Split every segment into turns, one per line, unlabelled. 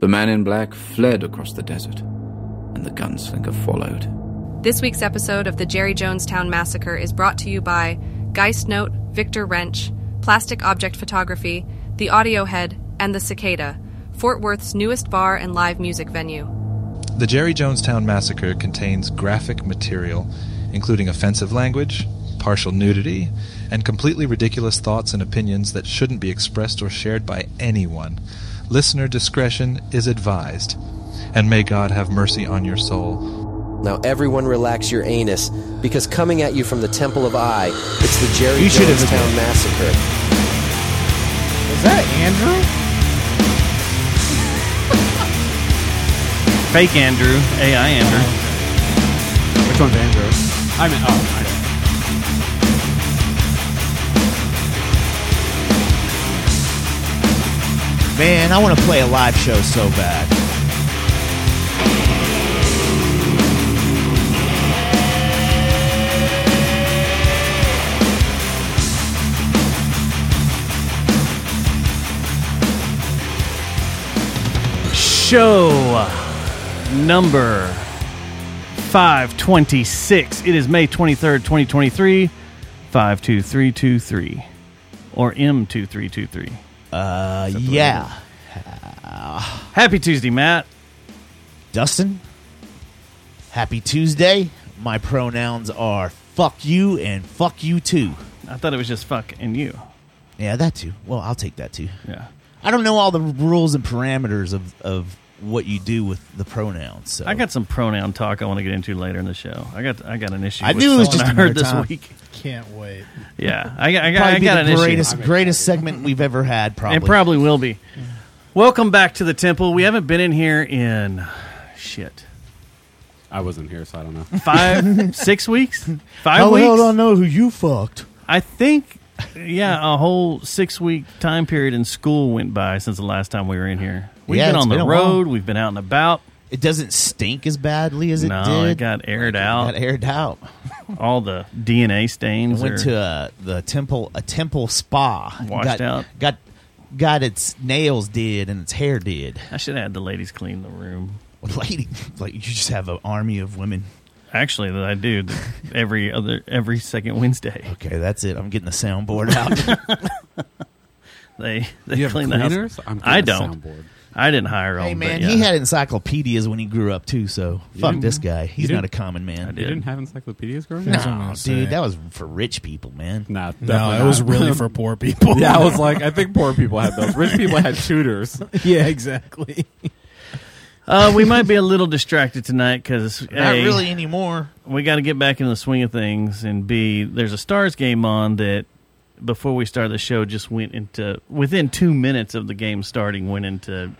The man in black fled across the desert, and the gunslinger followed.
This week's episode of the Jerry Jonestown Massacre is brought to you by Geist Note, Victor Wrench, Plastic Object Photography, The Audio Head, and The Cicada, Fort Worth's newest bar and live music venue.
The Jerry Jonestown Massacre contains graphic material, including offensive language, partial nudity, and completely ridiculous thoughts and opinions that shouldn't be expressed or shared by anyone. Listener discretion is advised. And may God have mercy on your soul.
Now everyone relax your anus, because coming at you from the Temple of I, it's the Jerry
You should have-
Jonestown Massacre.
Is that Andrew?
Fake Andrew, AI Andrew.
Oh. Which one's Andrew? I mean, oh,
Man, I want to play a live show so bad. Uh,
Show number 526. It is May 23rd, 2023. 52323. Or M2323.
Uh, yeah.
Happy Tuesday, Matt.
Dustin, happy Tuesday. My pronouns are fuck you and fuck you too.
I thought it was just fuck and you.
Yeah, that too. Well, I'll take that too.
Yeah.
I don't know all the rules and parameters of, of what you do with the pronouns. So.
I got some pronoun talk I want to get into later in the show. I got I got an issue.
I
with
knew it was
someone
just
I heard
another
this
time.
week.
can't wait.
Yeah, I, got- I, got-
probably
I
be
got
the
an issue.
greatest greatest segment we've ever had. Probably.
It probably will be. Welcome back to the temple. We haven't been in here in shit
I wasn't here, so I don't know.
five, six weeks, five weeks.
know who you fucked.
I think, yeah, a whole six week time period in school went by since the last time we were in here. We've
Yeah,
been
it's
on
been
the
a
road.
while.
We've been out and about.
It doesn't stink as badly as it
no,
did.
it got aired out.
Got aired out.
All the DNA
I
stains.
went
are-
to uh, the temple, a temple spa.
Washed
got,
out.
Got got its nails did and its hair did.
I should have had the ladies clean the room.
Lady, like you just have an army of women.
Actually, that I do th- every other every second Wednesday.
Okay, that's it. I'm getting the soundboard out.
They they
You have
clean the house.
cleaners? I'm getting
I
a
don't.
soundboard.
I didn't hire all.
hey
but
man,
yeah.
he had encyclopedias when he grew up too. So fuck this guy. He's
didn't-
not a common man.
I
You didn't
did.
have encyclopedias growing
No,
up?
That's what I'm gonna say.
dude, that was for rich people, man.
Nah,
No,
definitely
it was
not.
really for poor people.
yeah, I was like, I think poor people had those. Rich people had tutors.
yeah, exactly.
Uh, we might be a little distracted tonight because
Not really anymore.
we got to get back into the swing of things, and B, there's a Stars game on that. Before we started the show, just went into within two minutes of the game starting, went into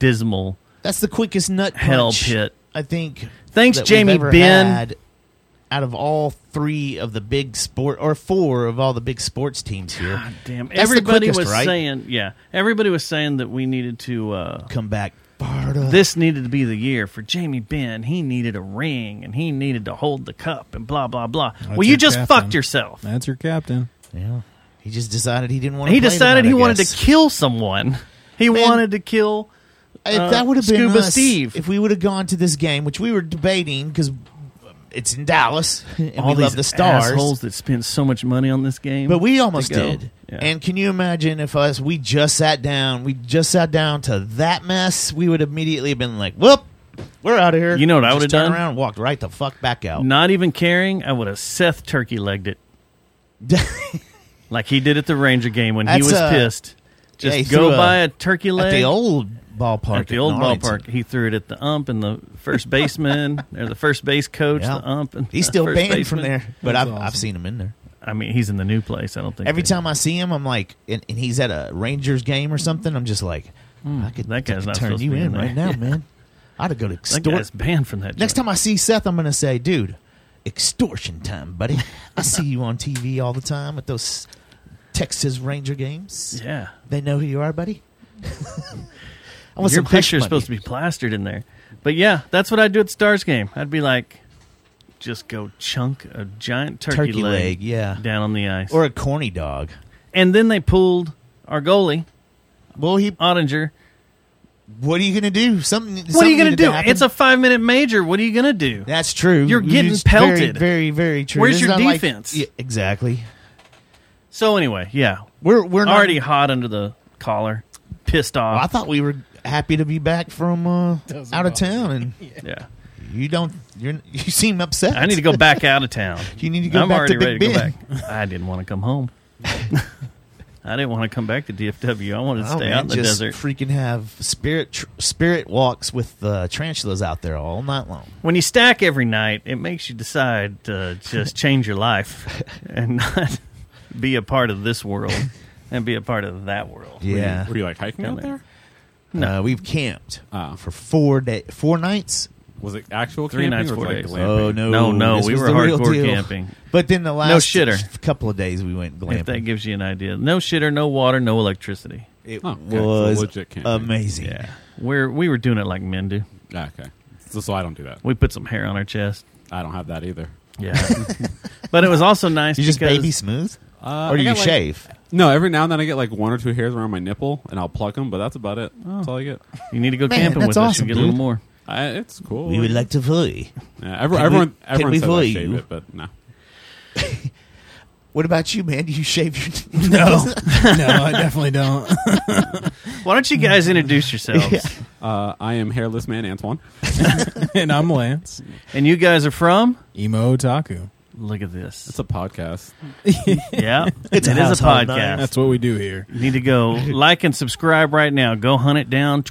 dismal.
That's the quickest nut
Hell
punch,
pit.
I think.
Thanks,
that we've
Jamie
ever
Benn.
had Out of all three of the big sport, or four of all the big sports teams here,
God damn!
That's the
everybody
quickest,
was
right?
saying, yeah, everybody was saying that we needed to. Uh,
come back. Barda.
this needed to be the year for Jamie Benn. He needed a ring, and he needed to hold the cup, and blah blah blah. well, you
your
just
captain.
fucked yourself.
That's your captain.
Yeah. He just decided he didn't want. to
He
play
decided
tonight,
he
I
wanted
guess.
to kill someone. He
Man.
wanted to kill. uh,
if that would have been
Scuba
us,
Steve.
if we would have gone to this game, which we were debating because it's in Dallas and
all
we
these
love the stars,
assholes that spend so much money on this game.
but we almost
to go.
did.
Yeah.
And can you imagine if us we just sat down, we just sat down to that mess, we would immediately have been like, "Well, we're out of here."
You know what I
Just
would've
turned
done?
Around, and walked right the fuck back out.
not even caring, I would have Seth turkey legged it
At
like he did at the Ranger game when he
That's,
was
uh,
pissed. Just
he
go
threw a-
buy a turkey leg
the old ballpark.
At the old
in Arlington.
ballpark. He threw it at the ump and the first baseman, or the first base coach,
Yeah.
the ump. And
He's
the
still
first
banned
baseman.
from there, but I've,
That's
I've
awesome.
seen him in there.
I mean, he's in the new place. I don't think
Every
they-
time I see him, I'm like, and, and he's at a Rangers game or something. I'm just like, I could
Hmm, that guy's
t-
not
turn
supposed
you
to be in
in right
there.
now, man. I'd go to
that
extort.
guy's banned from that.
Next
joint.
time I see Seth, I'm gonna say, dude, extortion time, buddy. I see you on TV all the time at those Texas Ranger games.
yeah,
They know who you are, buddy. I
your
some hush
picture's
money.
supposed to be plastered in there. But yeah, that's what I'd do at Stars game. I'd be like, just go chunk a giant turkey,
turkey leg, yeah,
down on the ice.
or a corny dog.
and then they pulled our goalie
Well, he
Ottinger
What are you gonna do? Something.
What are you
gonna
going to do? It's a five minute major. What are you going to do?
That's true.
You're getting
just- very,
pelted.
Very, very, true.
Where's
It's
your
not like-
defense?
Yeah, exactly.
So anyway, yeah,
We're we're not,
already hot under the collar, pissed
I
off.
thought we were happy to be back from uh, out of town, and
yeah,
you don't. You're you seem upset.
I need to go back out of town.
You need to go
I'm
back to
already ready
Big Ben.
to go back. I didn't want to come home. I didn't want to come back to DFW. I wanted to
Oh,
stay
man,
out in the
just
desert.
Freaking have spirit tr- spirit walks with uh, tarantulas out there all night long.
when you stack every night, it makes you decide to just change your life and not be a part of this world and be a part of that world.
Yeah,
Were you like hiking out there?
uh, we've camped
Ah.
for four day four nights.
Was it actual
Three
camping
nights,
or was
four
it like
days.
glamping?
Oh no,
No, no,
this
we
was
were
the real
hardcore
deal.
camping.
But then the last
shitter.
couple of days we went
If that
glamping.
gives you an idea, no shitter, no water, no electricity.
It
Oh, okay.
was
So legit camping.
amazing.
We're we were doing it like men do.
Ah, okay. So, so I don't do that.
We put some hair on our chest.
I don't have that either.
Yeah, but it was also nice
You just
because
baby smooth,
Uh,
or
I
do you
got, like-
shave?
No, every now and then I get like one or two hairs around my nipple, and I'll pluck them, but that's about it. That's all I get.
you need to go
Man,
camping
that's
with us
awesome,
and get a little
dude.
more.
I, it's cool.
we would like to fully.
Yeah, every,
Can
everyone,
we- can
everyone
we
says
fool
I
you?
shave it, but no.
What about you, man? Do you shave your?
No, no, I definitely don't.
Why don't you guys introduce yourselves?
Uh, I am hairless man Antoine.
and I'm Lance.
And you guys are from?
Emo otaku.
Look at this.
It's a podcast.
yeah,
It's a
It is
household name.
podcast.
That's what we do here.
You need to go like and subscribe right now. Go hunt it down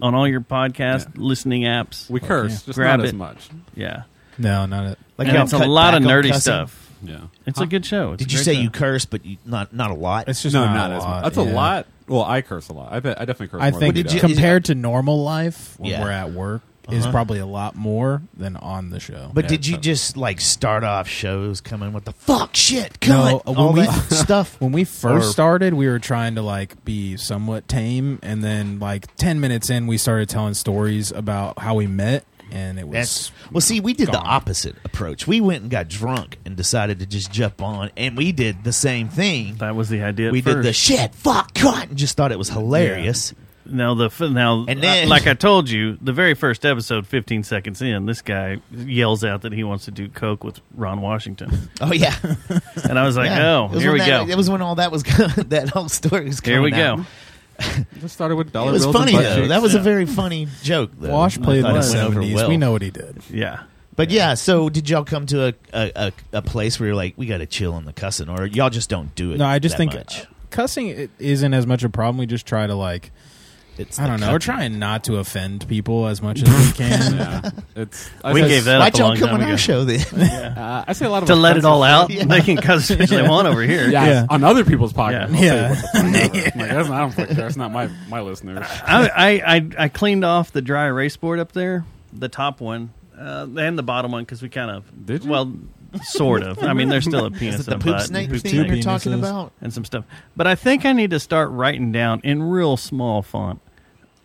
on all your podcast listening apps.
We curse, just
Grab
not
it.
as much.
Yeah,
No, not it.
Like
and
y'all
it's a
cut
lot of
back on
nerdy
cussing?
stuff.
Yeah.
It's
Huh?
a good show. It's
Did
a
you
great
say
show.
you curse, but you not not a lot?
It's just
No,
not,
not
a
as
lot.
much. That's a
yeah.
lot. Well, I curse a lot. I bet I definitely curse.
I
more than
think
you do.
compared to normal life when
Yeah.
we're at work is probably a lot more than on the show.
but
yeah,
did you
so-
just like start off shows coming with the fuck shit,
No,
cut
when
all
we-
that stuff?
when we first
Or-
started, we were trying to like be somewhat tame, and then like ten minutes in, we started telling stories about how we met, and it was
That's well. See, we did the
gone.
opposite approach. We went and got drunk and decided to just jump on, and we did the same thing.
that was the idea? at
We did the
first.
shit, fuck, cut, and just thought it was hilarious.
now the f- now
And then-
uh, like I told you, the very first episode, fifteen seconds in, this guy yells out that he wants to do coke with Ron Washington,
Oh yeah,
and I was like,
Yeah. It
oh,
was
here
when
we
that-
go.
It was when all that was that whole story was.
here we
coming out.
go.
Just started with dollar
It was
bills and
funny
butt
though.
cheeks.
That was a very funny joke. Though.
Wash
I
played
thought
in
it
the
went over
seventies.
well.
We know what he did.
Yeah,
But yeah, so did y'all come to a a, a, a place where you're like, we got to chill on the cussing, or y'all just don't do it?
No, I just
that
think
much?
cussing it isn't as much a problem. We just try to like
it's
I
the
don't know.
cut-
We're trying not to offend people as much as we can.
Yeah. It's. I
we
say-
gave that
Why'd
up a
y'all
long
come
time
on
ago
our show then?
Uh, I say a lot of
to let it
offensive
all out.
Yeah.
They can cuss as much as they want over here.
Yeah,
Yeah.
on other people's podcasts. I'll say
Yeah.
what the fuck ever. I'm like, that's not, I don't fucking care. That's not my my listeners.
I, I, I, I cleaned off the dry erase board up there, the top one uh, and the bottom one because we kind of
Did you?
well, sort of. I mean, there's still a penis
Is it the
and a
poop
butt
snake
and,
poop
thing
snake.
you're talking
Penises.
about?
and some stuff. But I think I need to start writing down in real small font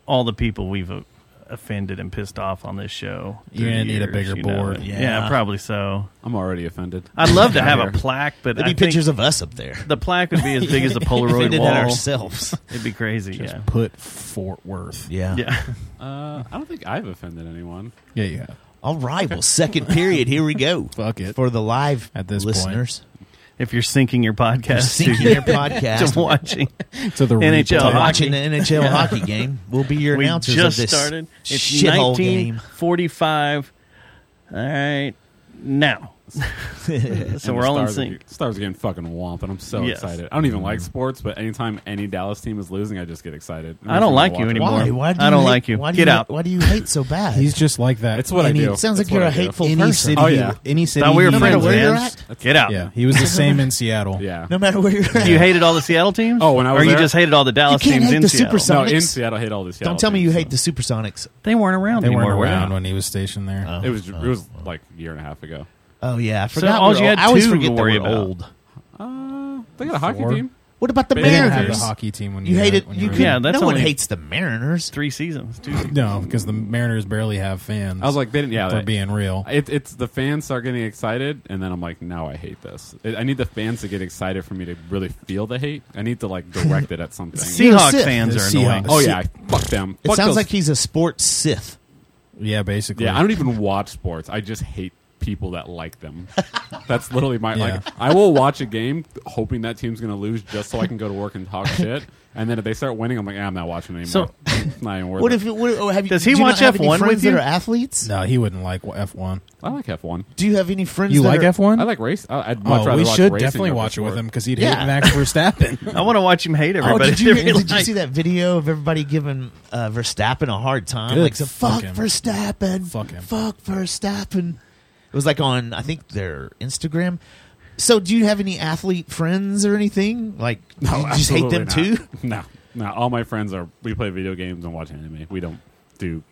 all the people we've uh, offended and pissed off on this show.
You're
through
gonna
the
need a
years,
bigger
you know.
board.
Yeah.
Yeah.
probably so.
I'm already offended.
I'd love to
Out
have
here.
a plaque, but
There'd
I
be
think
pictures of us up there.
the plaque would be as big as a
We
Polaroid
did
wall.
that ourselves.
It'd be crazy. Yeah.
Put Fort Worth.
Yeah.
Yeah.
Uh, I don't think I've offended anyone.
Yeah, yeah.
All right. Well, second period. Here we go.
Fuck it.
For the live
At this point.
listeners,
If you're syncing your
You're
podcast to
syncing your podcast,
to watching.
To the
NHL
replay.
We're watching the NHL hockey game. We'll be your
we
announcers
just
of this
started. It's
shithole game.
1945. All right, now. so
And
we're
the
all in
Stars are
sync.
get- Stars are getting fucking whomped, and I'm so
Yes.
excited. I don't even like sports, but anytime any Dallas team is losing, I just get excited.
I don't like you
Watch it.
anymore.
Why? Why do
I don't
hate-
like you.
Why do
Get
you,
out.
Why do you hate so bad?
He's just like that.
It's what I
And he-
do.
it sounds
That's
like you're
what
a
I do.
hateful
Any
person.
city,
Oh, yeah.
any city.
Thought we were
you-
No matter
friends,
where you're
man.
at.
Get out.
Yeah, he was the same in Seattle.
Yeah.
No matter where you're at.
You hated all the Seattle teams?
Oh, when I was
or you
there?
just hated all the Dallas
can't
teams
hate
in
the
Seattle?
Supersonics.
No, in Seattle, I hate all this.
Don't tell me you hate the Supersonics.
They weren't around
They weren't
anymore.
around
were
when he was stationed there.
It was it was like a year and a half ago.
Oh yeah, I
So
forgot.
all
we're
you had
old. I always
two to
forget that
worry
we're
about.
old.
Uh, they got a hockey
Four.
team.
What about the
They didn't have the
Mariners?
hockey team when you,
You
were-
hated.
when
You
were
could,
young.
Yeah, that's
no one
only-
hates the Mariners.
Three seasons, too.
No, because the Mariners barely have fans.
I was like, they didn't. Yeah,
for
they-
being real.
It, it's the fans start getting excited, and then I'm like, now I hate this. I I need the fans to get excited for me to really feel the hate. I need to like direct it at something.
Seahawks
Sith.
fans are
Seahawks.
annoying.
oh yeah, fuck them.
It
Fuck
sounds
those-
like he's a sports Sith.
yeah, basically.
yeah. I don't even watch sports. I just hate people that like them. That's literally my
Yeah.
like. I will watch a game hoping that team's gonna lose just so I can go to work and talk shit. And then if they start winning, I'm like, "Ah, I'm not watching anymore.
So-
it's not even worth
What
it.
if? it- What, oh, have you,
Does
do
he
you not
watch
have any
F1
friends
with you?
That are athletes?
No, he wouldn't like F one.
I like F1.
Do you have any friends?
You
that
like
are-
F one?
I like race. I- I'd much
Oh,
rather
we
watch
should
racing
definitely
over
watch it with
sport.
him because he'd
Yeah.
hate Max Verstappen.
I want to watch him hate
Oh,
everybody.
did you,
They're really
did you
like-
see that video of everybody giving uh, Verstappen a hard time?
Good
like, so, fuck,
fuck him.
Verstappen.
Fuck him.
Fuck Verstappen. It was like on, I think, their Instagram. So, do you have any athlete friends or anything? Like,
No,
you just hate them
Oh, absolutely
too?
not. No, no. All my friends are. We play video games and watch anime. We don't do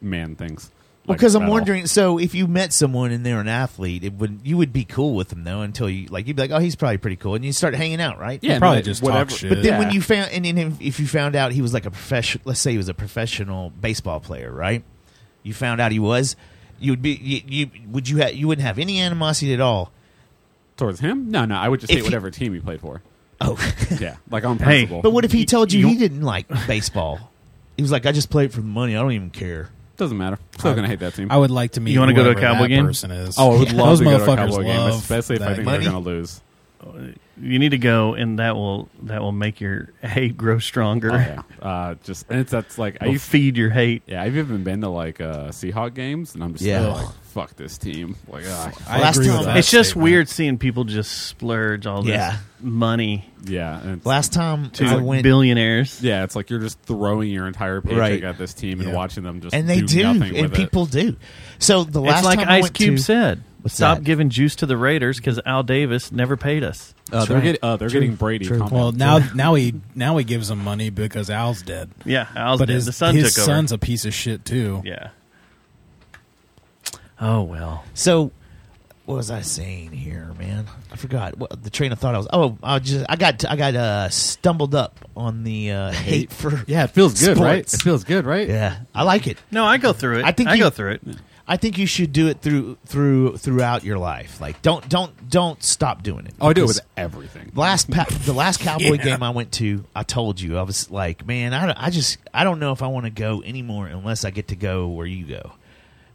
man things. like,
Because
at
I'm
all.
wondering. So, if you met someone and they're an athlete, it would you would be cool with them though until you like you'd be like, oh, he's probably pretty cool, and you start hanging out, right?
Yeah,
Probably
no,
just
whatever.
talk shit.
But then
Yeah.
when you found and, and if- if you found out he was like a professional, let's say he was a professional baseball player, right? You found out he was, you would be you, you would you have you wouldn't have any animosity at all.
towards him, no, no. I would just
If
hate
he-
whatever team he played for.
Oh,
Yeah, like on
Hey.
principle.
but what if he told you,
You-
he didn't like baseball? He was like, I just played for the money. I don't even care.
Doesn't matter. Still gonna hate that team.
I would like to meet.
You wanna go to a
whoever
Cowboy
that
game?
Person is.
oh, I would love
Those
to go to a
motherfuckers
Cowboy game,
love
especially if I
that
think
game.
they're gonna lose.
You need to go, and that will that will make your hate grow stronger.
Oh, yeah. uh, just and it's that's like I
It'll
used.
feed your hate.
Yeah, I've even been to like uh, Seahawk games, and I'm just
Yeah.
like, fuck this team. Like, ah,
I
Last
agree
time-
with that.
it's just
statement.
weird seeing people just splurge all this
Yeah.
money
yeah, and it's,
Last time
to
I went,
billionaires.
Yeah, it's like you're just throwing your entire paycheck
Right.
at this team and
Yeah.
watching them just
and they do,
nothing
and
with it.
people do. So the last
It's like
time I
Ice
went
Cube
to,
said,
What's
"Stop
that?
giving juice to the Raiders because Al Davis never paid us."
Uh, they're, get, uh, they're getting Brady.
True.
Calm
Well,
down.
now now he now he gives him money because Al's dead.
Yeah, Al's
but
dead.
his
the son
his
took
son's a piece of shit too.
over. Yeah. Oh well.
So, what was I saying here, man? I forgot what, the train of thought. I was. Oh, I just I got I got uh, stumbled up on the uh, hate for.
yeah, it feels good, right?
Sports.
It feels good, right?
Yeah, I like it.
No, I go through it.
I think
I
you-
go through it.
I think you should do it through through throughout your life. Like, don't don't don't stop doing it.
Oh, I do it with
Because
everything.
Last pa- the last cowboy game I went to, I told you I was like, man, I, don't- I just I don't know if I want to go anymore unless I get to go where you go.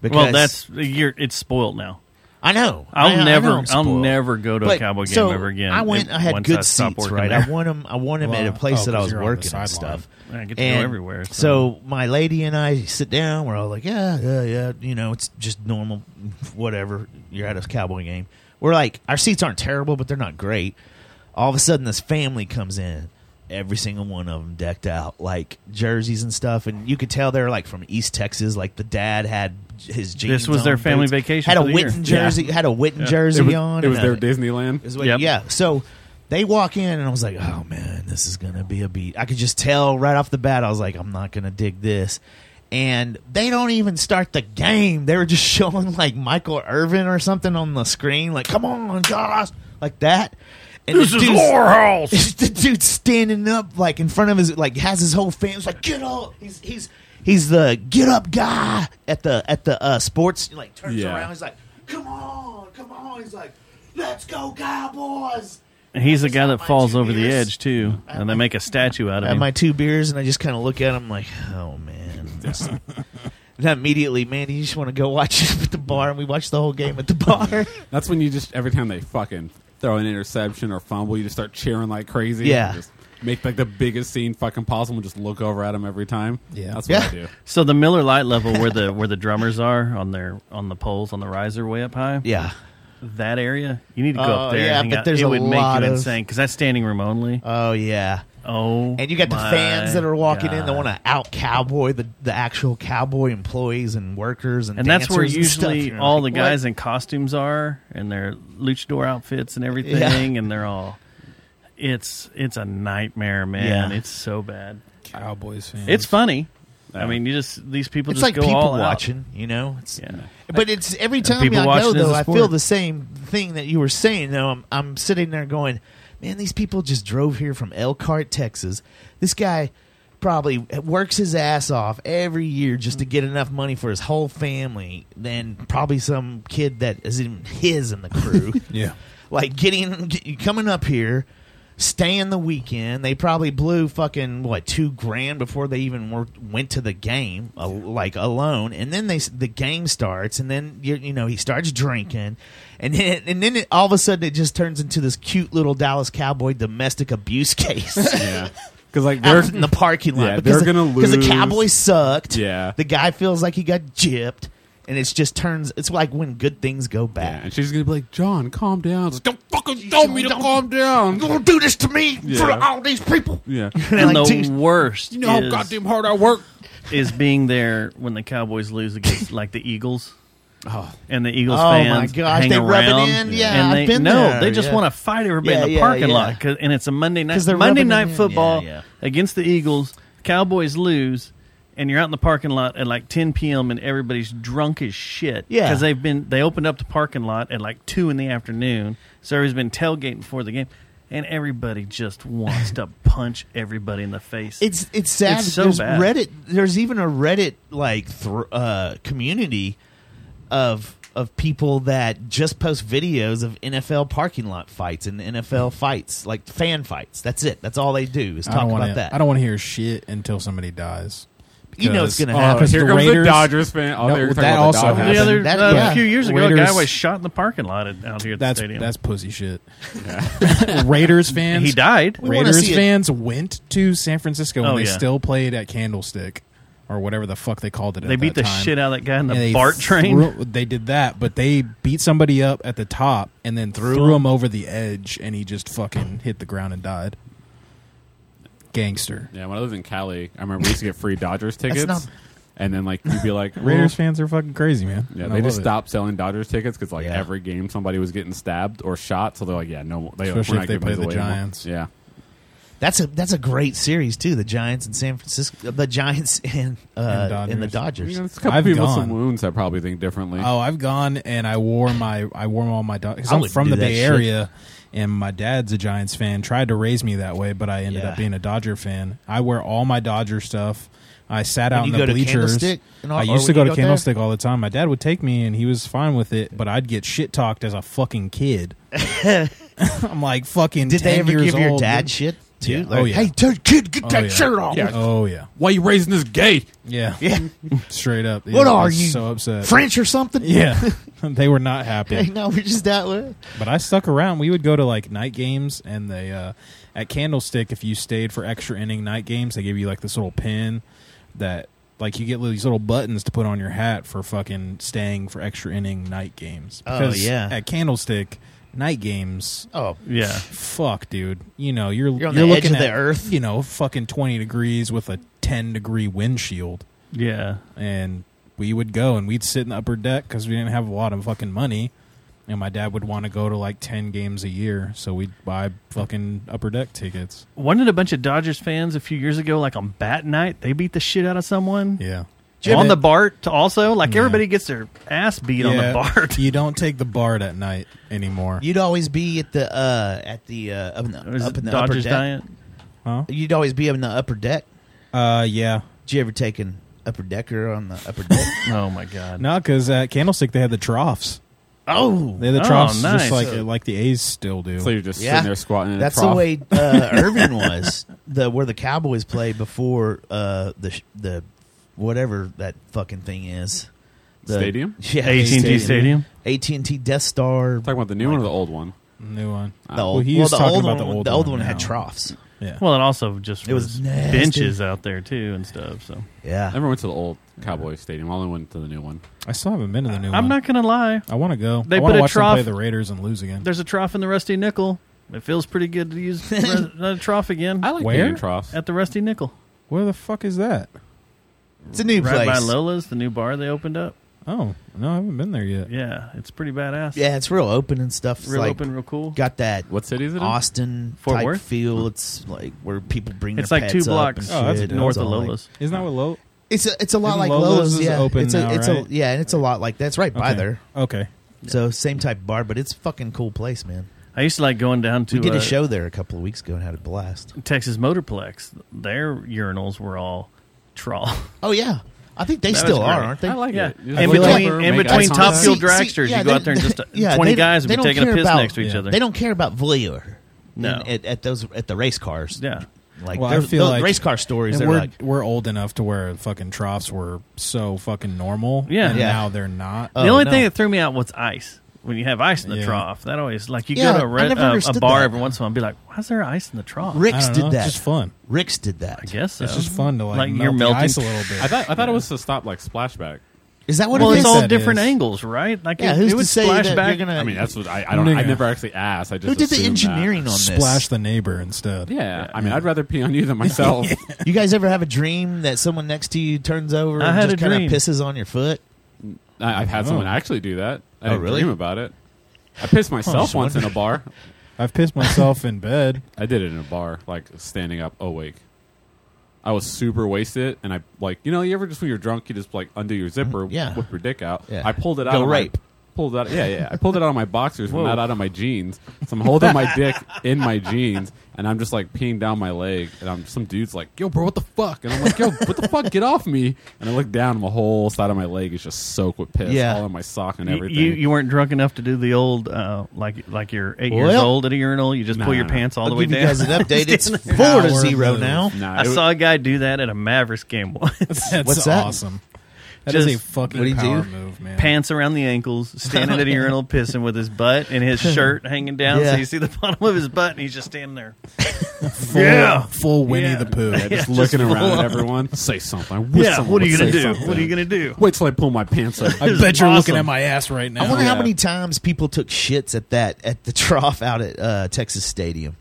Because
Well, that's you're. It's spoiled now.
I know. I- I
I'll
know
never.
I'm
I'll
spoiled.
never go to a
But-
cowboy game
so
ever again.
I went.
if-
I had
once
good
stop
seats,
working
right?
there.
I won them. I won them at
Well,
a place
oh,
that I
'cause
was
you're on the
working and
sideline.
stuff.
I get to go
And
everywhere, so-
So. my lady and I sit down. We're all like, yeah, yeah, yeah. You know, it's just normal, whatever. You're at a cowboy game. We're like, our seats aren't terrible, but they're not great. All of a sudden, this family comes in. Every single one of them decked out like jerseys and stuff, and you could tell they're like from East Texas. Like the dad had his jeans.
was their
on,
family
boots,
vacation
Had a
for the year.
Witten jersey. Had a Witten jersey
It was,
on.
it was
and
their
a-
Disneyland.
is what-
Yep.
Yeah. So they walk in, and I was like, oh man, this is gonna be a beat. I could just tell right off the bat. I was like, I'm not gonna dig this. And they don't even start the game. They were just showing like Michael Irvin or something on the screen, like, come on, Josh, like that. And this is our house. The dude's standing up, like in front of his, like has his whole fans, like get up. He's he's he's the get up guy at the at the uh, sports. Like turns
Yeah.
around, he's like, come on, come on. He's like, let's go Cowboys.
He's the guy that falls over the
Yes.
edge too, and they make a statue out
I
of
have
him.
my two beers and I just kind of look at him like, oh man. Not immediately, man. You just want to go watch it at the bar, and we watched the whole game at the bar.
That's when you just every time they fucking throw an interception or fumble, you just start cheering like crazy.
Yeah.
And just make like the biggest scene fucking possible. and Just look over at them every time.
Yeah.
that's
Yeah.
what I do.
So the Miller Light level where the where the drummers are on their on the poles on the riser way up high.
yeah,
That area, you need to go
Oh,
up there. and
yeah,
hang
but
out.
there's
it
a
would make
lot
you
of-
insane because that's standing room only.
oh yeah,
oh,
and you got the
my
fans that are walking in. They
God.
want to out cowboy the, the actual cowboy employees and workers, and
and that's where
dancers and stuff.
usually
You're
all
like,
the
what?
guys in costumes are and their luchador outfits and everything and they're all it's it's a nightmare man
Yeah.
it's so bad
Cowboys fans.
it's funny i
Yeah.
mean you just these people
It's
just
like
go
people
all out.
watching, you know. It's
yeah
But it's every time
people
I
watching
go
is
though,
a
I
sport.
feel the same thing that you were saying. Though I'm I'm sitting there going, man, these people just drove here from Elkhart, Texas. This guy probably works his ass off every year just to get enough money for his whole family. Then probably some kid that isn't his in the crew.
Yeah.
like getting get- coming up here staying the weekend they probably blew fucking what two grand before they even were, went to the game uh, like alone and then they s- the game starts and then you, you know he starts drinking and then and then it, all of a sudden it just turns into this cute little dallas cowboy domestic abuse case
Yeah. Because like
out
they're
in the parking lot
Yeah,
because
they're gonna
because
lose.
the cowboys sucked
Yeah.
the guy feels like he got gypped and it's just turns it's like when good things go
yeah,
bad
and she's gonna be like, John, calm down. It's Like, don't fucking tell me to calm down.
You're gonna do this to me for
Yeah.
all these people.
Yeah.
And
and
like,
the
dude,
worst
You know how
is,
goddamn hard I work.
is being there when the Cowboys lose against like the Eagles.
Oh.
And the Eagles
Oh, my
fans
gosh,
hang
they rub it
around,
in. Yeah,
and they,
I've been
no,
there,
they just
yeah.
want to fight everybody
Yeah,
in the
yeah,
parking
yeah.
lot, 'cause- and it's a Monday
'Cause
night
they're
Monday
rubbing it
night
in. Yeah,
football
yeah.
against the Eagles. Cowboys lose, and you're out in the parking lot at like 10 p.m. and everybody's drunk as shit.
Yeah.
because they've been they opened up the parking lot at like two in the afternoon, so everybody's been tailgating before the game, and everybody just wants to punch everybody in the face.
it's it's sad.
It's so
there's
bad.
Reddit. There's even a Reddit like thr uh, community of of people that just post videos of NFL parking lot fights and NFL fights, like fan fights. That's it. That's all they do is
I
talk
don't
about
wanna,
that.
I don't want to hear shit until somebody dies.
You know it's
Because-
gonna happen.
because
Here
the
comes
Raiders-
the Dodgers fan. Oh,
No,
they were talking
that
about
also
the Dodgers.
the other
That-
uh,
yeah.
a few years ago, a
Raiders-
guy was shot in the parking lot at, out here at
That's
the stadium.
that's pussy shit. Raiders fans.
he died.
wanna
Raiders
see it.
fans went to San Francisco and
Oh,
they
yeah.
still played at Candlestick or whatever the fuck they called it.
They
at
beat the
that time.
shit out of that guy in
And
the
they
BART train.
threw- they did that, but they beat somebody up at the top and then threw,
Threw
him over the edge, and he just fucking hit the ground and died. Gangster.
Yeah, when I lived in Cali, I remember we used to get free Dodgers tickets,
not-
and then like you'd be like
Raiders
well-
fans are fucking crazy, man.
Yeah,
And I
they just
love it.
stopped selling Dodgers tickets because like
Yeah.
every game somebody was getting stabbed or shot, so they're like, yeah, no, more- they,
Especially
we're not
if they
giving
play
these
the
away anymore.
Giants.
Yeah,
That's a that's a great series too. The Giants in San Francisco, uh, the Giants and uh, and,
And Dodgers.
the Dodgers.
Yeah, it's a couple
I've
people with
gone.
some wounds that probably think differently.
Oh, I've gone and I wore my I wore all my Dodgers.
I
I'm
wouldn't
from
do
the
that
Bay
shit.
Area, and my dad's a Giants fan. Tried to raise me that way, but I ended
Yeah.
up being a Dodger fan. I wear all my Dodger stuff. I sat
Would
out in
you
the
go to
bleachers.
Candlestick and all-
I
or
used to
would
go
you
to
go there?
Candlestick all the time. My dad would take me, and he was fine with it. But I'd get shit talked as a fucking kid. I'm like fucking.
Did
10
they ever
years
give your
old.
dad shit too?
Yeah.
Like,
Oh, yeah.
Hey, dude, kid, get
Oh,
that
yeah.
shirt off.
Oh yeah,
Why you raising this gay?
yeah,
Yeah.
straight up.
What
Yeah, I
are
was
you?
So upset.
French or something?
Oh. yeah, they were not happy.
Hey, no, we're just that way.
But I stuck around. We would go to like night games, and they uh, at Candlestick, if you stayed for extra inning night games, they give you like this little pin that like you get these little buttons to put on your hat for fucking staying for extra inning night games.
Oh, yeah.
at Candlestick night games.
Oh,
yeah,
Fuck, dude. You know you're
You're on
you're
the edge
looking
of the
at,
earth.
You know, fucking twenty degrees with a ten degree windshield
yeah.
and we would go and we'd sit in the upper deck because we didn't have a lot of fucking money and my dad would want to go to like 10 games a year so we'd buy fucking upper deck tickets
Wasn't it a bunch of Dodgers fans a few years ago, like on bat night, they beat the shit out of someone
yeah
on the BART also? Like
Yeah.
everybody gets their ass beat on the BART.
you don't take the BART at night anymore
You'd always be at the uh, at the uh, up in the,
Is
up
it
in the upper
Dodgers
deck.
diet?
You'd always be up in the upper deck.
uh yeah
Did you ever take an upper decker on the upper deck?
Oh my god!
no because at candlestick they had the troughs
oh,
they had the
Oh,
troughs
nice.
just like like the a's still do
So you're just
Yeah.
sitting there squatting. In
that's
a
the
trough.
way uh, Irvin was the where the Cowboys played before uh, the sh- the whatever that fucking thing is. The,
Stadium?
yeah,
AT&T Stadium.
AT and T Death Star.
Talking about the new one or the old one?
new one
The old,
he
well,
was
the
talking
old
about
one,
the
old
old one
one had
now.
troughs.
yeah
Uh, Well, it also just
It was
was,
nasty.
benches out there too and stuff. So
Yeah,
I never went to the old Cowboy Stadium. I only went to the new one.
i still haven't been to the new one
I'm not gonna lie.
i want to go
They
i want
put
to
a
watch them play
trough-
the raiders and lose again
There's a trough in the rusty nickel. It feels pretty good to use another trough again
I like
Where?
being in troughs.
at the rusty nickel.
where the fuck is that
it's a new
Right by
place.
Lola's, the new bar they opened up.
Oh no, I haven't been there yet.
Yeah, it's pretty badass.
Yeah, it's real open and stuff. It's
real
like,
open, real cool.
Got that
what city is it? in?
Austin
Fort
type
Worth?
feel. It's like where people bring
It's
their
like two
pets up
blocks
and
Oh, that's
shit.
north
It's
of
all like-
Lola's.
Isn't that what Lo?
it's a it's a lot
Isn't
like
Lola's
Lola's.
is
yeah,
open
it's a
now,
it's
right?
a yeah, and it's a lot like that's right by
Okay.
there.
Okay.
So same type bar, but it's a fucking cool place, man.
I used to like going down to
we did
uh,
a show there a couple of weeks ago and had a blast.
Texas Motorplex. Their urinals were all trawl.
Oh yeah, I think they
That was
still are,
great.
aren't they?
I like
yeah,
it.
in
feel like-
between in
Make
between
ice on
top
that.
fuel
See- see,
dragsters,
yeah,
you go
they-
out there and just uh,
yeah,
twenty
they-
guys would
they
be
don't
taking a
care
piss
about-
next to each
yeah.
other.
They don't care about voyeur. in-
No.
at, at those at the race cars.
Yeah.
like
Well, I
they're-
feel
the
like-
race car stories.
And
They're
we're
like,
we're old enough to where fucking troughs were so fucking normal.
Yeah.
and
Yeah.
now they're not.
Uh,
the
Oh,
only
no.
thing that threw me out was ice. When you have ice in the
Yeah.
trough, that always like you
Yeah,
go to a,
I
re- uh,
never
a, a
understood
bar
that.
every once in a while and be like, "Why is there ice in the trough?"
I
Ricks
don't
did
know,
that.
It's just fun.
Ricks did that.
I guess so.
It's just fun to like,
Like,
melt
you're
the ice a
melting-
little bit.
I thought I thought it was to stop like splashback.
Is that what
well,
it
it's
is?
think
all
that
different
is.
angles, right? Like
yeah,
it,
who's
it would
to say
splash
that
back.
you're gonna?
I mean, that's what I, I don't. I
Nigga.
never actually asked. I just
who did the
assumed that.
engineering on this?
Splash the neighbor instead.
Yeah, I mean, I'd rather pee on you than myself.
You guys ever have a dream that someone next to you turns over
I
and
had
just
a
kind
dream.
of pisses on your foot?
I, I've had someone actually do that. I
Oh,
didn't
really?
dream about it. I pissed myself
just
once in a bar.
I've pissed myself in bed.
I did it in a bar, like standing up awake. I was super wasted, and I like you know you ever just when you're drunk you just like undo your zipper,
Mm-hmm. yeah.
whip your dick out.
Yeah.
I pulled it out.
Go
of
rape.
My, pulled out. Yeah, yeah. I pulled it out of my boxers, but
Whoa.
not out of my jeans. So I'm holding my dick in my jeans, and I'm just like peeing down my leg, and I'm some dude's like, "Yo, bro, what the fuck?" And I'm like, "Yo, what the fuck? Get off me!" And I look down, and the whole side of my leg is just soaked with piss,
Yeah.
all in my sock and
You,
everything.
you you weren't drunk enough to do the old uh, like like you're eight years
Well-
old at a urinal. You just
No,
pull your
no, no.
pants all the
I'll
way
give you
down.
guys an update. It's four
Power
to zero
move.
now.
Nah,
I
it-
saw a guy do that at a Mavericks game once.
That's
What's that?
awesome. That is
Just-
a fucking
what'd he
power
do?
move, man.
Pants around the ankles, standing at a urinal, pissing with his butt and his shirt hanging down, so
Yeah.
you see the bottom of his butt, and he's just standing there.
full,
Yeah.
full Winnie
Yeah.
the Pooh.
Yeah, just looking around at everyone. Say something. I wish
yeah,
someone
what are you
would
gonna
say
do?
something.
What are you gonna do?
Wait till I pull my pants up.
I
It was
bet you're
awesome.
looking at my ass right now.
I wonder how
yeah.
many times people took shits at that at the trough out at uh, Texas Stadium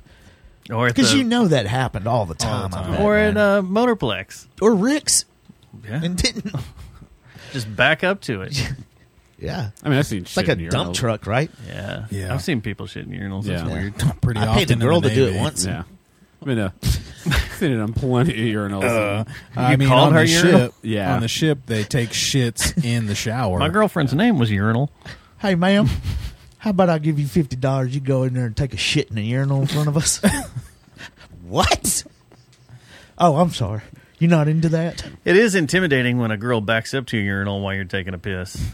Or at
because
the,
you know that happened all the time. I
time.
bet,
or at
man.
uh, Motorplex,
or Rick's
yeah,
and didn't.
just back up to it.
Yeah,
I mean, I've seen
it's
shit
like a
in your
dump
own-
truck, right?
Yeah,
Yeah.
I've seen people shit in urinals. That's
Yeah.
weird.
pretty
I paid the
often in
girl to do it
Navy.
once.
Yeah, I mean, uh, seen it on plenty of urinals.
Uh, I mean,
called
on
her
the
urinal?
ship,
Yeah.
on the ship they take shits in the shower.
My girlfriend's name was urinal.
Hey, ma'am, how about I give you fifty dollars? You go in there and take a shit in the urinal in front of us. what? Oh, I'm sorry. You're not into that.
It is intimidating when a girl backs up to a urinal while you're taking a piss.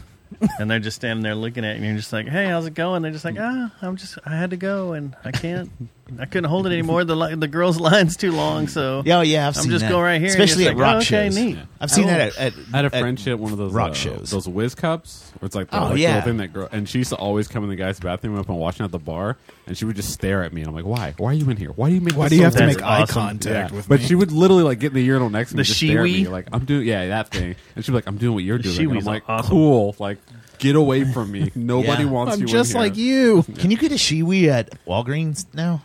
and they're just standing there looking at you and you're just like, Hey, how's it going? They're just like, Ah, I'm just I had to go and I can't I couldn't hold it anymore. The li- the girl's line's too long, so
Yeah, oh, yeah, I've
I'm
seen
just
that.
going right here. and
Especially
you're
at
just like,
rock
"Oh, okay,
shows.
Neat.
I've seen that at, at
I had a
at-
friend shit one of those
rock
uh,
shows.
those whiz cups. Where it's like the,
Oh,
like, the
yeah.
little thing that grow, and she used to always come in the guy's bathroom up and watching at the bar, and she would just stare at me, and I'm like, why? Why are you in here? Why do you make?
Why
this
do you
so
have to
weird?"
That's
make eye
awesome.
contact
Yeah.
with
but
me?
she would literally like get in the urinal next to me,
The
and just stare at me,
shiwi?
like I'm doing, yeah, that thing. And she'd be like, I'm doing what you're doing. And I'm
shiwi's
like,
awesome.
cool, like get away from me. Nobody
Yeah.
wants you.
I'm
in
just
here.
like you.
Can you get a shiwi at Walgreens now?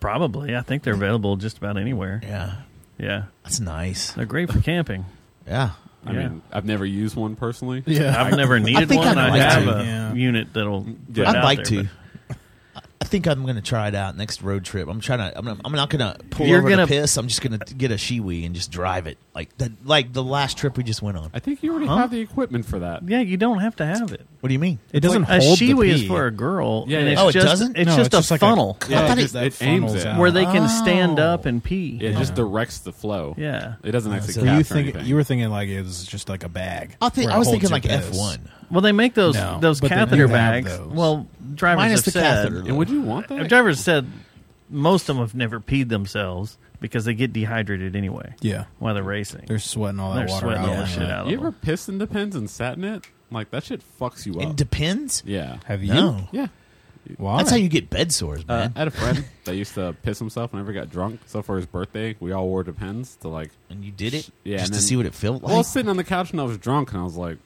Probably. I think they're available just about anywhere.
Yeah,
Yeah.
that's nice.
They're great for camping.
Yeah,
I
Yeah.
mean, I've never used one personally.
Yeah,
I've never needed
think
one.
I'd
I
like
have
to.
a
Yeah.
unit that'll put
Yeah.
it
I'd
out
like
there,
to.
but-
I- I think I'm going to try it out next road trip. I'm trying to. I'm, gonna, I'm not going to pull
You're
over
gonna-
to piss. I'm just going to get a shiwi and just drive it like the like the last trip we just went on.
I think you already have the equipment for that.
Yeah, you don't have to have it.
What do you mean?
it doesn't
a
hold. the
shiwi is
pee.
for a girl.
Yeah,
and
yeah.
it's
Oh, it
just,
doesn't?
It's
No,
just
it's
a
just like a-
funnel
I
Yeah,
thought
it,
it-
just,
that
it aims
funnels
it.
out.
where they can
Oh.
stand up and pee.
It just directs the flow.
Yeah.
It doesn't actually
So
capture
you think
anything.
you were thinking like it was just like a bag.
I think
where
I
it
was
holds
thinking
your
like
piss.
F one.
Well, they make those
No,
those
but they
catheter
do have
bags.
those.
Well, drivers have
Minus the
said
catheter.
and would you want that?
drivers said most of them have never peed themselves because they get dehydrated anyway
Yeah,
while they're racing.
they're sweating all
They're
that water
sweating
out.
all
of
that
it.
shit out.
you ever pissed in Depends and sat in it? Like that shit fucks you up.
It depends.
yeah.
Have you?
No,
Yeah.
Why?
that's how you get bed sores,
Uh,
man.
I had a friend that used to piss himself whenever he got drunk. So for his birthday, we all wore Depends to like.
and you did it
Yeah,
just
and
to
then-
see what it felt
Well, I
like.
was sitting on the couch and I was drunk and I was like,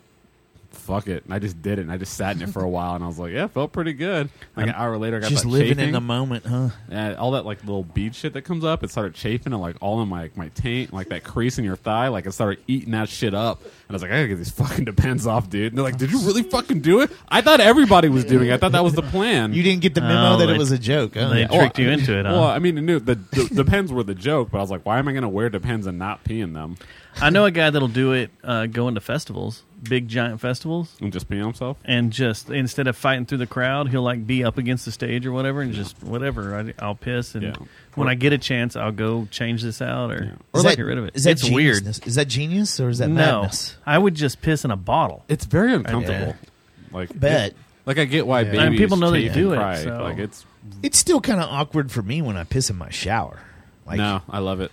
"Fuck it!" And I just did it. And I just sat in it for a while and I was like, "Yeah, it felt pretty good." Like an hour later, I got
just
that
living
chafing.
in the moment, huh?
and all that like little bead shit that comes up, it started chafing and like all in my my taint, like that crease in your thigh, like it started eating that shit up. And I was like, I gotta get these fucking depends off, dude. And they're like, Did you really fucking do it? I thought everybody was doing it. I thought that was the plan.
You didn't get the memo
Oh,
that
they-
it was a joke. Huh?
They
Yeah.
Well,
tricked you into it, huh?
Well, I mean, no, the, the depends were the joke, but I was like, why am I gonna wear depends and not pee in them?
I know a guy that'll do it uh, going to festivals. big giant festivals
and just pee on himself.
and just instead of fighting through the crowd, he'll like be up against the stage or whatever, and just whatever. I, I'll piss, and
Yeah.
when I get a chance, I'll go change this out or, or like
Is that-
get rid of it.
Is that
it's
genius-
weird.
Is that genius or is that
no,
madness?
I would just piss in a bottle.
It's very uncomfortable. Like
Bet.
it- like I get why
Yeah.
babies
And people know they
chafe
do
and
it,
cry.
so-
Like it's
It's still kind of awkward for me when I piss in my shower. Like
no, I love it.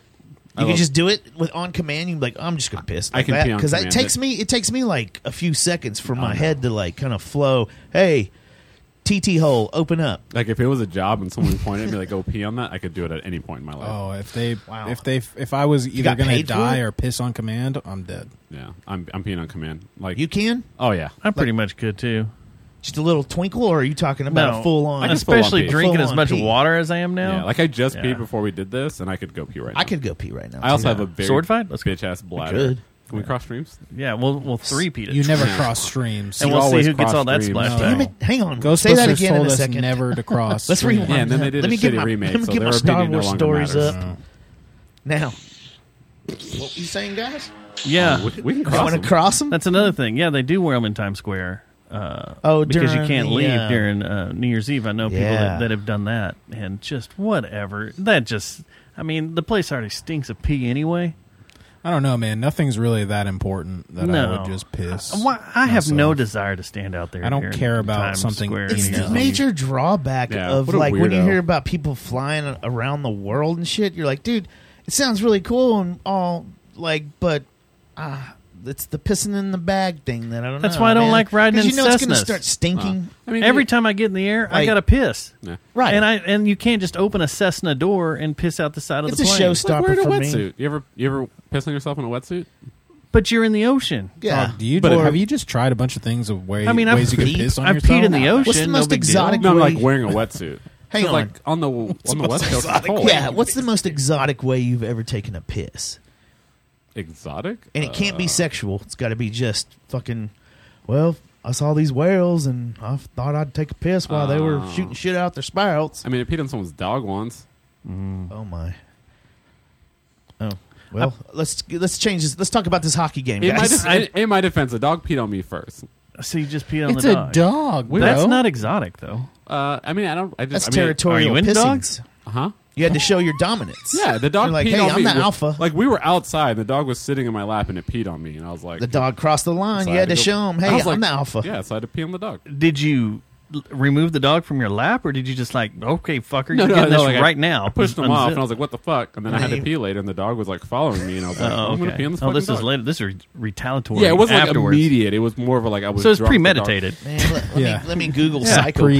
I
you can
love-
just do it with on command. You can be like, "Oh, I'm just gonna piss.
I
Like
can
that,
pee on
it
command.
takes me it takes me like a few seconds for my head to like kind of flow. Hey, TT hole, open up.
like if it was a job and someone pointed at me like go pee on that, I could do it at any point in my life.
Oh, if they,
Wow.
if they, if I was either
got
going to
paid for
die
it?
or piss on command, I'm dead.
Yeah, I'm I'm peeing on command. Like
You can
Oh yeah,
I pretty much could too.
just a little twinkle, or are you talking about
No,
a full on?
I can full-on
especially
pee.
drinking as
Full-on
much
pee.
water as I am now.
yeah. Like I just
Yeah.
peed before we did this, and I could go pee right now.
I could go pee right now.
I also
too.
have a very
Sword fight? Let's go.
bitch ass bladder.
could.
Can we cross streams?
yeah, we'll we'll three peat it.
You never cross streams.
and
You
we'll see
always
who gets
cross
all that
streams.
splash.
No.
back.
Damn it! Hang on.
Ghostbusters
Say that again
told
in a
us
second.
never to cross.
Let's
streams.
rewind.
Yeah, and then they did
Let
a
me get
shitty
my,
remake,
Let me
so
get
their
my Star
opinion no
Wars
longer
stories
matters.
up now. What were you saying, guys?
Yeah,
We, we can
I
cross.
want
them.
to cross them.
that's another thing. Yeah, they do wear them in Times Square. Uh,
Oh,
because you
during
can't
the,
leave
uh,
during uh, New Year's Eve. I know people
Yeah.
that, that have done that, and just whatever. That just, I mean, the place already stinks of pee anyway.
I don't know, man. Nothing's really that important that I
No.
would just piss.
I, why- I have no
myself.
desire to stand out there.
I don't
during
care about
Times
something
Square
It's
New
the
Year's Eve.
major drawback
Yeah,
of
what a
like when you
weirdo.
hear about people flying around the world and shit. You're like, dude, it sounds really cool and all, like, but ah, it's the pissing in the bag thing that I don't.
That's
know,
why I don't
man.
like riding
'Cause
in
you know it's gonna
Cessnas.
start stinking.
I mean,
Every time I get in the air, I
Like-
gotta piss.
Yeah.
Right.
And I and you can't just open a Cessna door and piss out the side of
It's
the
a
plane.
showstopper.
Like, wearing a
for me.
wetsuit. You ever you ever pissing yourself in a wetsuit?
But you're in the ocean.
yeah.
Uh, Do you
But-
have you just tried a bunch of things of way,
I mean, I've
ways you
peed-
can piss on
I've
yourself?
peed in the ocean.
What's the most
no big deal.
exotic
No, I'm like
way-
wearing a wetsuit.
Hang
It's
on.
Like on the on the west coast. it's cold.
yeah, what's the most exotic way you've ever taken a piss?
exotic?
And it can't be sexual. It's got to be just fucking. Well, I saw these whales and I thought I'd take a piss while they were
Oh.
shooting shit out their spouts.
I mean, I peed on someone's dog once.
Oh my. Oh well, let's let's change this. Let's talk about this hockey game,
In my,
guys.
de- in, in my defense, the dog peed on me first.
So you just pee on
It's
the
a
dog.
dog. Bro.
That's not exotic though.
Uh, I mean, I don't. I
That's
just. I mean,
territorial
are you into
pissings.
dogs?
Huh?
You had to show your dominance.
Yeah, the dog
You're like,
peed
hey,
on
I'm
me.
the
Well,
alpha.
Like we were outside, and the dog was sitting in my lap, and it peed on me, and I was like,
The dog crossed the line.
So
you
I
had to
go-
show him,
I
hey,
was
I'm
like-
the alpha.
Yeah, so I had to pee on the dog.
Did you l- remove the dog from your lap, or did you just like, okay, fucker, you're getting this
like, I-
right now?
I pushed him off,
Unzip.
and I was like, "What the fuck?" And then I had to
you-
pee later, and the dog was like following me, and I was like,
oh,
"I'm gonna
okay.
pee on this
oh,
fucking
this
dog."
is later. This is retaliatory.
Yeah, it wasn't like
afterwards.
immediate. It was more of a, like I was.
So it's
drunk, the dog-
premeditated.
Man, let, let
Yeah.
me let me Google
Yeah.
psychopath real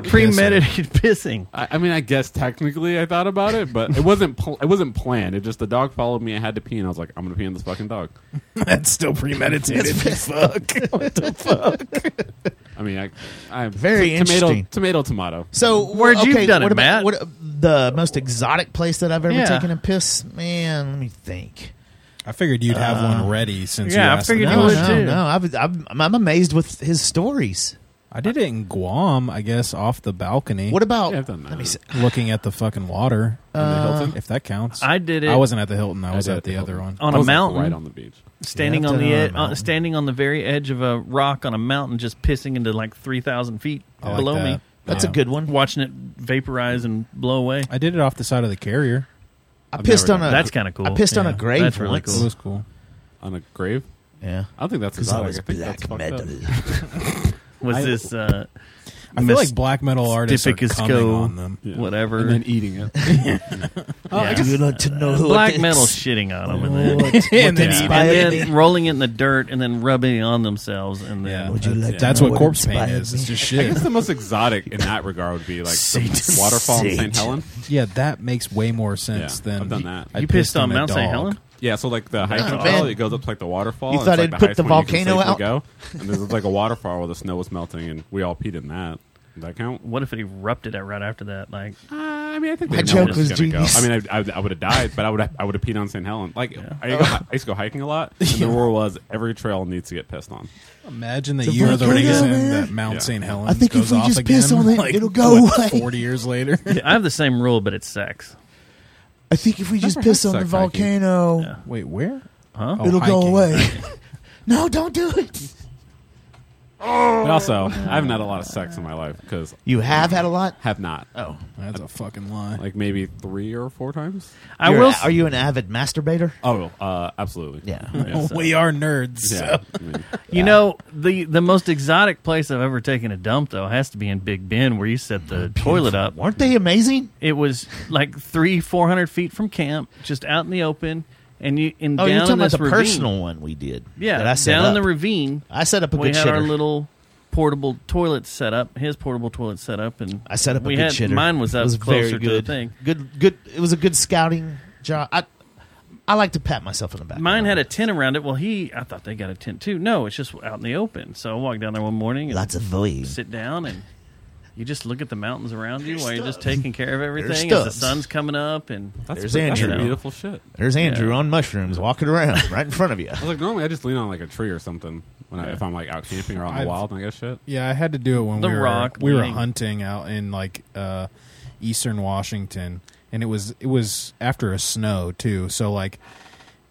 quick.
Premeditated pissing.
I, I mean, I guess technically I thought about it, but it wasn't. Pl- it wasn't planned. It just the dog followed me. I had to pee, and I was like, "I'm gonna pee on this fucking dog."
That's still premeditated. fuck.
I mean, I, I
Very
t- tomato,
interesting.
tomato, tomato.
So
Where'd
okay,
you've done it,
what about,
Matt?
What, the most exotic place that I've ever
Yeah.
taken a piss? Man, let me think.
I figured you'd have one ready since
Uh, yeah, I
you asked
figured
the
you
No,
would
question.
no,
too.
no. I've, I'm, I'm amazed with his stories.
I did it in Guam, I guess, off the balcony.
What about?
Yeah, I've done that.
let me see.
looking at the fucking water?
And the Hilton?
if that counts.
Uh, I did it.
I wasn't at the Hilton. I was
did
at the other one.
on
I
a
was, like,
mountain,
right on the beach.
standing
Yeah, I've
on
done
the
it on a
ed- uh,
mountain.
standing on the very edge of a rock on a mountain, just pissing into like three thousand feet
I like
below
that.
me,
That's
Yeah.
a good one.
watching it vaporize and blow away.
I did it off the side of the carrier.
I
I've
pissed
never
on a.
done
That's kind of cool.
I pissed on a
Yeah,
grave
that's really
once.
It was cool.
On a grave.
Yeah,
I don't think that's
because I
exotic.
was
I think that's
black
fucked
metal.
up.
Was
I-
this uh,
I feel like black metal artists are
Stificus
coming
go-
on them.
Yeah.
whatever
and then Oh, eating it.
Yeah.
Do you like to know who
black
it is?
metal shitting on them, and then,
What, what
And then
and
inspired
then
me?
rolling it in the dirt, and then rubbing it on themselves, and then
Yeah.
Would you like to
That's
know
what
what
corpse paint
inspired
is.
me?
It's just
I
shit.
guess the most exotic in that regard would be like some
Saint-
waterfall in
Saint.
St. Helen.
yeah, that makes way more sense
Yeah,
than
I've done that.
I
you pissed on
a
Mount St.
dog.
Helen.
Yeah, so like the
Oh,
hiking trail,
man.
it goes up to like the waterfall.
You
and
thought
it's,
it'd
like,
put
highest
the
point you can
volcano
safely
out?
Go. And there's like a waterfall where the snow was melting, and we all peed in that. Did that count?
What if it erupted at right after that? Like,
Uh, I mean, I think
My
they know
joke
it's
was
gonna
genius.
Go. I mean, I, I, I would have died, but I would I would have peed on St. Helen. Like I, used to go, I used to go hiking a lot, and the rule was every trail needs to get pissed on.
Imagine that
It's a
you're the
volcano,
reason
man.
that Mount
Yeah.
St. Helens
I think if
goes
we
off
just
again,
piss on it,
like,
it'll go
what,
away.
Forty years later,
I have the same rule, but it's sex.
I think if we just
Never
piss
had
on the
sex hiking.
volcano,
Yeah.
wait, where?
Huh?
Oh,
it'll go
hiking.
away. no, don't do it.
But also, I haven't had a lot of sex in my life because
You have had a lot.
have not.
Oh,
That's a fucking lie.
Like maybe three or four times.
I
You're
will.
a-
s-
are you an avid masturbator?
Oh, uh, absolutely.
Yeah.
so-
we are nerds.
Yeah, I mean,
You know the the most exotic place I've ever taken a dump though has to be in Big Ben where you set the toilet up.
Weren't they amazing?
It was like three four hundred feet from camp, just out in the open, and you and
Oh,
down
you're talking
in
about
this
the
ravine.
personal one we did.
yeah,
that I set
down in the
up.
ravine.
I set up a
we
good
had our
shitter.
little portable toilet set up. His portable toilet set up, and
I set up a
we
good
had
shitter.
mine was
It
up
very
closer to the
good.
thing.
Good, good. It was a good scouting job. I, I like to pat myself on the back.
Mine had a tent around it. Well, he, I thought they got a tent too. No, it's just out in the open. So I walked down there one morning and
lots of volume.
sit down and you just look at the mountains around you while you're just taking care of everything as
There's
the
stubs.
sun's coming up and
that's
There's
pretty- that's
Andrew.
pretty beautiful shit.
There's Andrew on mushrooms walking around right in front of you.
I was like, normally I just lean on like a tree or something when I, if I'm like out camping or out in the
I've-
wild and I get shit.
Yeah, I had to do it when
The
we were
Rock
we were
leading.
hunting out in like uh, eastern Washington, and it was it was after a snow too. So like,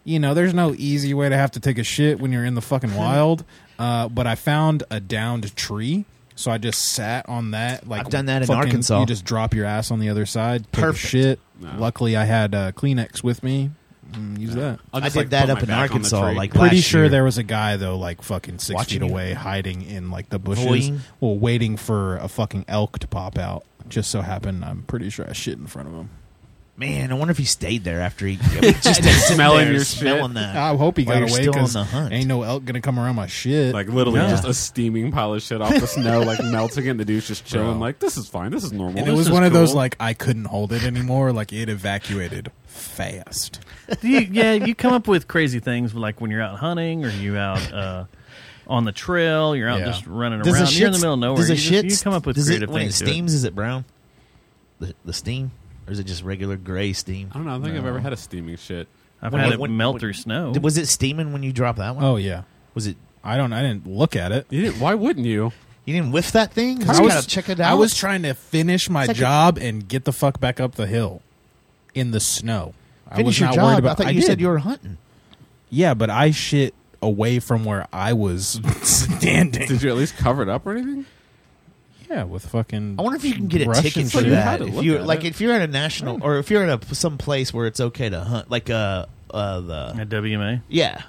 you know, there's no easy way to have to take a shit when you're in the fucking wild. Uh, but I found a downed tree, so I just sat on that. Like
I've done that in
fucking-
Arkansas.
You just drop your ass on the other side. Take
Perfect.
A shit.
No.
Luckily, I had uh, Kleenex with me. Mm, Use that.
I'll
I
just,
did
like,
that
put
up
my
in
back on the
Arkansas,
tree.
like
Pretty
last
sure
year.
there was a guy though, like fucking six
Watching
feet
you.
away, hiding in like the bushes,
Voying.
well, waiting for a fucking elk to pop out. Just so happened, I'm pretty sure I shit in front of him.
Man, I wonder if he stayed there after he just smelling
Smelling
there,
your
smelling that.
Ah,
I hope he
While
got
you're
away
still on
because
the hunt.
ain't no elk gonna come around my shit.
Like literally
Yeah.
just a steaming pile of shit off the snow, like melting, and the dude's just chilling.
Bro.
Like this is fine. This is normal.
and it
this
was
is
one of those
cool."
like I couldn't hold it anymore. Like it evacuated fast.
you, yeah, you come up with crazy things like when you're out hunting or you out uh, on the trail, you're out
Yeah.
just running
Does a
around. You're in the
shit-
middle of nowhere.
Does
you,
a
just-
shit?
you come up with
does
creative
it, when it
things. to it.
steams, is it brown? The, the steam, or is it just regular gray steam?
I don't know. I don't think I've ever had a steaming shit.
I've
when
had
it-
it
when-
melt
when-
through snow.
Was it steaming when you dropped that
Uh,
one?
Oh yeah,
was it?
I don't. I didn't look at it.
You didn't, why wouldn't you?
You didn't whiff that thing? You just gotta check it out.
I was trying to finish my
It's like a-
job and get the fuck back up the hill in the snow. I was
finish your
not
job.
worried about.
I thought you said
did.
you were hunting.
Yeah, but I shit away from where I was standing.
Did you at least cover it up or anything?
Yeah, with fucking.
I wonder if you can get a
Russian
ticket for
shit.
had
that.
to
If
look
you
at
like,
it.
if you're at a national or if you're at a some place where it's okay to hunt, like uh, uh the
At WMA.
yeah,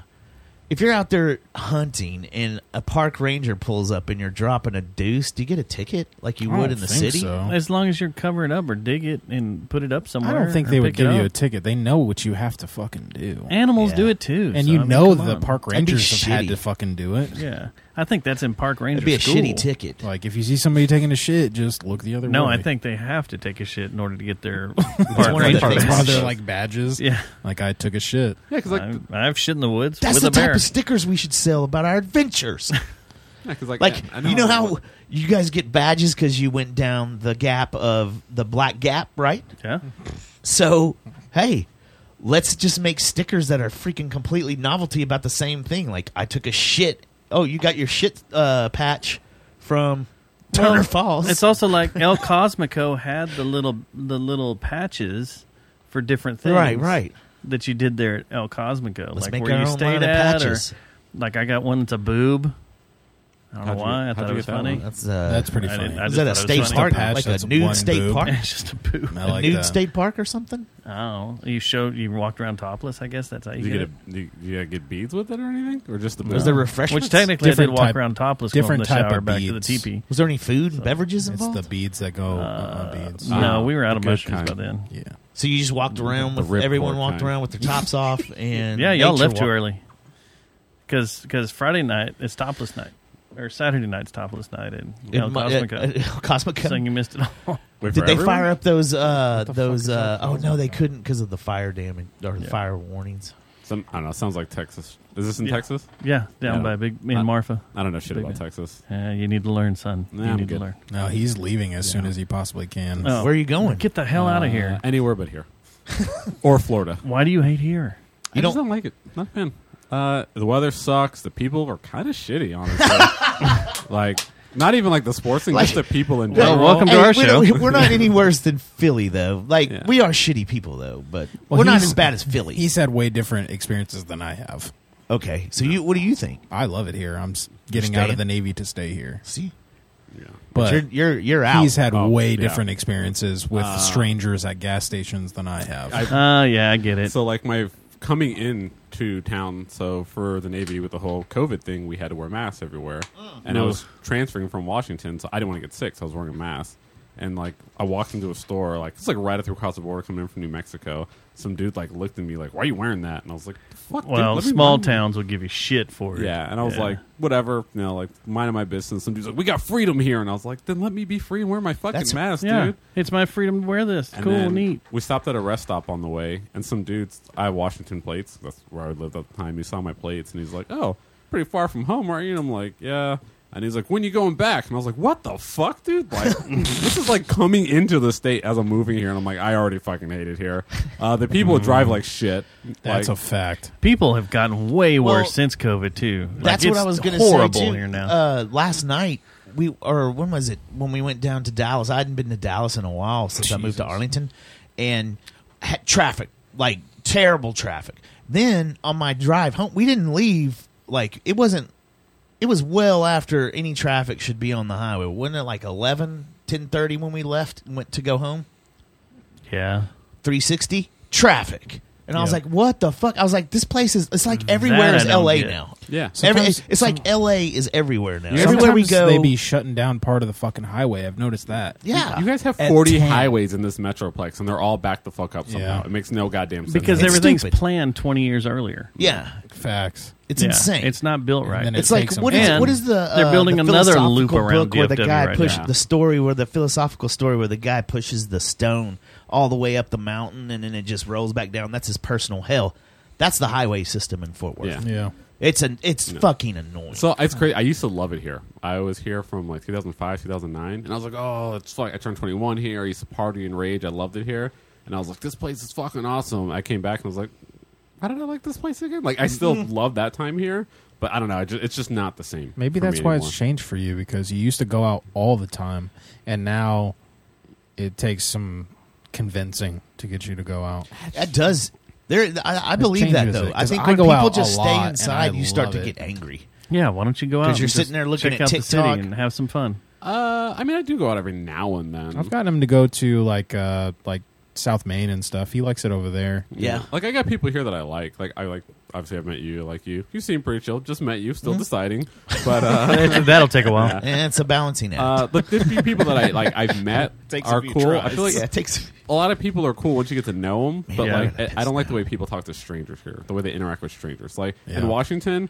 if you're out there hunting and a park ranger pulls up and you're dropping a deuce, do you get a ticket like you
I
would
don't
in the
think
city?
so.
As long as you're covering up or dig it and put it up somewhere.
I don't think
or
they would
pick it
give you
up.
a ticket. They know what you have to fucking do, and,
Animals
Yeah.
do it too. so,
you
I mean,
know
come
the
on.
park
That'd be
rangers have had
shitty.
to fucking do it.
Yeah, I think that's in park ranger
It'd be a
school.
shitty ticket.
Like if you see somebody taking a shit, just look the other
No,
way.
I think they have to take a shit in order to get their
one
park
of the
ranger.
things.
that's
badge.
one of their like badges.
Yeah.
like I took a shit.
Yeah, because like, yeah,
I've, I've shit in the woods
That's
with
the
a bear.
type of stickers we should sell about our adventures.
'cause, like,
Like
I- I
you know how
what-
you guys get badges because you went down the gap of the black gap, right?
yeah,
So, hey, let's just make stickers that are freaking completely novelty about the same thing. Like, I took a shit. Oh, you got your shit uh, patch from Turner
Well,
Falls.
it's also like El Cosmico had the little the little patches for different things.
right, right.
That you did there at El Cosmico,
Let's
like
make
where
our
you
own
stayed
line of
at,
patches.
or like I got one that's a boob. I don't
How'd
know
you-
why. I
how'd
thought
you
it
get
was
that
funny.
one?
That's uh,
That's pretty
I
funny.
didn't- I
is
just
that a
thought it was
state
funny.
park?
Just a patch
Like
that's
a nude
one
state
boob.
park,
It's just a boob.
I
a
like
nude
that.
state park or something.
Oh, you showed you walked around topless. I guess that's how you,
Did
get
you get
it.
a, did you uh, get beads with it or anything, or just the
Was there refreshments?
Which technically I did
Different
walk
type-
around topless, different
different
the
type
shower
of
back to the
beads.
teepee.
was there any food and beverages
It's
involved?
the beads that go uh, uh, beads.
no,
Ah,
we were out
the
of
good
mushrooms by
kind.
then.
yeah,
so you just walked around
The
with
ripcord
everyone walked
kind.
around with their tops off and
Yeah, y'all
nature
left too
walk-
early. Because Friday night is topless night, or Saturday night's topless night in
It
El
mu- uh,
Cosmico.
uh, Cosmico.
so you missed it all.
Wait,
Did
for
they
everyone?
fire up those uh
the
those
fuck is
uh
that
oh
called?
no they couldn't because of the fire damage or the
Yeah.
fire warnings.
Some, I don't know. Sounds like Texas. Is this in
Yeah.
Texas?
yeah, down
Yeah.
by Big in
Uh,
Marfa.
I don't know shit
Big
about
man.
Texas.
Uh, you need to learn, son.
Nah,
you
I'm
need to
good.
learn.
no, he's leaving as soon as he possibly can.
Oh.
Where are you going?
Get the hell out
Uh,
of here.
Anywhere but here, or Florida.
Why do you hate here?
I
You
just
don't-
don't like it. Not a fan. Uh, the weather sucks. The people are kind of shitty, honestly. like, not even like the sports thing, just the
Like-
people in
Well,
general.
welcome to
Hey,
our
we don't-
show.
We're not any worse than Philly though. Like
Yeah.
we are shitty people though, but
Well,
we're not
he's-
as bad as Philly.
He's had way different experiences than I have.
Okay, so you what do you think?
I love it here. I'm s- getting out
staying?
of the Navy to stay here.
See,
But
you're you're you're out.
he's had
Oh,
way
yeah.
different experiences with strangers at gas stations than Uh, I have.
I-
Oh, yeah, I get it.
So like my coming in to town, so for the Navy with the whole COVID thing, we had to wear masks everywhere, and I was transferring from Washington, so I didn't want to get sick, so I was wearing a mask. And like I walked into a store, like it's like right at the across the border coming in from New Mexico. Some dude like looked at me like, "Why are you wearing that?" And I was like, "Fuck." dude,
well,
let me
small
wear my-
towns will give you shit for it.
Yeah, and I was like, "Whatever," you know, like minding my business. Some dude's like, "We got freedom here," and I was like, "Then let me be free and wear my fucking
That's-
mask,
yeah,
dude."
it's my freedom to wear this.
And
cool,
then
neat.
We stopped at a rest stop on the way, and some dudes, I have Washington plates. That's where I lived at the time. He saw my plates, and he's like, "Oh, pretty far from home, are you?" And I'm like, "Yeah." And he's like, "When you going back?" And I was like, "What the fuck, dude? Like, this is like coming into the state as I'm moving here." And I'm like, "I already fucking hate it here. Uh, the people drive like shit.
That's
like,
a fact.
People have gotten way
Well,
worse since COVID too. Like,
That's what
it's
I was going to say
horrible
too.
here now.
Uh, last night we or when was it when we went down to Dallas? I hadn't been to Dallas in a while since I moved to Arlington, and had traffic like terrible traffic. Then on my drive home, we didn't leave. Like it wasn't. It was well after any traffic should be on the highway. Wasn't it like 11, 10.30 when we left and went to go home?
yeah,
360 traffic. And I was
Yeah.
like, what the fuck? I was like, this place is, it's like everywhere
I
is
don't
LA
get.
now.
yeah,
Every,
Sometimes-
it's like LA is everywhere now.
Yeah,
Everywhere we
Sometimes
go,
they be shutting down part of the fucking highway. I've noticed that.
yeah,
You guys have
At
40
10.
highways in this metroplex, and they're all backed the fuck up somehow.
Yeah.
It makes no goddamn sense.
because
It's
everything's
stupid.
planned twenty years earlier.
yeah,
Facts.
it's
Yeah,
insane.
It's not built right.
then
It's
It
like
takes 'em
what is
down.
what is the uh,
They're building
the
another
philosophical
loop around
book where the
DFW
guy
right
push
now.
the story where the philosophical story where the guy pushes the stone all the way up the mountain and then it just rolls back down. That's his personal hell. That's the highway system in Fort Worth.
Yeah.
Yeah.
It's an it's fucking annoying.
So it's crazy. I used to love it here. I was here from like 2005, 2009, and I was like, oh, it's like I turned 21 here. I used to party and rage. I loved it here, and I was like, this place is fucking awesome. I came back and was like, why did I like this place again? Like I still love that time here, but I don't know. I ju- it's just not the same.
Maybe
for
that's
me
why
anymore.
it's changed for you because you used to go out all the time and now it takes some convincing to get you to go out.
That does. There, I, I believe that
changes
though.
it,
I
'cause
think
I
when
go
people
out a
just
lot,
stay
and I
inside, you start to
love it.
get angry.
yeah, why don't you go out?
'Cause you're
and just
sitting there looking
check
at
out the
TikTok.
city and have some fun.
Uh, I mean, I do go out every now and then.
I've gotten him to go to like uh like South Maine and stuff. He likes it over there.
Yeah.
Like I got people here that I like. Like I like. Obviously, I've met you. Like you. You seem pretty chill. Just met you.
Mm-hmm.
Still deciding. But uh,
That'll take a while.
And it's a balancing act.
uh, but the few people that I like, I've met
Takes a
are
few
cool. I
tries.
feel like
yeah, it takes.
a lot of people are cool once you get to know them, but
Yeah.
like I, I don't like the way people talk to strangers here, the way they interact with strangers. Like
Yeah.
in Washington,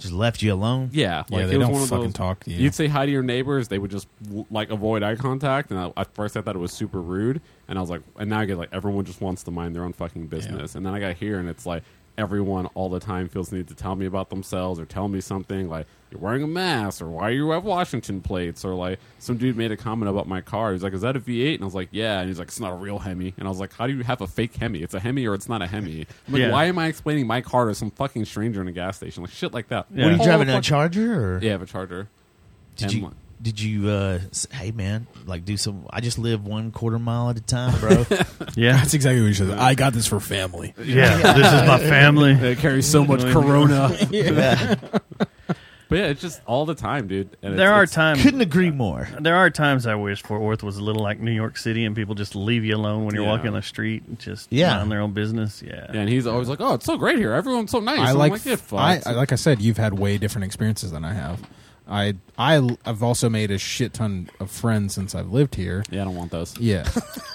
Just left you alone.
yeah, like
Mm-hmm. Yeah, they
it was
don't
one of
fucking
those,
talk to you.
You'd say hi to your neighbors, they would just w- like avoid eye contact, and I, at first I thought it was super rude, and I was like, and now I get like everyone just wants to mind their own fucking business, and then I got here and it's like. Everyone all the time feels the need to tell me about themselves or tell me something like you're wearing a mask or why you have Washington plates or like some dude made a comment about my car. He's like, "Is that a V8?" And I was like, "Yeah." And he's like, "It's not a real Hemi." And I was like, "How do you have a fake Hemi? It's a Hemi or it's not a Hemi." I'm like,
Yeah.
"Why am I explaining my car to some fucking stranger in a gas station? Like shit like that."
What are you
You
All
driving
the
a
Oh, fuck-
charger or
yeah, I have a charger.
did
and
you?
one.
Did you? Uh, s- hey man, like do some. I just live one quarter mile at a time, bro.
Yeah,
That's exactly what you should. I got this for family.
yeah. this is my family.
It carries so much
Yeah.
Corona.
Yeah.
but yeah, it's just all the time, dude. And
There are
it's,
times.
Couldn't agree more.
There are times I wish Fort Worth was a little like New York City and people just leave you alone when you're
Yeah.
walking on the street, and just
Yeah.
mind their own business. Yeah.
And he's always like, "Oh, it's so great here. Everyone's so nice."
I
I'm
like,
like get fucked.
I, I like I said, you've had way different experiences than I have. I I have also made a shit ton of friends since I've lived here.
yeah, I don't want those.
Yeah.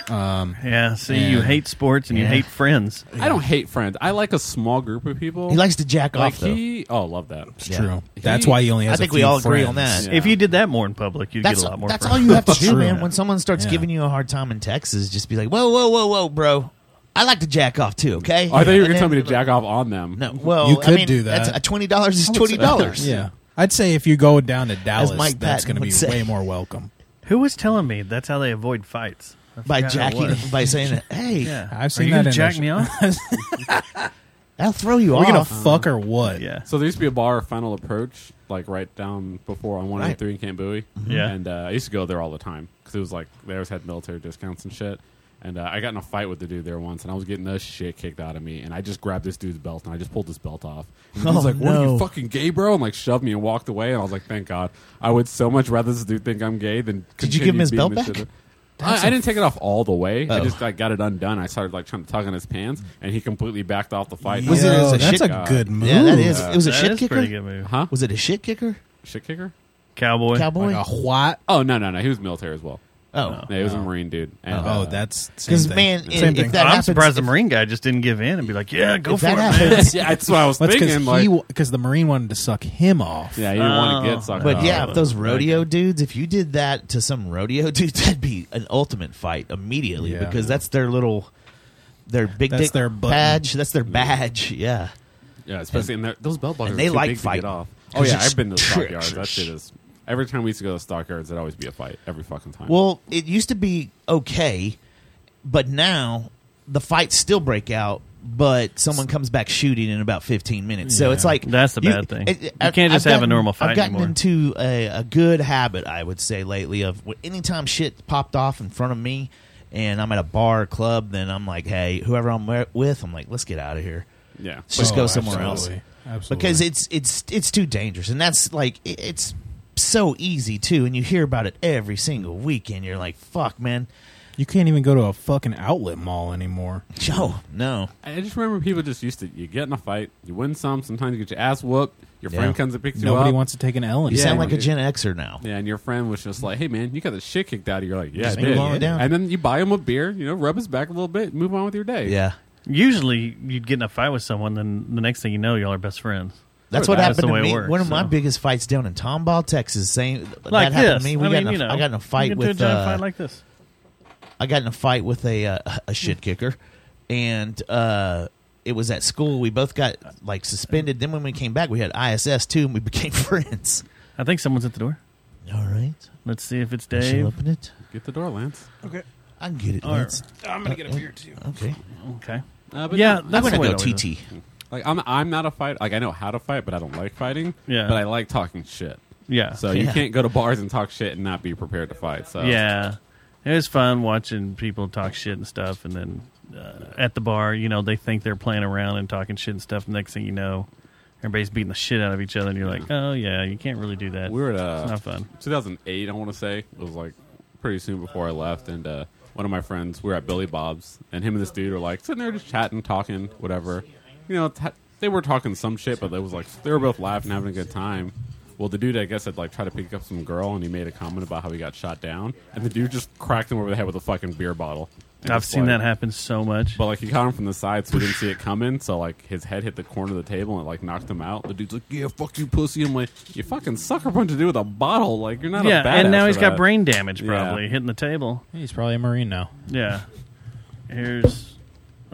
Yeah. See, you
And-
hate sports and you
Yeah.
hate friends.
I don't hate friends. I like a small group of people.
He likes to jack
like
off though.
he. Oh, love that.
It's
Yeah.
true. That's why he only
I
has. a
think we
few
all agree on
friends.
that.
Yeah.
If you did that more in public, you'd
That's
get a lot more.
that's
friends.
all you have to do,
True.
man. When someone starts
Yeah.
giving you a hard time in Texas, just be like, whoa, whoa, whoa, whoa, bro. I like to jack off too. Okay.
Oh, I thought you were
And
going to tell me
then-
to jack off on them.
No, well,
You
I
could
mean,
do that.
That's, uh, twenty dollars is twenty dollars.
Yeah. I'd say if you go down to Dallas,
Mike
that's
Patton
going to be
would say.
way more welcome.
Who was telling me that's how they avoid fights? I
by
forgot how it
jacking,
was.
by saying, "Hey,
Yeah.
I've
Are
seen
you
that
gonna
in
jack
the-
me off.
that'll throw you
Are we going
off."
to fuck or what?
yeah.
So there used to be a bar, Final Approach, like right down before on 183 in Camp Bowie.
Yeah.
Mm-hmm.
And uh, I used to go there all the time because it was like they always had military discounts and shit. And uh, I got in a fight with the dude there once, and I was getting the shit kicked out of me. And I just grabbed this dude's belt, and I just pulled his belt off. And he was
Oh,
like, "What are
no.
you fucking gay, bro?" And like shoved me and walked away. And I was like, "Thank God." I would so much rather this dude think I'm gay than.
Did you
continue
give him his
beating
belt
the shit
back?
out- I, I didn't take it off all the way. I
Oh.
just I got it undone. I started like trying to tug on his pants, and he completely backed off the fight.
Was
Yo,
it as a
that's
shit-
a good move.
Yeah, that is. It was a
That
shit
is
kicker.
pretty good move.
Huh?
Was it a shit kicker?
Shit kicker?
Cowboy.
Cowboy.
like a what?
Oh no no no! He was military as well.
oh,
Yeah, he was a marine dude. And,
Oh,
uh,
that's same
because
thing.
man, i- if,
same thing.
that
I'm
happens,
surprised the
if-
Marine guy just didn't give in and be like, "Yeah, go
if
for it."
that
man."
happens,
yeah, that's what I was
That's
thinking. Like,
because because the marine wanted to suck him off.
yeah, you didn't want to
Oh.
get sucked.
But
up.
yeah, if those rodeo dudes, if you did that to some rodeo dude, that'd be an ultimate fight immediately
Yeah.
because that's their little, their big
That's
dick
their button.
badge. That's their badge. Yeah.
yeah, especially in there, those belt buckles.
and they
are too
like
big to
fighting.
get off. Oh
'Cause
yeah,
it's
I've been to the stockyards. That
treacherous.
shit is. Every time we used to go to the stockyards, it'd always be a fight every fucking time.
Well, it used to be okay, but now the fights still break out. But someone comes back shooting in about 15 minutes. So it's like
That's the bad thing. You
I've-
can't just
I've
have a
gotten-
normal fight
I've gotten
anymore.
into a, a good habit, I would say, lately of wh- anytime shit popped off in front of me, and I'm at a bar or club, then I'm like, hey, whoever I'm wi- with, I'm like, let's get out of here.
yeah,
Let's just
Oh,
go somewhere
absolutely.
else
Absolutely.
because it's it's it's too dangerous and that's like it- it's so easy too and you hear about it every single weekend you're like fuck man
you can't even go to a fucking outlet mall anymore.
joe no
I just remember people just used to. You get in a fight, you win some. Sometimes you get your ass whooped. Your
Yeah.
friend comes and picks
Nobody
you up.
wants to take an L.
you
anymore.
sound
Yeah,
like a
dude.
gen xer now
yeah, and your friend was just like, "Hey, man, you got the shit kicked out of you." You're like, "Yeah,
Just
I
move
did."
on down.
And then you buy him a beer, you know, rub his back a little bit, move on with your day.
yeah
Usually, you'd get in a fight with someone, then the next thing you know, y'all are best friends.
that's
Sure,
what
that's the
happened to
way it
me.
works,
One of my
so.
biggest fights down in Tomball, Texas. Same
Like
that happened
this,
to me. We
I
got
mean,
in a,
you know,
I got in a fight
you get to a
with
giant
uh,
fight like Hmm. this.
I got in a fight with a uh, a shit kicker, and uh, it was at school. We both got like suspended. Then when we came back, we had ISS too, and we became friends.
I think someone's at the door.
All right,
Let's see if it's
she'll
Dave.
open it.
Get the door, Lance.
I can get it.
Or-
Lance.
I'm gonna get a beer too.
Okay.
Okay.
Uh, but
Yeah,
no,
that's
I'm
the way
gonna
it
go
always is.
TT.
Like I'm, I'm not a fighter. Like I know how to fight, but I don't like fighting.
Yeah.
But I like talking shit.
Yeah.
So you
Yeah.
can't go to bars and talk shit and not be prepared to fight.
uh,
So
Yeah. It was fun watching people talk shit and stuff. And then uh, at the bar, you know, they think they're playing around and talking shit and stuff. Next thing you know, everybody's beating the shit out of each other. And you're like, oh, yeah, you can't really do that.
we were at uh,
It's not fun.
2008. I want to say it was like pretty soon before I left, and uh, one of my friends we were at Billy Bob's, and him and this dude are like sitting there just chatting, talking, whatever. You know, t- they were talking some shit, but they was like they were both laughing, having a good time. Well, the dude, I guess, had like tried to pick up some girl, and he made a comment about how he got shot down, and the dude just cracked him over the head with a fucking beer bottle. And
I've
it's
seen
like-
that happen so much.
But like he caught him from the side, so we didn't see it coming. So like his head hit the corner of the table and it, like knocked him out. The dude's like, "Yeah, fuck you, pussy." I'm like, "You fucking sucker punch a dude with a bottle. Like you're not
yeah.
a badass."
And now he's
for
got
that."
brain damage,
Yeah.
probably, hitting the table.
He's probably a marine now.
Yeah. Here's.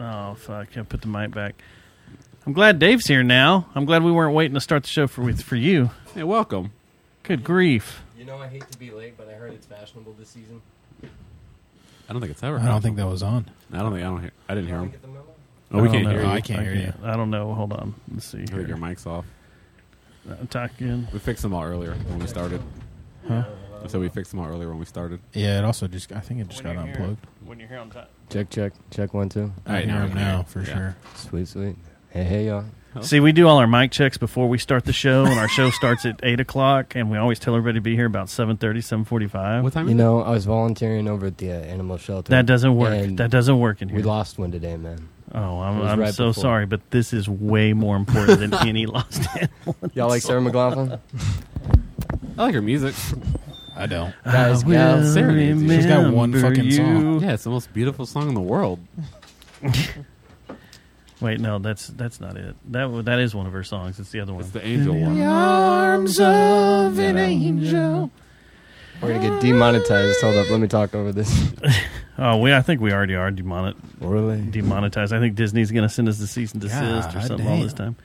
Oh, fuck. I put the mic back. I'm glad Dave's here now. I'm glad we weren't waiting to start the show for with for you.
Hey, welcome.
Good grief.
You know, I hate to be late, but I heard it's fashionable this season.
I don't think it's ever.
I don't think that was on.
I don't think I don't. Hear, I didn't hear him.
Get the memo?
Oh, we
I don't
can't
know.
hear you.
I can't hear you.
I don't know. Hold on. Let's see.
I think your
Here. Uh,
mic's off.
I'm talking.
We fixed them all earlier when we started. Huh? I said we fixed them all earlier when we started.
Yeah, it also just I think it just got unplugged.
when you're here on time.
Check, check, check one, two.
I hear him now for
Yeah.
sure.
Sweet, sweet. Hey, hey, y'all.
See, we do all our mic checks before we start the show, and our show starts at eight o'clock. And we always tell everybody to be here about 7.30, 7.45.
What time?
You
is
know, I was volunteering over at the uh, animal shelter.
that doesn't work.
and
that doesn't work in
We
here.
lost one today, man.
oh,
It
I'm,
was
I'm
right
so
before.
sorry, but this is way more important than any lost animal.
Y'all like Sarah McLaughlin?
it? I like your music.
I don't.
Guys,
I will
gals,
serenades you.
She's got one
remember
fucking song.
Yeah, it's the most beautiful song in the world.
Wait, no, that's that's not it. That w- that is one of her songs. It's the other one.
It's the angel one.
Arms of an angel.
We're going to get demonetized. Hold up. Let me talk over this.
oh, we I think we already are demonet,
Really?
demonetized. I think Disney's going to send us the cease and desist or
God
something all
damn. Hmm.
this time.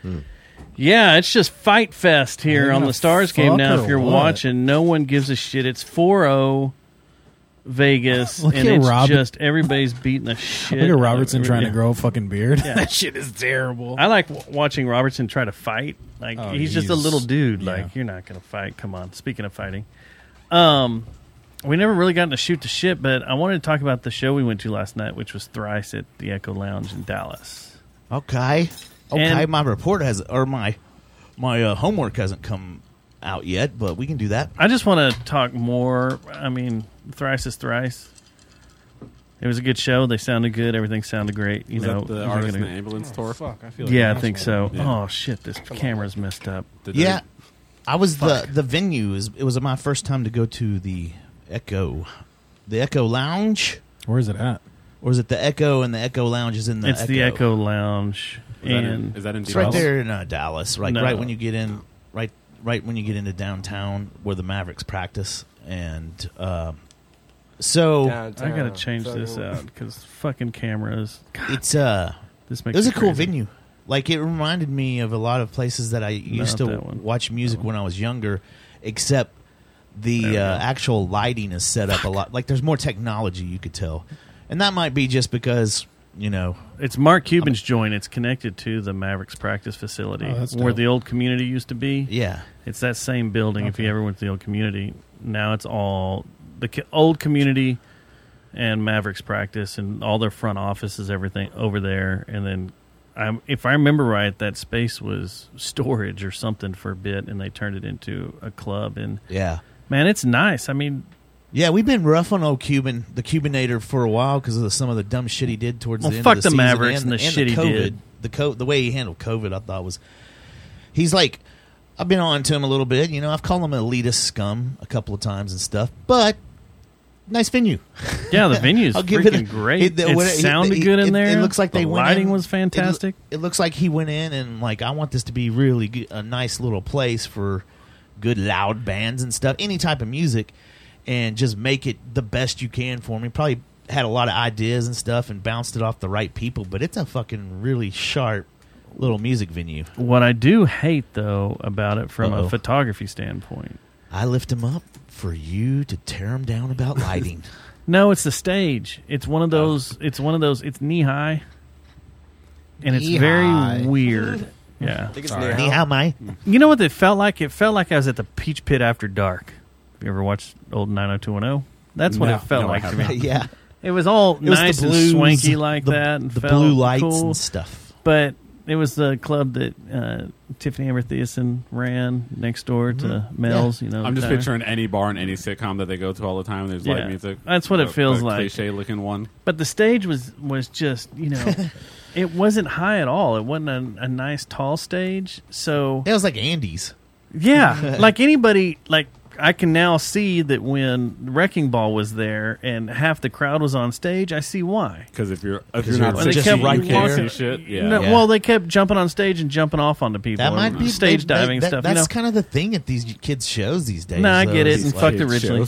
Yeah, it's just fight fest
Are
here
you
on
gonna
the Stars
fuck
game
or
now. If you're
what?
watching, no one gives a shit. It's 4-0 Vegas,
Look
and
at
it's
Rob-
just everybody's beating the shit.
Look
out
at
of
Robertson trying to
everybody.
grow a fucking beard.
Yeah.
that shit is terrible.
I like w- watching Robertson try to fight. Like
Oh,
he's, just a
he's-
little dude.
yeah.
Like you're not gonna fight. Come on. Speaking of fighting, um, we never really got to shoot the shit, but I wanted to talk about the show we went to last night, which was Thrice at the Echo Lounge in Dallas.
Okay. Okay,
And-
my report has or my my uh, homework hasn't come out yet, but we can do that.
I just want to talk more. I mean, Thrice is Thrice. It was a good show. They sounded good. Everything sounded great. You
Was
know,
that the
I'm not
artist in
gonna-
the ambulance tour? Oh, Fuck, I feel
yeah, I think so.
Yeah.
Oh shit, this camera's messed up.
yeah. I was the the venue is it was my first time to go to the Echo. The Echo Lounge?
Where is it at?
Or is it the Echo and the Echo Lounge is in the
it's
Echo?
the Echo Lounge,
Is that in-
and
is that in
It's right
Dallas?
there in uh, Dallas, right
No.
right when you get in right right when you get into downtown where the Mavericks practice and um so
I gotta change this out because fucking cameras. God,
it's uh
this
it
makes
was a
me
cool
crazy.
venue. Like it reminded me of a lot of places that I used to
that one.
watch music when I was younger, except the uh, actual lighting is set up a lot. Like there's more technology you could tell, and that might be just because you know
It's Mark Cuban's joint. It's connected to the Mavericks practice facility
Oh, that's
where
dope.
the old community used to be.
yeah
It's that same building. If you ever went to the old community, now it's all the co- old community and Mavericks practice and all their front offices, everything over there. And then, i if I remember right, that space was storage or something for a bit, and they turned it into a club. And
yeah
man, it's nice. I mean,
yeah we've been rough on old Cuban the Cubanator for a while because of the, some of the dumb shit he did towards
Well,
the end
fuck
of
the
the, season
Mavericks and the shit he
COVID,
did.
the co- the way he handled COVID I thought was he's like I've been on to him a little bit you know I've called him an elitist scum a couple of times and stuff but nice venue
yeah, the venue's
I'll give
freaking
it a-
great. It,
the- what-
sounded
it-
good in
it-
there.
It looks like
the
they went
lighting
in-
was
it-
fantastic.
It, looks like he went in and like I want this to be really g a a nice little place for good loud bands and stuff, any type of music, and just make it the best you can for me. Probably had a lot of ideas and stuff and bounced it off the right people, but it's a fucking really sharp little music venue.
what I do hate though about it from
Uh-oh.
a photography standpoint.
I lift him up for you to tear him down about lighting.
No, it's the stage. It's one of
Oh.
those. It's one of those. It's knee high, and it's
Knee-high.
very weird. Yeah,
I think it's
Sorry.
near
Ni hao, mai.
you know what it felt like? It felt like I was at the Peach Pit after dark. Have you ever watched old nine hundred two one zero? That's what
No,
it felt
no, I
like to me.
haven't.
yeah,
It was all
It was the
nice
blues,
and swanky like
the-
that. and
the
felt
blue lights
cool.
and stuff.
but it was the club that uh, Tiffany Amber Thiessen ran next door to
Mm-hmm.
Mel's. You know,
I'm just
diner.
picturing any bar in any sitcom that they go to all the time. There's
Yeah.
live music.
That's what it feels like.
Cliche looking one.
But the stage was was just you know, it wasn't high at all. It wasn't a, a nice tall stage. So
It was like Andy's.
yeah, like anybody, like I can now see that when Wrecking Ball was there and half the crowd was on stage, I see why.
Because if you're if
Because
you're not
you're
Well, they
just
kept
sitting, you
right
can't
there.
see shit. Yeah.
No,
Yeah.
Well, they kept jumping on stage and jumping off onto people.
That
and
might be
stage
they- they-
diving
that-
stuff.
That's
you know?
kind of the thing at these kids shows these days.
Nah, I
though,
get it,
is
and
like-
fuck the originally.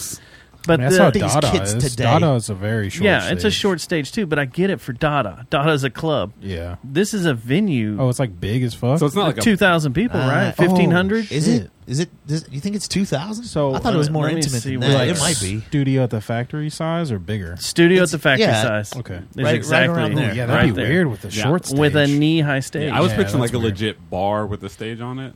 But
Man, I
the-
saw
these
Dada.
kids
It's-
today-
Dada is a very short.
yeah, it's a
stage.
short stage too. But I get it for Dada. Dada is a club.
Yeah.
This is a venue.
Oh, it's like big as fuck.
So it's not like a
two thousand people, right?
Uh, oh,
Fifteen hundred.
Is it? Is it? Does, you think it's two thousand?
So,
I thought it was
let
more
me
intimate
see
than
what
that.
it
it might be.
studio at the factory size or bigger.
Studio
It's-
at the factory
yeah.
size.
Okay.
Is
Right- right
exactly
around there.
Ooh, yeah, that'd
right
be
there.
weird with a
Yeah.
short stage.
With a knee high stage.
I was
Yeah,
picturing like
that's
a
weird.
legit bar with a stage on it,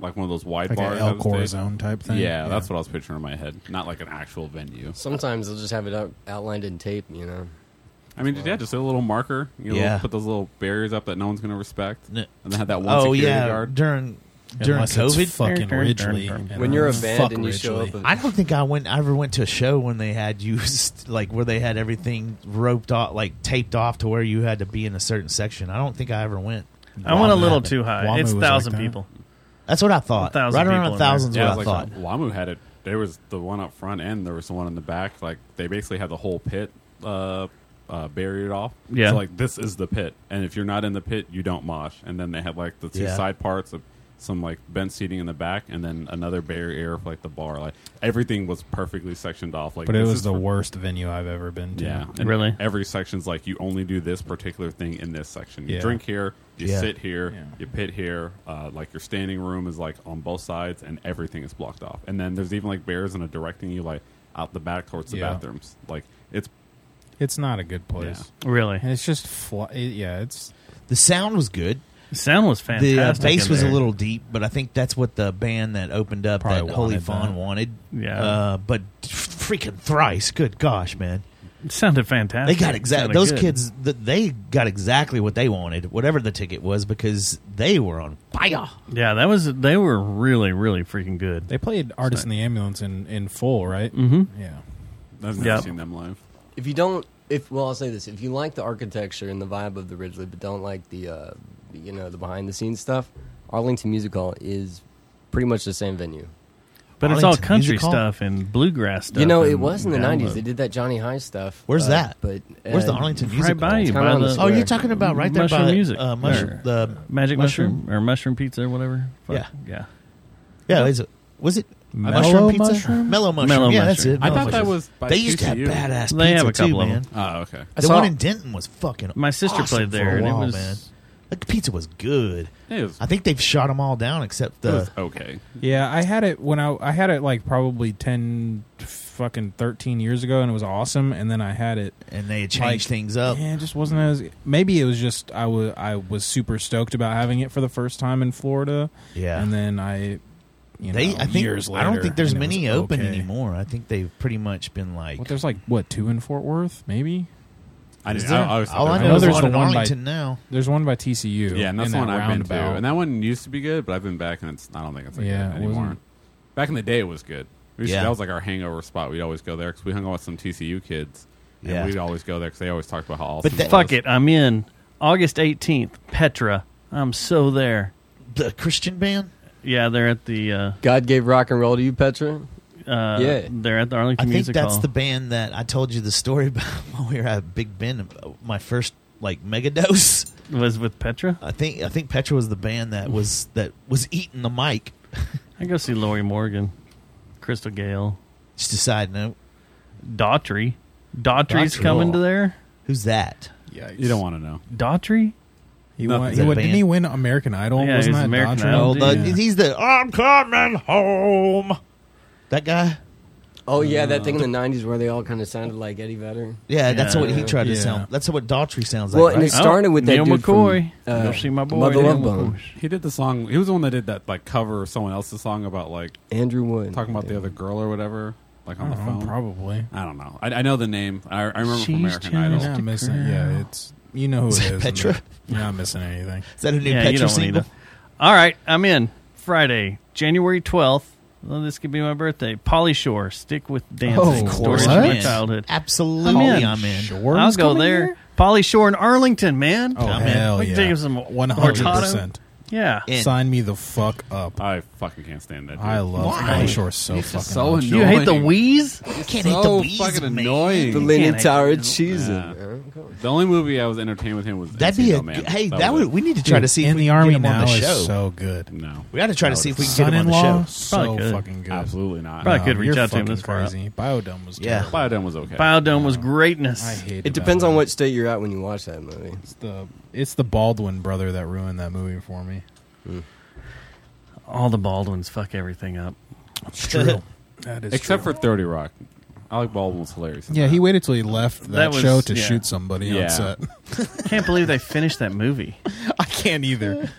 like one of those wide
like an
bars.
El
that have a stage.
Corazon type
Yeah,
thing.
that's what I was picturing in my head. Not like an actual venue.
Sometimes they'll just have it out, outlined in tape, you know.
I mean, yeah, just a little marker. You know,
Yeah.
put those little barriers up that no one's going to respect,
No.
and then have that one
Oh
security
yeah,
guard.
during during
Unless it's
COVID.
fucking Ridgely.
When you're a
Fuck
band and you show
Ridgely.
up, and,
I don't think I went. I ever went to a show when they had used like where they had everything roped off, like taped off to where you had to be in a certain section. I don't think I ever went.
I went a
Guamu
little
had it.
too high.
Guamu
it's
was like
thousand
that.
people.
That's what I thought.
1,000
right
people
around
in
a
there.
thousand is
Yeah,
what
it
I
was
thought.
like Lamu had it. There was the one up front and there was the one in the back. Like they basically had the whole pit uh, uh, buried off.
Yeah.
So like this is the pit, and if you're not in the pit, you don't mosh. And then they had like the two
Yeah.
side parts of some like bench seating in the back, and then another barrier for like the bar. Like everything was perfectly sectioned off. Like
But it
this
was
is
the
for-
worst venue I've ever been to.
Yeah,
Really?
Every section's like you only do this particular thing in this section. You
Yeah.
drink here, you
Yeah.
sit here,
Yeah.
you pit here. Uh, like your standing room is like on both sides, and everything is blocked off. And then there's even like bears and a directing you like out the back towards the
Yeah.
bathrooms. Like it's
It's not a good place.
Really.
And it's just fly. it- yeah, it's
The sound was good.
The sound was fantastic.
the uh, bass
in
was a
there.
little deep, but I think that's what the band that opened up
Probably
that Holy
wanted
Fawn
that.
wanted.
Yeah.
Uh, but f- freaking thrice. Good gosh, man.
It sounded
They
fantastic.
got
It
exactly
sounded
those
good.
kids. th- They got exactly what they wanted, whatever the ticket was, because they were on fire.
Yeah, that was. They were really, really freaking good.
They played Artist in the Ambulance in, in full, right?
Mm-hmm.
Mhm.
Yeah.
I've never
Yeah.
seen them live.
If you don't, if well, I'll say this: if you like the architecture and the vibe of the Ridgely, but don't like the, uh, you know, the behind the scenes stuff, Arlington Music Hall is pretty much the same venue.
But it's all
Arlington
country
Music Hall?
stuff and bluegrass stuff.
you know, it
and
was in the
down
'90s.
low.
They did that Johnny High stuff.
Where's
uh,
that?
But uh,
Where's the Arlington
right
Music?
by
Hall?
you,
kinda
by
on
the-
the
Oh, you're
square.
talking about right there
mushroom
by
music,
uh, mushroom,
Or
the
magic mushroom.
mushroom?
or mushroom pizza or whatever. Fuck,
Yeah.
yeah.
Yeah, is it, was it
Mellow mushroom?
Mellow mushroom.
Mellow
yeah, that's
mushroom.
it.
I
Mellow
thought that
mushroom.
was. By
They used to have
TCU.
badass pizza
They have a
too,
couple of
man.
Oh, okay.
I
The
saw-
one in Denton was fucking.
My sister
awesome
played
for
there,
a
and it
while,
was-
man. The pizza was good.
It was,
I think they've shot them all down except
it
the.
was okay.
Yeah, I had it when I I had it like probably 10 fucking 13 years ago and it was awesome and then I had it
And they had
like,
changed things up.
Yeah, it just wasn't as maybe it was just I was I was super stoked about having it for the first time in Florida
Yeah.
and then I you know
they, I think,
years later
I don't think there's
and it was
many open
okay.
anymore. I think they've pretty much been like.
Well, there's like what two in Fort Worth, maybe.
I
Is
didn't.
there?
I, I always thought
all I
there
know
was
there's
is
one
one in
in by-
Arlington now.
There's one by TCU.
Yeah, and that's
in
the one
that
I've been to.
roundabout.
And that one used to be good, but I've been back, and it's I don't think it's like
Yeah,
that
it
anymore.
wasn't-
Back in the day, it was good. We used to-
Yeah.
that was like our hangover spot. We'd always go there because we hung out with some TCU kids, and
Yeah.
we'd always go there because they always talked about how awesome.
But that-
it
Fuck
was.
it, I'm in. August 18th, Petra. I'm so there.
The Christian band?
Yeah, they're at the uh,
God gave rock and roll to you, Petra.
uh
Yeah.
they're at the Arlington
I think
Music
that's
Hall.
the band that I told you the story about when we were at Big Ben. My first like mega dose.
was with Petra.
I think I think Petra was the band that was that was eating the mic.
I go see Lori Morgan, Crystal Gale,
Just a side note.
Daughtry. Daughtry's
Daughtry.
coming to there.
Who's that?
Yikes.
You don't want to know.
Daughtry?
He
Nothing.
won, he
That
won-
band.
didn't he win uh, American Idol?
Yeah,
Wasn't
he's
that
American
Daughtry?
Idol,
Oh, the,
dude.
he's the I'm coming home. That guy.
Oh yeah, that thing in the '90s where they all kind of sounded like Eddie Vedder.
Yeah, that's what he
Yeah.
tried to
Yeah.
sound. That's what Daughtry sounds
Well,
like.
and
right?
it started with that
Oh, Neil
dude from,
McCoy.
uh,
go see my boy.
Mother
Neil
Love Bone.
McCoy.
He did the song. He was the one that did that like cover of someone else's song about like
Andrew Wood.
talking about the other girl or whatever, like
I
on the
don't know,
phone.
Oh, Uh-huh, probably.
I don't know. I, I know the name. I, I remember
She's
from American
just-
Idol.
You're not
the
missing.
girl.
Yeah, it's you know who
Is
it
that
is.
Petra?
and You're not missing anything.
Is that a new
yeah, you
Petra
don't
single?
need to. All right, I'm in. Friday, January 12th. Well, this could be my birthday. Polly Shore, stick with dancing.
Oh,
Stories
what?
from my childhood.
Absolutely,
I'm in.
I'm in.
Shorten's
I'll go
coming
there.
here?
Polly Shore in Arlington, man.
Oh
I'm in.
hell
We can
yeah!
take some
One hundred
Cortado.
percent.
Yeah.
In.
Sign me the fuck up.
I fucking can't stand that. Dude.
I love
Why?
Polly Shore so
He's
fucking
just so
much.
annoying.
Do you hate the wheeze?
You can't hate
So
the Weeze,
fucking
man.
annoying.
the Leaning
I-
Tower of Cheese.
Yeah. The only movie I was entertained with him was
That'd be
NCO
a
man.
hey. That, would we need to
Dude,
try to see
in
if we
the
can
army
get him
now
on the
is
show.
so good.
it. No,
we got to try to see if we can get him on the
Son-in-law,
show.
so
Probably could.
fucking good.
absolutely not.
Probably I could
You're
reach out to him
fucking
this far out.
crazy. Biodome was
Yeah.
terrible.
Biodome was okay.
Biodome was greatness.
I hate
It depends
Biodome.
on what state you're at when you watch that movie.
It's the it's the Baldwin brother that ruined that movie for me.
All the Baldwins fuck everything up.
It's true. that is
Except for Thirty Rock, Alec Baldwin was hilarious. in
yeah,
that.
he waited till he left that,
That was-
show to
yeah.
shoot somebody
Yeah.
on set.
Can't believe they finished that movie.
I can't either.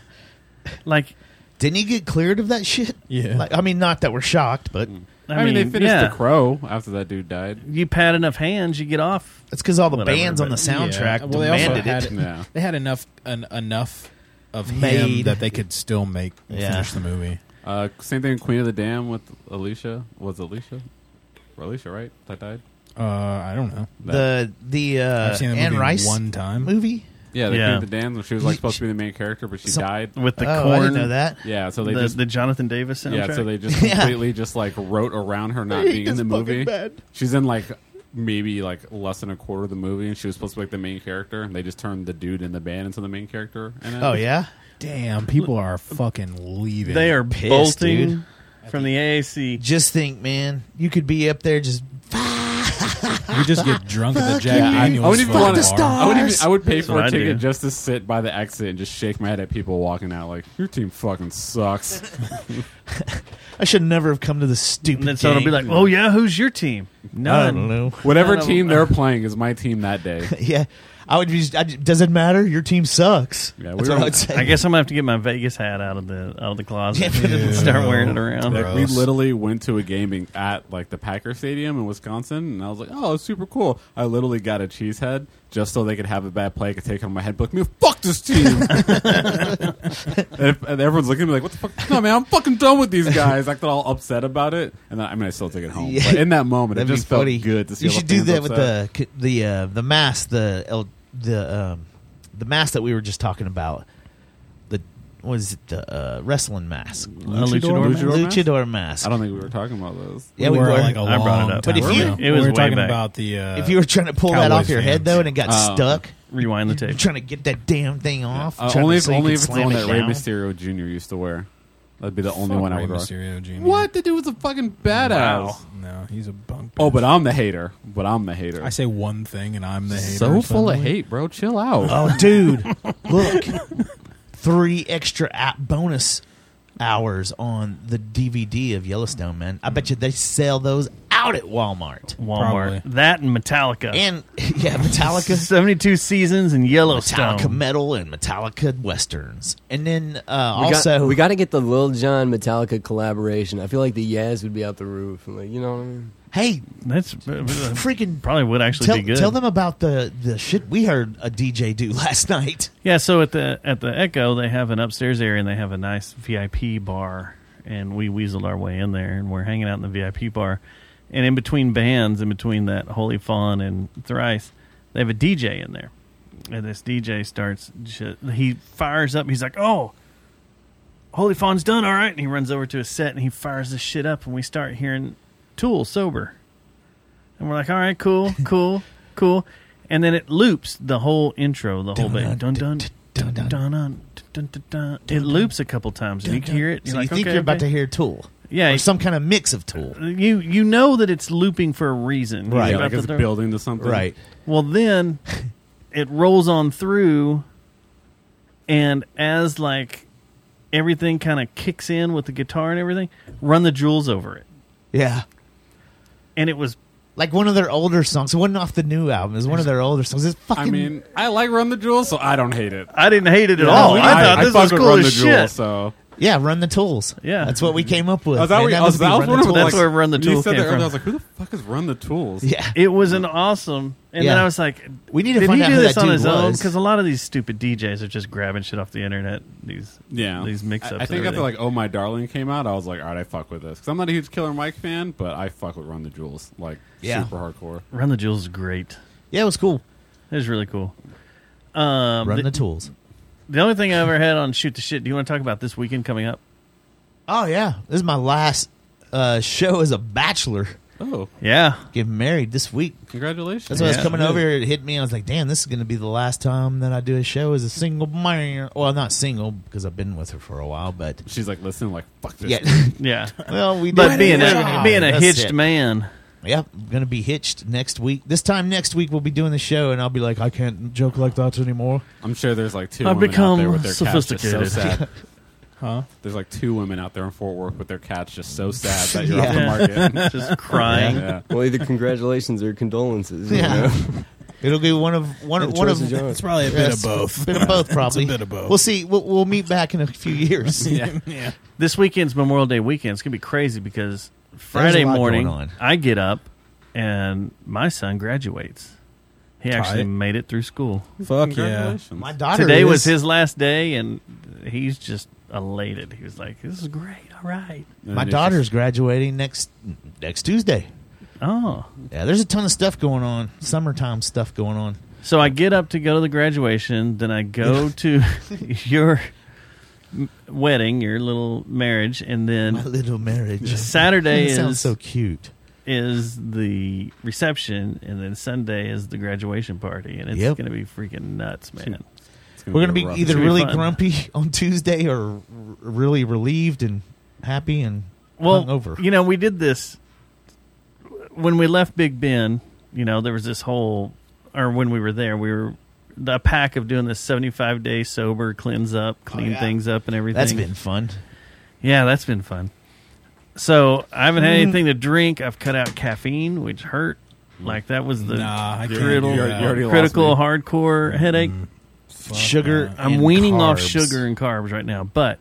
Like,
Didn't he get cleared of that shit?
Yeah.
Like, I mean, not that we're shocked, but
I,
I, mean, they finished
yeah.
The Crow after that dude died.
You pat enough hands, you get off.
that's because all the
Whatever,
bands on the
but-
soundtrack
Yeah. Well, they also
demanded
had
it.
it.
Yeah.
They had enough an, enough of him
Made.
that they could still make
Yeah.
finish the movie.
Uh, same thing in Queen of the Dam with Alicia. Was Alicia? Or Alicia, right? That died.
Uh, I don't know.
The the uh,
I've seen that
Anne
movie
Rice
one time.
movie.
Yeah, the
Yeah.
Queen of the Dam. When she was like supposed to be the main character, but she
Some-
died.
With the
oh,
corn.
I didn't know that.
Yeah, so they
The,
just
the Jonathan Davis soundtrack.
yeah, so they just
Yeah.
completely just like wrote around her not
hate
being in
this
the
fucking
movie.
band.
She's in like maybe like less than a quarter of the movie, and she was supposed to be like the main character, and they just turned the dude in the band into the main character. in it.
Oh yeah,
Damn, people are fucking leaving.
They are
Pissed,
bolting
dude.
from the AAC.
just think, man, you could be up there just
We just get drunk at the Jack
yeah, I-
I
Daniel's
wouldn't even
fucking
want to.
bar.
I would, even, I would pay
That's
for
what
a
I do.
ticket just to sit by the exit and just shake my head at people walking out. Like your team fucking sucks.
I should never have come to this
And
stupid.
then someone will be like,
game.
oh, yeah, who's your team?
I
None.
don't know.
Whatever
None of
team
them-
they're playing is my team that day.
yeah, I would just. I, does it matter? Your team sucks.
Yeah,
That's what I would say.
I guess I'm gonna have to get my Vegas hat out of the out of the closet and start wearing it around.
Like, we literally went to a gaming at like the Packer Stadium in Wisconsin, and I was like, "Oh, it's super cool." I literally got a cheese head just so they could have a bad play, I could take it on my head, be like, "Man, fuck this team!" and, if- and everyone's looking at me like, "What the fuck?" No, man, I'm fucking done with these guys. I got all upset about it, and then, I mean, I still took it home. But in that moment, it
That'd be
just felt
funty.
good to see.
You
all the
should do
fans
that with
upset.
the c- the uh, the mask the el- the um, the mask that we were just talking about. The what is it? The uh, wrestling mask,
luchador mask?
luchador mask.
I don't think we were talking about those.
Yeah, we
were,
were.
like a
I brought it
long
up.
time
But if you-
ago.
It was
we were
way
talking
back.
about the. Uh,
if you were trying to pull that
Cowboy
off your head
fans.
though, and it got
Oh.
stuck,
Rewind the tape.
trying to get that damn thing off.
Uh,
trying
only
to-
if,
so you
only
can
if it's the
slam
one
it
that Ray
down.
Mysterio Jr. used to wear. That'd be the only
Fuck
one I
Rey
would rock.
Mysterio Jr.
What? The dude was a fucking badass.
Wow.
No, he's a bunk.
Oh, but I'm the hater. But I'm the hater.
I say one thing and I'm the hater.
so full of
suddenly.
hate, bro. Chill out.
Oh, dude, look, three extra app bonus hours on the DVD of Yellowstone, man. I bet you they sell those out at Walmart.
Walmart.
Probably.
That and Metallica.
And yeah, Metallica,
72 seasons and Yellowstone.
Metallica metal, and Metallica westerns, and then uh,
We
also
got, we got to get the Lil Jon Metallica collaboration. I feel like the Yaz would be out the roof. Like, you know what I mean?
hey,
That's uh,
freaking
probably would actually
tell,
be good.
tell them about the the shit we heard a DJ do last night.
Yeah, so at the at the Echo, they have an upstairs area and they have a nice VIP bar, and we weaseled our way in there, and we're hanging out in the VIP bar, and in between bands, in between that Holy Fawn and Thrice, they have a DJ in there, and this DJ starts, ju- he fires up, he's like, oh. Holy Fawn's done, all right. And he runs over to his set and he fires this shit up, and we start hearing Tool sober. And we're like, all right, cool, cool, cool. And then it loops the whole intro, the whole bit. Dun dun dun dun dun dun dun dun. It loops a couple times, and you can hear it.
So
like,
you think
okay,
you're about
okay.
to hear Tool,
Yeah,
or
you-
some kind of mix of Tool,
You you know that it's looping for a reason,
Right.
You're
like
about
it's
to throw-
building to something.
Well, then it rolls on through, and as like everything kind of kicks in with the guitar and everything, run the jewels over it,
Yeah.
and it was
Like one of their older songs. It wasn't off the new album. It was one of their older songs. It's fucking.
I mean, I like Run the Jewels, so I don't hate it.
I didn't hate it at all. Oh, I, thought this
fuck
was
with
cool
Run
as
the Jewels,
shit.
so
yeah, Run the Tools.
Yeah. Oh,
that's what we came up with.
I was, that
man.
we,
That
I
must
was,
be
that
Run
was
the
one of the,
Tools.
That's
like,
where Run the
when you
Jewels
said that
came
earlier,
from.
I was like, who the fuck is Run the Tools?
Yeah,
It was an awesome. And then
Yeah.
I was like,
We need to
did
find
he
out
do
who
this
that
on
dude
his own?
was.
Because a lot of these stupid DJs are just grabbing shit off the internet. These
Yeah.
these mix ups.
I, I think after like Oh My Darling came out, I was like, all right, I fuck with this. Because I'm not a huge Killer Mike fan, but I fuck with Run the Jewels. Like,
Yeah.
super hardcore.
Run the Jewels is great.
yeah, it was cool.
It was really cool. Um,
Run
the,
the Tools.
the only thing I ever had on Shoot the Shit. Do you want to talk about this weekend coming up?
Oh yeah, this is my last uh, show as a bachelor.
Oh,
Yeah,
Getting married this week.
congratulations.
That's why I was
Yeah.
coming over here. It hit me. I was like, damn, this is going to be the last time that I do a show as a single man. Well, not single because I've been with her for a while, but
She's like, listen, like, fuck this.
yeah.
yeah.
well, we
But
did
being
it.
a, being a
That's
hitched
it.
man,
Yep, I'm gonna be hitched next week. This time next week we'll be doing the show, and I'll be like, I can't joke like that anymore.
I'm sure there's like two
I've
women out
become
there with their
sophisticated.
cats just so sad.
Huh?
There's like two women out there in Fort Worth with their cats just so sad that you're
Yeah.
off the market.
just crying.
yeah.
Well, either congratulations or condolences. you
Yeah.
know?
It'll be one of one of
And
one of
Choices Jones.
It's probably a bit
yes,
of both.
bit of both probably.
bit of both.
We'll see. We'll, we'll meet back in a few years.
yeah. yeah.
this weekend's Memorial Day weekend. It's gonna be crazy because Friday
lot
morning
going on.
I get up and my son graduates. He actually
Tight.
made it through school.
Fuck yeah.
Congratulations.
My daughter
Today
is,
was his last day, and he's just elated. He was like, "This is great. All right.
And
My
it's
daughter's graduating next next Tuesday.
Oh,
Yeah, there's a ton of stuff going on. Summertime stuff going on.
So I get up to go to the graduation, then I go to your m- wedding, your little marriage, and
My
then
little marriage.
Saturday
It sounds
is
so cute.
is the reception, and then Sunday is the graduation party, and it's
Yep.
going to be freaking nuts, man.
It's
We're gonna be
rough.
either
gonna be
really
fun.
grumpy on Tuesday or r- really relieved and happy and
Well,
hungover.
you know, we did this when we left Big Ben. You know, there was this whole, or when we were there, we were the pack of doing this seventy-five day sober cleanse up, clean
yeah.
things up, and everything.
That's been fun.
Yeah, that's been fun. So I haven't had anything to drink. I've cut out caffeine, which hurt. Like that was the
Nah, I can't
critical,
do that. You already
lost
critical hardcore headache.
Sugar.
I'm
and
weaning off
carbs.
sugar and carbs right now, but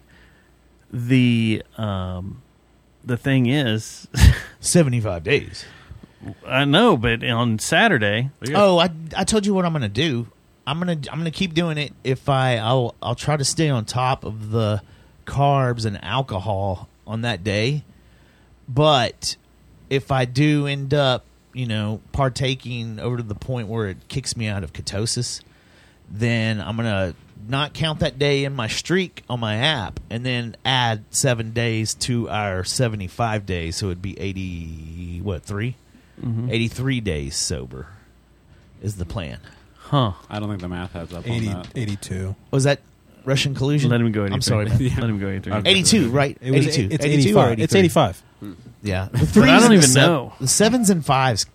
the um, the thing is,
Seventy-five days.
I know, but on Saturday,
Oh, I I told you what I'm gonna do. I'm gonna I'm gonna keep doing it. If I I'll I'll try to stay on top of the carbs and alcohol on that day, but if I do end up you know partaking over to the point where it kicks me out of ketosis, then I'm gonna not count that day in my streak on my app and then add seven days to our 75 days so it'd be 80 what 3 83 days sober is the plan.
huh?
I don't think the math adds up
80,
on that.
82.
Was Oh, that Russian collusion?
Let him go. 83.
I'm sorry, man.
Let him go. 83.
Okay.
82, right?
It was,
82.
It's
82
85.
or
It's
83?
85.
Yeah. The threes
I don't
and the
even
sev-
know.
The sevens and fives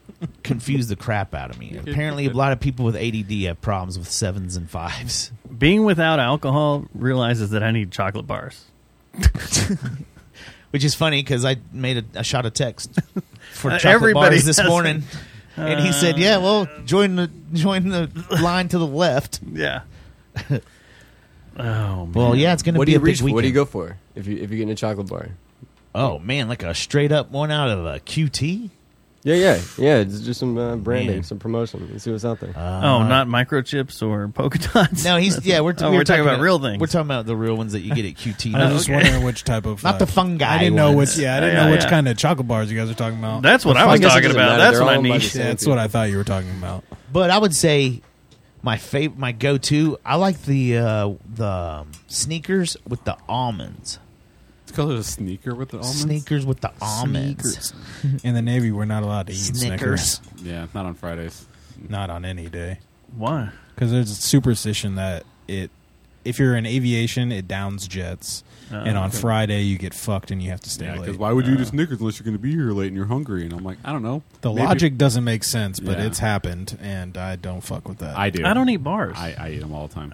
confuse the crap out of me. Apparently, a lot of people with ADD have problems with sevens and fives.
Being without alcohol realizes that I need chocolate bars.
Which is funny because I made a, I shot a text for
Uh,
chocolate
everybody
bars this
has
morning, and he said, "Yeah, well, join the join the line to the left."
Yeah. oh man.
Well, yeah, it's going to
What
be
do you
a big
reach for?
weekend.
What do you go for if you if you're getting a chocolate bar?
Oh man, like a straight up one out of a QT.
Yeah, yeah, yeah. It's just some uh, branding,
Man.
some promotion. Let's see what's out there.
oh, not microchips or polka dots.
No, he's yeah. We're,
Oh,
we
we're
were
talking about real things.
We're talking about the real ones that you get at QT, not,
I was just
okay.
wondering which type of.
not
uh,
the fungi.
I didn't know
ones.
which. Yeah, I didn't
Yeah,
know which
yeah.
kind of chocolate bars you guys are talking about.
That's what I
I
was
guess it
talking
doesn't
about.
matter.
That's
They're
what I
all about
need.
the same.
Yeah, that's what I thought you were talking about.
But I would say my fav- my go to. I like the uh, the um, sneakers with the almonds.
It's called a sneaker with the almonds.
Sneakers with the almonds.
In the Navy, we're not allowed to eat Snickers.
Snickers.
Yeah, not on Fridays.
Not on any day.
Why?
Because there's a superstition that it, if you're in aviation, it downs jets, and on Friday you get fucked and you have to stay
Ah, Yeah, because
late.
why would you
uh,
do Snickers unless you're going to be here late and you're hungry? And I'm like, I don't know.
the
Maybe-
logic doesn't make sense, but
Yeah.
it's happened, and I don't fuck with that.
I do.
I don't eat Uh, bars.
I, I eat them all the time.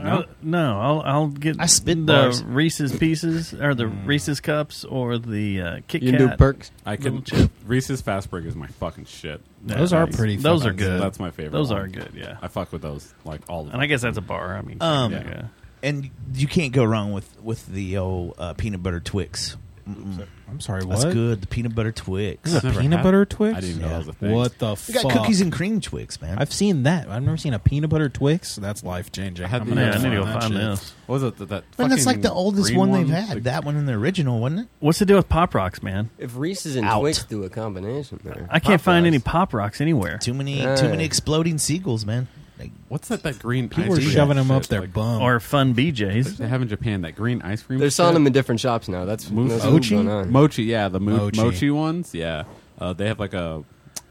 I'll- no, I'll I'll get
I spit
the
bars.
Reese's pieces or the Reese's cups or the uh, Kit
you can
Kat.
do perks.
I
Little
can.
chip.
Reese's fast break is my fucking shit.
Those are pretty
Those
fucking
are good.
That's my favorite.
Those
one.
are good. Yeah.
I fuck with those like all the
And I guess that's a bar. I mean,
Um,
yeah.
And you can't go wrong with with the old uh, peanut butter Twix. Mm-mm.
I'm sorry, what?
That's good. The peanut butter Twix.
Is it peanut butter Twix?
I didn't even know that was a thing.
What the
We
fuck?
got cookies and cream Twix, man.
I've seen that. I've never seen a peanut butter Twix. That's life changing.
I had the-
Yeah, I need to go
That
find
shit.
this.
What was it that? that
and that's like
fucking
the oldest
green
one they've
one?
had.
Like-
that one in the original, wasn't it?
What's the deal with Pop Rocks, man?
If Reese's and
Out.
Twix do a combination there,
I can't find
Popeyes.
any Pop Rocks anywhere.
Too many,
Yeah.
too many exploding seagulls, man. Like,
What's that? That green.
People are
ice cream
shoving them up
shit,
their
like,
bum.
Or Fun BJs.
They have in Japan that green ice cream.
They're selling
shit?
them in different shops now. That's, that's
Mochi?
what's going on.
Mochi, yeah, the mo-
Mochi.
mochi. ones, yeah. Uh, they have like a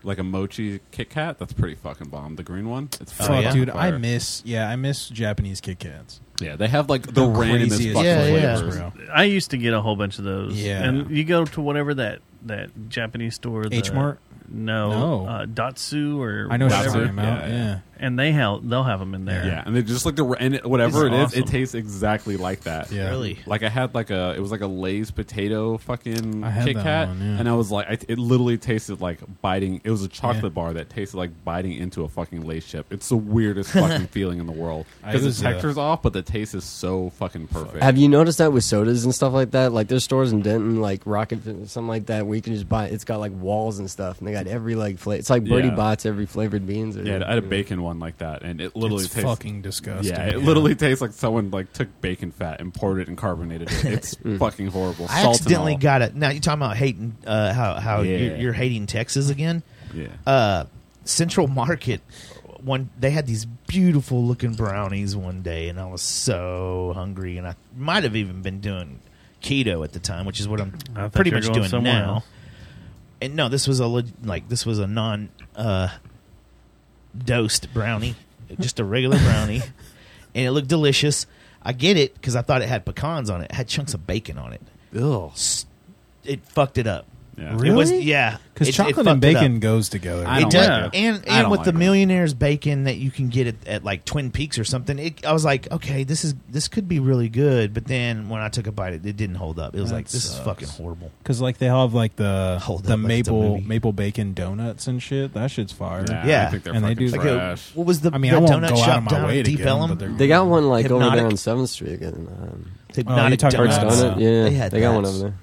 like a mochi Kit Kat. That's pretty fucking bomb. The green one, it's
Fuck,
fucking
yeah?
Oh, dude.
fire.
I miss. Yeah, I miss Japanese Kit Kats.
Yeah, they have like the, randomest
craziest
fucking
Yeah,
flavors.
bro.
I used to get a whole bunch of those.
Yeah.
And you go to whatever that that Japanese store. the-
H Mart?
No.
No.
Uh, Datsu or
I know what you're
That's
whatever.
it.
talking
Yeah,
about. Yeah,
yeah.
And they have they'll have them in there.
Yeah. and they just like the ra- and it, whatever
It's
it is,
awesome.
it tastes exactly like that.
Yeah.
really?
Like I had like a it was like a Lay's potato fucking
I had
Kit
that
Kat,
one, yeah.
and I was like, I, it literally tasted like biting. It was a chocolate bar that tasted like biting into a fucking Lay's chip. It's the weirdest fucking feeling in the world
I
because
was,
the
uh,
texture's off, but the taste is so fucking perfect.
Have you noticed that with sodas and stuff like that? Like there's stores in Denton, like Rocket, something like that, where you can just buy. It's got like walls and stuff, and they got every like flavor. It's like Birdie
Yeah.
Bots, every flavored beans. Or,
Yeah, I had a bacon one like that, and it literally
It's
tastes.
fucking disgusting.
yeah, it literally tastes like someone like took bacon fat and poured it and carbonated it. It's fucking horrible.
I
Salt
accidentally
and all.
got it. Now you're talking about hating uh, how how
Yeah.
you're, you're hating Texas again.
Yeah.
Uh, Central Market, one they had these beautiful looking brownies one day, and I was so hungry, and I might have even been doing keto at the time, which is what
I
I'm
thought
pretty
you were
much
going
doing
somewhere
now.
else.
And no, this was a leg- like this was a non uh, dosed brownie, just a regular brownie, and it looked delicious. I get it because I thought it had pecans on it. It had chunks of bacon on it.
Ugh.
s- it fucked it up. It was yeah,
Because
It- it
chocolate
fucked
and
it up.
bacon goes together.
I
it
don't
does,
like it.
and
I
and
don't
with
like
the
it.
millionaires bacon that you can get at, at like Twin Peaks or something, it, I was like, okay, this is this could be really good. But then when I took a bite, it, it didn't hold up. It was
That
like this is
sucks.
fucking horrible.
Because like they have like the
Hold
the
up, like it's a
maple
movie.
maple bacon donuts and shit. That shit's fire.
Yeah.
I think they're
And they
fucking
do-
Like a,
trash.
what was the
I mean,
that
I won't
donut
go
shop
out of my
down
way
in
to
Deep
get 'em,
Ellum?
but they're-
They got one like over there
Hypnotic.
on Seventh Street. And, um,
you're
Hypnotic
Oh, talking
donuts.
about Donut?
donut. Yeah,
They
they,
had
got one
donuts.
over there.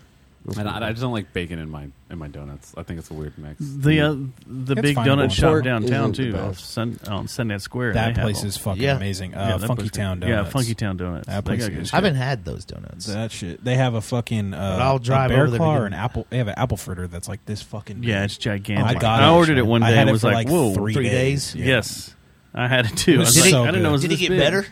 And I, I just don't like bacon in my in my donuts. I think it's a weird mix.
The uh, the
It's
big
fine.
donut shop
Pork
downtown
isn't the
too, off
best.
Sun, on Sunset Square.
that
they have
place
them.
is fucking
Yeah.
amazing.
Yeah,
Uh,
that
Funky
place-
Town
Yeah,
Donuts.
Funky Town Donuts.
That
They
place
got
is
good
I
shit.
haven't had those donuts.
That shit. They have a fucking uh,
But I'll
a
drive
bear
over there to
claw
get
or an
them.
apple. They have an apple fritter that's like this fucking. big.
Yeah, it's gigantic.
I got it.
I ordered it one
I
day
had
and
it
was
for,
like,
like,
"Whoa,
three
Three
days.
days?
Yeah.
Yes, I had it too.
It
I
was
was
so
like, I didn't
good.
know it was
Did it
this
get
big.
better?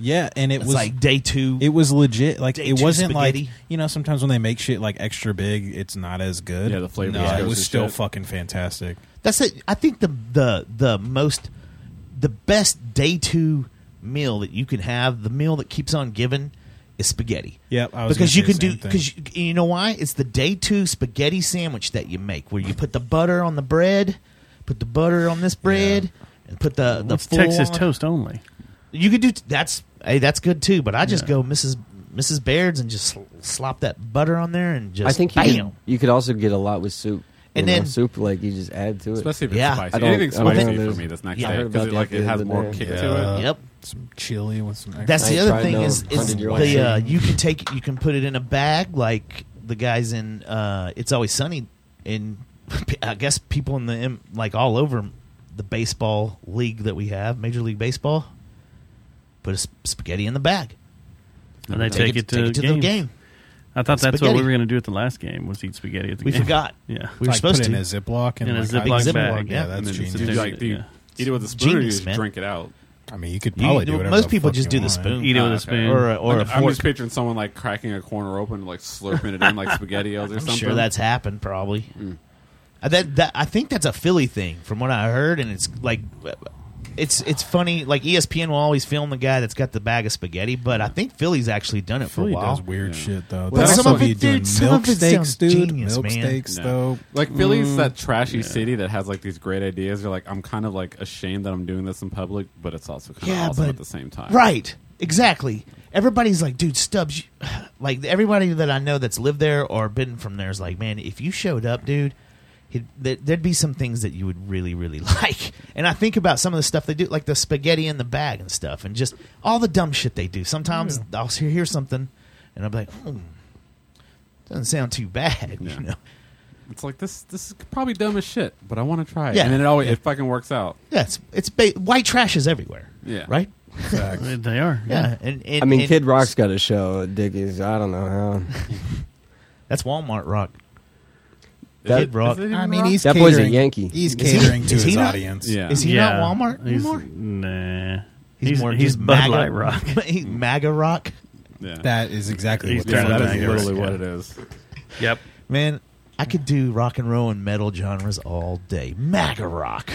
yeah, and it
It's
was
like day two.
it was legit. Like
Day
it
two
wasn't like
spaghetti.
you know sometimes when they make shit like extra big, it's not as good.
Yeah, the flavor
No,
just
it
goes
was
to
still
shit.
fucking fantastic.
That's it. I think the the the most the best day two meal that you can have, the meal that keeps on giving, is spaghetti.
Yep, I was
because you can
gonna say
do
the same
because you, you know why? It's the day two spaghetti sandwich that you make, where you put the butter on the bread, put the butter on this bread, and put the the
It's
full
Texas
on-
toast only.
You could do t- that's hey that's good too, but I just
Yeah.
go Mrs. Mrs. Baird's and just sl- slop that butter on there and just
I think you
bam.
could, you could also get a lot with soup.
And
And then
then-
soup, like you just add to it.
Especially if it's
Yeah. I
spicy.
don't-
Anything
I don't
spicy
think
for
there's-
me that's next
Yeah, I
day
heard about
because it,
that
like
the
it
other
has
day.
more kick to
Yeah.
it.
yep.
Some chili with some. Extra.
That's
I
the
ain't
other
tried
thing
no
is, is
100-year-old
the uh,
shit.
you can take it, you can put it in a bag like the guys in uh, It's Always Sunny, and I guess people in the M- like all over the baseball league that we have, Major League Baseball, put a sp- spaghetti in the bag.
And they take, it to,
take it to the
games.
game.
I thought that's what
Spaghetti.
we were going to do at the last game was eat spaghetti at the
We
game.
forgot.
Yeah.
We were
like,
supposed
put it
to.
in a ziploc and
In a
like,
Ziploc
I-
bag.
Ziploc,
Yeah,
yeah.
that's
And then
genius.
do you, like, do you
Yeah.
eat it with a spoon or you
Genius,
just
man.
drink it out?
I mean, you could
You-
probably do whatever
most
the
people
fuck
just
you
do the
want.
spoon
Eat it with
Ah,
a
okay.
spoon.
or a, or
Like,
a
I'm
fork.
just picturing someone like cracking a corner open, like slurping it in like SpaghettiOs or something.
I'm sure that's happened probably. Uh, That, that I think that's a Philly thing, from what I heard, and it's like, it's it's funny. Like E ESPN will always film the guy that's got the bag of spaghetti, but I think Philly's actually done it for
Philly
a while.
does weird shit though.
But
They'll
some
also
of
be
it,
doing
dude, some of it
milkshakes,
sounds
dude.
genius, man.
milkshakes,
No.
though.
Like Philly's
Mm.
that trashy city that has like these great ideas. You're like, I'm kind of like ashamed that I'm doing this in public, but it's also kind
Yeah,
of awesome
but-
at the same time.
Right. Exactly. Everybody's like, dude, Stubbs. you-" Like everybody that I know that's lived there or been from there is like, man, if you showed up, dude, it, there- there'd be some things that you would really, really like. And I think about some of the stuff they do, like the spaghetti in the bag and stuff, and just all the dumb shit they do. Sometimes I'll hear, hear something, and I'm like, hmm, doesn't sound too bad,
Yeah.
you know?
It's like this. This is probably dumb as shit, but I want to try it.
Yeah.
And then it always it fucking works out.
Yeah, it's it's ba- white trash is everywhere.
Yeah.
Right.
They are.
Yeah. And, and
I mean,
and
Kid Rock's got a show at Dickie's. I don't know how.
That's Walmart rock.
Is
That-
it-
Kid Rock.
is it even
I mean,
wrong?
he's
That boy's a
catering.
Yankee.
He's
Is he-
catering to
is he
his
not-
audience.
yeah.
Is he
yeah.
not Walmart
He's-
anymore?
Nah.
He's,
He's,
more
he's
just
Bud
MAGA,
Light Rock.
He's MAGA Rock.
yeah.
That is exactly
He's
what
Yeah,
they're
turning
that
it
is
doing.
back.
literally
Yeah.
what it is.
Yep.
Man, I could do rock and roll and metal genres all day. MAGA Rock.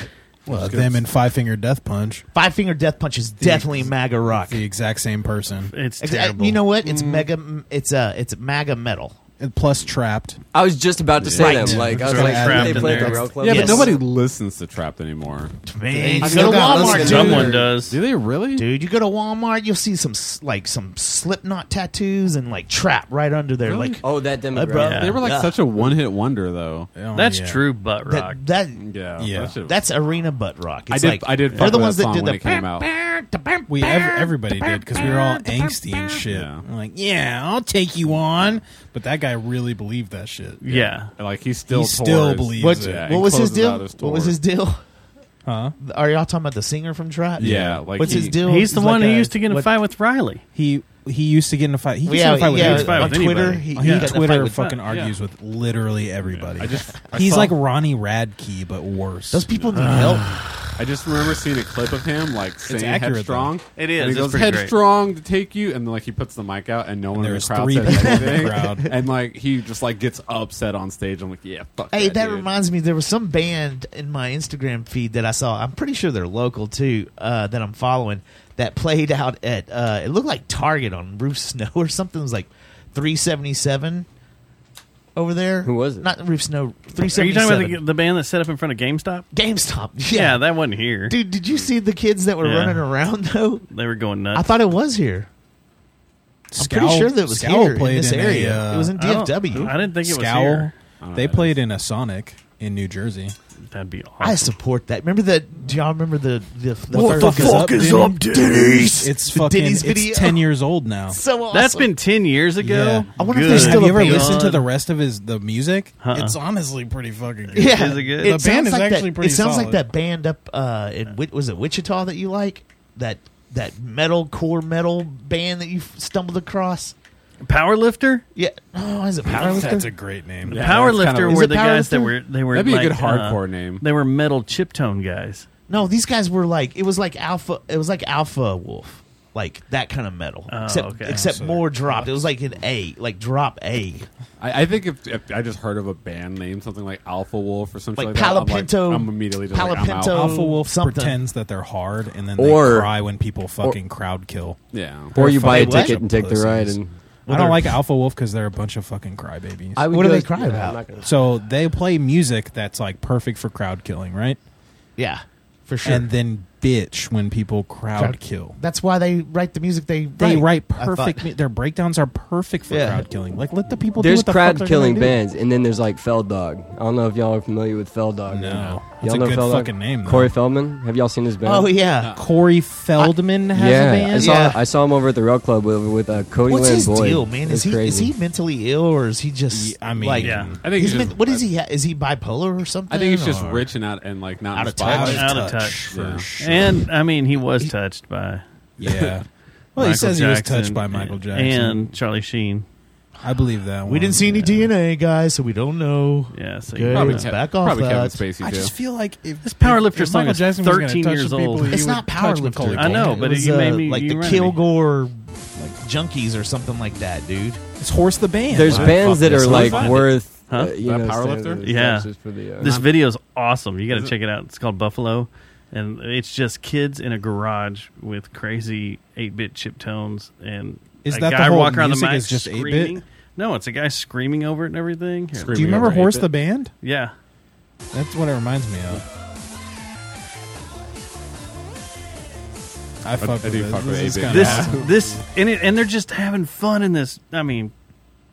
Well, them and Five Finger Death Punch,
Five Finger Death Punch is definitely MAGA Rock. Mm.
the exact same person.
It's
Ex-
terrible.
You know what? It's mega. It's uh, it's MAGA metal.
And plus trapped.
I was just about to say
Right.
that. Like, I was
Throw
like,
crap
they
in
played
there.
the Row Club.
Yeah,
Yes.
but nobody listens to Trapped anymore.
Man, you
I've
go
still
to
got
Walmart,
listening
dude.
to
Someone
Dude.
does.
Do they really?
Dude, you go to Walmart, you'll see some s- like some Slipknot tattoos and like trap right under there.
Really?
Like
Oh, that demographic.
bro.
They were like
Yeah.
such a one-hit wonder, though.
Oh,
That's
yeah.
true, butt rock.
that, that.
Yeah,
Yeah.
that shit-
That's arena butt rock. It's
I did.
Like,
I did.
They're
fuck
the
with
ones that
song
did
when
the
it came out.
We ev- everybody did because we were all angsty and shit.
Yeah.
I'm like, yeah, I'll take you on, but that guy really believed that shit.
yeah.
And, Like he still
He still
tours.
believes
What,
it.
Yeah,
what
he
was his
closes
deal?
out his
What was
tour.
his deal?
Huh?
Are y'all talking about the singer from Trap?
Yeah, like
What's
he-
his deal?
He's the
He's
one
like
who
a-
used to get in a
what-
fight with Riley.
He he used to get in a fight. He gets
yeah,
in a fight with
yeah,
everybody.
fight
on
with
Twitter,
anybody.
he,
on
he got in a fight
Twitter
with-
fucking
Yeah.
argues with literally everybody.
I just. I
He's
saw-
like Ronnie Radke, but worse. Uh,
Those people need help.
I just remember seeing a clip of him like saying
accurate,
headstrong.
though. It is.
And he
It's
goes
pretty great.
headstrong to take you, and then like he puts the mic out, and no one in the
there's
crowd
three
says
people in the
anything.
crowd.
and like he just like gets upset on stage. I'm like, yeah, fuck.
Hey,
that,
that
dude.
reminds me. There was some band in my Instagram feed that I saw. I'm pretty sure they're local too. Uh, that I'm following. That played out at. Uh, it looked like Target on Roof Snow or something. It was like 377. over there. Who
was it?
Not Reef Snow. Three
Are you
seventy
talking about the,
seven.
the band that set up in front of GameStop?
GameStop.
Yeah, that wasn't here.
Dude, did you see the kids that were
Yeah.
running around though?
They were going nuts.
I thought it was here. I'm pretty
Scowl-
sure that it was
Scowl
here in
played
this
in a,
area.
uh,
it was in
I don't-
DFW.
I didn't think it was
Scowl.
here.
They played in a Sonic in New Jersey.
That'd be awesome.
I support that. Remember that? Do y'all remember the the, the
What the fuck is up,
Denny's?
It's
The
fucking.
Denny's video.
It's ten years old now.
So awesome.
That's been ten years ago.
Yeah.
I wonder if they're
Have
still
you ever
around.
listened to the rest of his the music?
Uh-uh.
It's honestly pretty fucking good.
yeah.
Is it good?
It
The
sounds
band is
like
actually
that,
pretty
It sounds like
solid.
that band up uh, in Wi- was it Wichita that you like that that metal core metal band that you f- stumbled across.
Powerlifter.
Yeah. Oh, is it Powerlifter?
That's a great name.
Yeah,
Powerlifter
that's kinda-
Is
were
it
the guys that
Powerlifter?
were they were
That'd be a
like,
good
uh,
hardcore name.
They were metal chip tone guys.
No, these guys were like it was like alpha. It was like alpha wolf, like that kind of metal.
Oh,
except
okay.
except more dropped. It was like an A, like drop A,
I, I think if, if I just heard of a band name, something like Alpha Wolf or something
like
like, that, I'm,
Palapinto.
like, I'm immediately just like, I'm out.
Palapinto
Alpha Wolf
something.
pretends that they're hard, and then
Or-
they cry when people fucking crowd kill.
Yeah.
Or you buy a
fucking bunch
ticket
of
and take the
pussies.
ride. And
I don't like Alpha Wolf because they're a bunch of fucking crybabies.
I would
What do
go-
they cry
yeah, I'm
about?
not gonna-
so they play music that's like perfect for crowd killing, right?
Yeah, for sure.
And then bitch when people crowd,
Crowd-
kill.
That's why they write the music they
They write
I thought-
perfect. mu- Their breakdowns are perfect for
Yeah.
crowd killing. Like let the people. do
There's
what the fuck
crowd
they're
killing
gonna do.
bands, and then there's like Feldog. I don't know if y'all are familiar with Feldog.
No. That's
y'all
a
know
good
Feldog?
fucking name, though.
Corey Feldman. Have y'all seen his band?
Oh yeah,
Corey Feldman has
yeah,
a
I
band.
saw
Yeah.
I saw him over at the Rail Club with, with uh, Cody
what's
Lynn
his
Boyd.
deal, man? Is
It's
he is
crazy.
he mentally ill or is he just?
Yeah, I mean,
like,
yeah.
I think
he's
he's
men-
just-
what is he? ha- Is he bipolar or something?
I think it's just
or-
rich and out and like not
Out of
inspired.
out
Out
of touch.
touch for
Yeah.
sure.
And I mean, he was touched by.
yeah. Well, he
Michael
says he was
Jackson
touched by Michael Jackson.
and Charlie Sheen.
I believe that one.
We didn't see any DNA, guys, so we don't know.
Yeah, so
Good.
Probably,
Let's
Ke-
back off
probably Kevin
that.
Spacey too.
I just feel like if
This powerlifter
if
song
Michael
is
Jackson was gonna
13
touch
years
the people,
old.
he
It's
would
not
touch
powerlifting.
Macaulay
I know,
Culkin.
It
but
was,
you made
uh,
me-
like
you
the
reminded me.
Kilgore like junkies or something like that, dude.
It's horse the band.
There's
Wow.
bands that
Fuck
are
this.
like
Find it.
worth.
Huh?
Uh, you
That
know,
powerlifter?
standing there.
Yeah.
It's just For the, uh,
This video is awesome. You got to check it out. It's called Buffalo, and it's just kids in a garage with crazy eight-bit chip tones and
Is
a
that the
guy
whole
walking around the
music
mic
is just 8-bit?
screaming. No, it's a guy screaming over it and everything. Here.
Do you remember Horse the band?
Yeah,
That's what it reminds me of. I fuck with
do
this.
fuck with
This is
8-bit.
kinda
this
awesome.
this and it, and they're just having fun in this. I mean,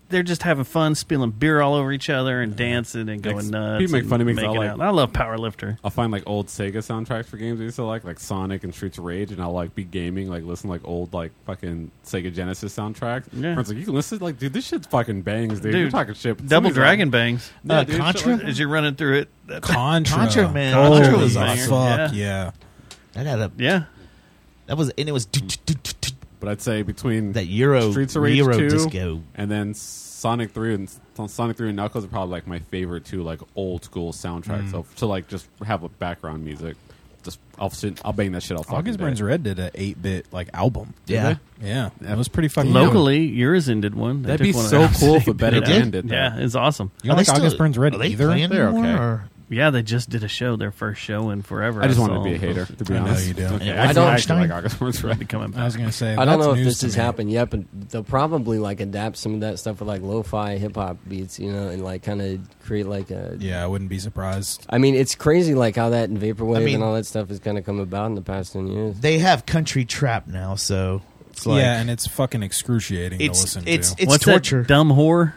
they're just having fun, spilling beer all over each other and dancing and going
Makes-
nuts.
people make
and
fun of me 'cause I
making
like-
out. I love powerlifter.
I'll find like old Sega soundtracks for games I used to like, like Sonic and Streets of Rage, and I'll like be gaming, like listen to, like old like fucking Sega Genesis soundtracks.
Yeah.
Friends like you can listen, like dude, this shit fucking bangs, dude.
Dude,
You're talking shit. but
Double
somebody's
Dragon bangs
like,
Uh,
dude, shit
Contra?
like-
as you're running through it. That,
Contra.
Contra, man.
Holy
Contra
was
fuck,
awesome.
Yeah.
Yeah.
That had a
yeah,
that was and it was
but I'd say between
that Euro
Streets of Rage
Euro
2,
disco.
and then Sonic Three and Sonic Three and Knuckles are probably like my favorite two like old school soundtracks. So to like just have a background music, just I'll sit, I'll bang that shit. I'll
August Burns Red did an eight bit like album.
Yeah.
Yeah. That was pretty fucking
locally, Urizen did one. They
That'd
took
be
one of
so
those.
cool if
They
a better
did.
band did that.
Yeah, it's awesome.
You don't
Are they
like August
still-
Burns Red
are they
either?
playing
They're
anymore,
okay.
or-
Yeah, they just did a show, their first show in forever.
I just want
saw
to be a hater, to be
I know
honest.
you do.
Okay,
Yeah,
I
I don't-
actually like August Burns
It'll be
Red.
coming back.
I was gonna say
I don't
that's
know if
news
this
to
has
me.
happened yet, but they'll probably like adapt some of that stuff with like lo-fi hip hop beats, you know, and like kind of create like a.
Yeah, I wouldn't be surprised.
I mean, it's crazy like how that and vaporwave
I mean-
and all that stuff has kind of come about in the past ten years.
They have country trap now, so it's like
yeah, and it's fucking excruciating
it's
to listen
it's
to.
it's
What's
torture.
that dumb whore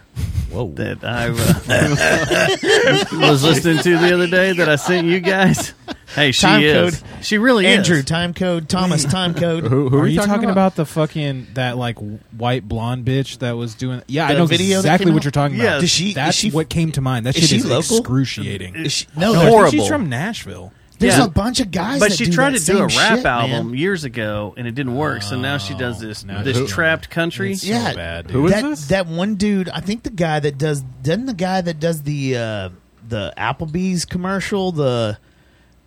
Whoa.
that I uh, was listening to the other day that I sent you guys? Hey, she
Time
is.
code.
She really
Andrew
is.
time code Thomas time code.
Who, who
are, you talking, about? the fucking that like w- white blonde bitch that was doing? Yeah, I
The
know
video that
exactly
came
what
out?
you're talking
Yeah.
about.
Does
she- is
That's
she-
what came to mind. That
is
shit
she
is
local?
excruciating.
Is she-
No,
no, there's-
horrible.
I think she's from Nashville.
There's
Yeah.
a bunch of guys.
But
that
she
do
tried
that
to do a
same
rap
shit,
album
man.
years ago, and it didn't work. so now she does this
now
this
who-
trapped country.
It's so
Yeah.
bad,
Who is
dude.
that,
this?
That one dude, I think the guy that does doesn't the guy that does the uh the Applebee's commercial, the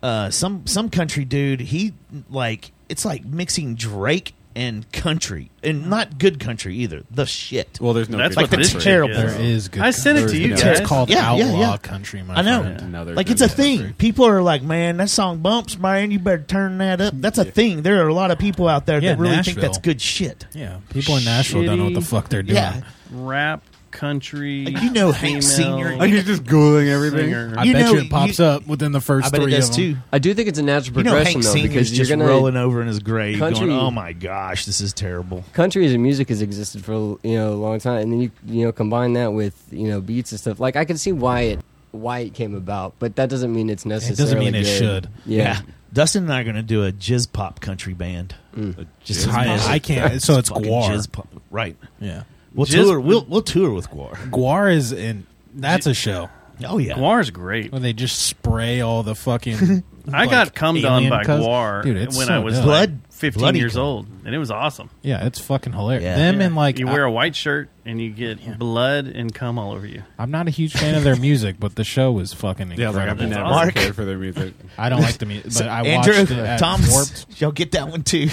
uh some some country dude, he like it's like mixing Drake and country. And not good country either. The shit.
Well, there's no.
That's
good
what
Like,
this
that's
country.
chick
terrible.
There is good.
I sent it
country.
to you
There's no-
guys.
It's called
Yeah, yeah,
outlaw
yeah.
country. My
I know.
friend.
No, they're
like
good
it's a
country.
thing. People are like, "Man, that song bumps, man. You better turn that up." That's a thing. There are a lot of people out there
Yeah,
that really think
Nashville.
that's good shit.
Yeah, people in Nashville don't know what the
Shitty-
fuck they're doing.
Yeah,
Rap country.
Like, you know Hank
female
Senior.
Like he's just googling everything.
singer.
I
You
bet
know,
you it pops
you-
up within the first
I bet it
three
does
of them.
too.
I do think it's a natural
You know,
progression
Hank
though,
Senior's
because you're
just
gonna
rolling over in his grave,
Country-
going, "Oh my gosh, this is terrible."
country as a music has existed for you know a long time, and then you you know combine that with you know beats and stuff. Like I can see why it why it came about, but that doesn't mean it's
It
necessarily.
doesn't mean it
good.
should.
Yeah.
Dustin and I are going to do a jizz pop country band.
Mm.
Just
I-
jizz-
I can't- so it's
fucking
Gwar.
jizz pop. right?
Yeah.
We'll
Jizz-
tour. We'll we'll tour with Guar.
Guar is in. That's a show
Oh yeah,
Guar's great.
where they just spray all the fucking.
I got cummed on
alien
by
cuz-
Guar
Dude, it's
when
so
I was
dope.
like
Blood-
15
bloody
years
cum.
old, and it was awesome.
yeah, it's fucking hilarious.
Yeah.
Them and like
you
I-
wear a white shirt and you get blood and cum all over you.
I'm not a huge fan of their music, but the show was fucking
Yeah, I was like I've never
incredible.
Mark.
cared for their music.
I don't like the music, but I watched
Andrew
it at
Thomas,
Warped.
y'all get that one too.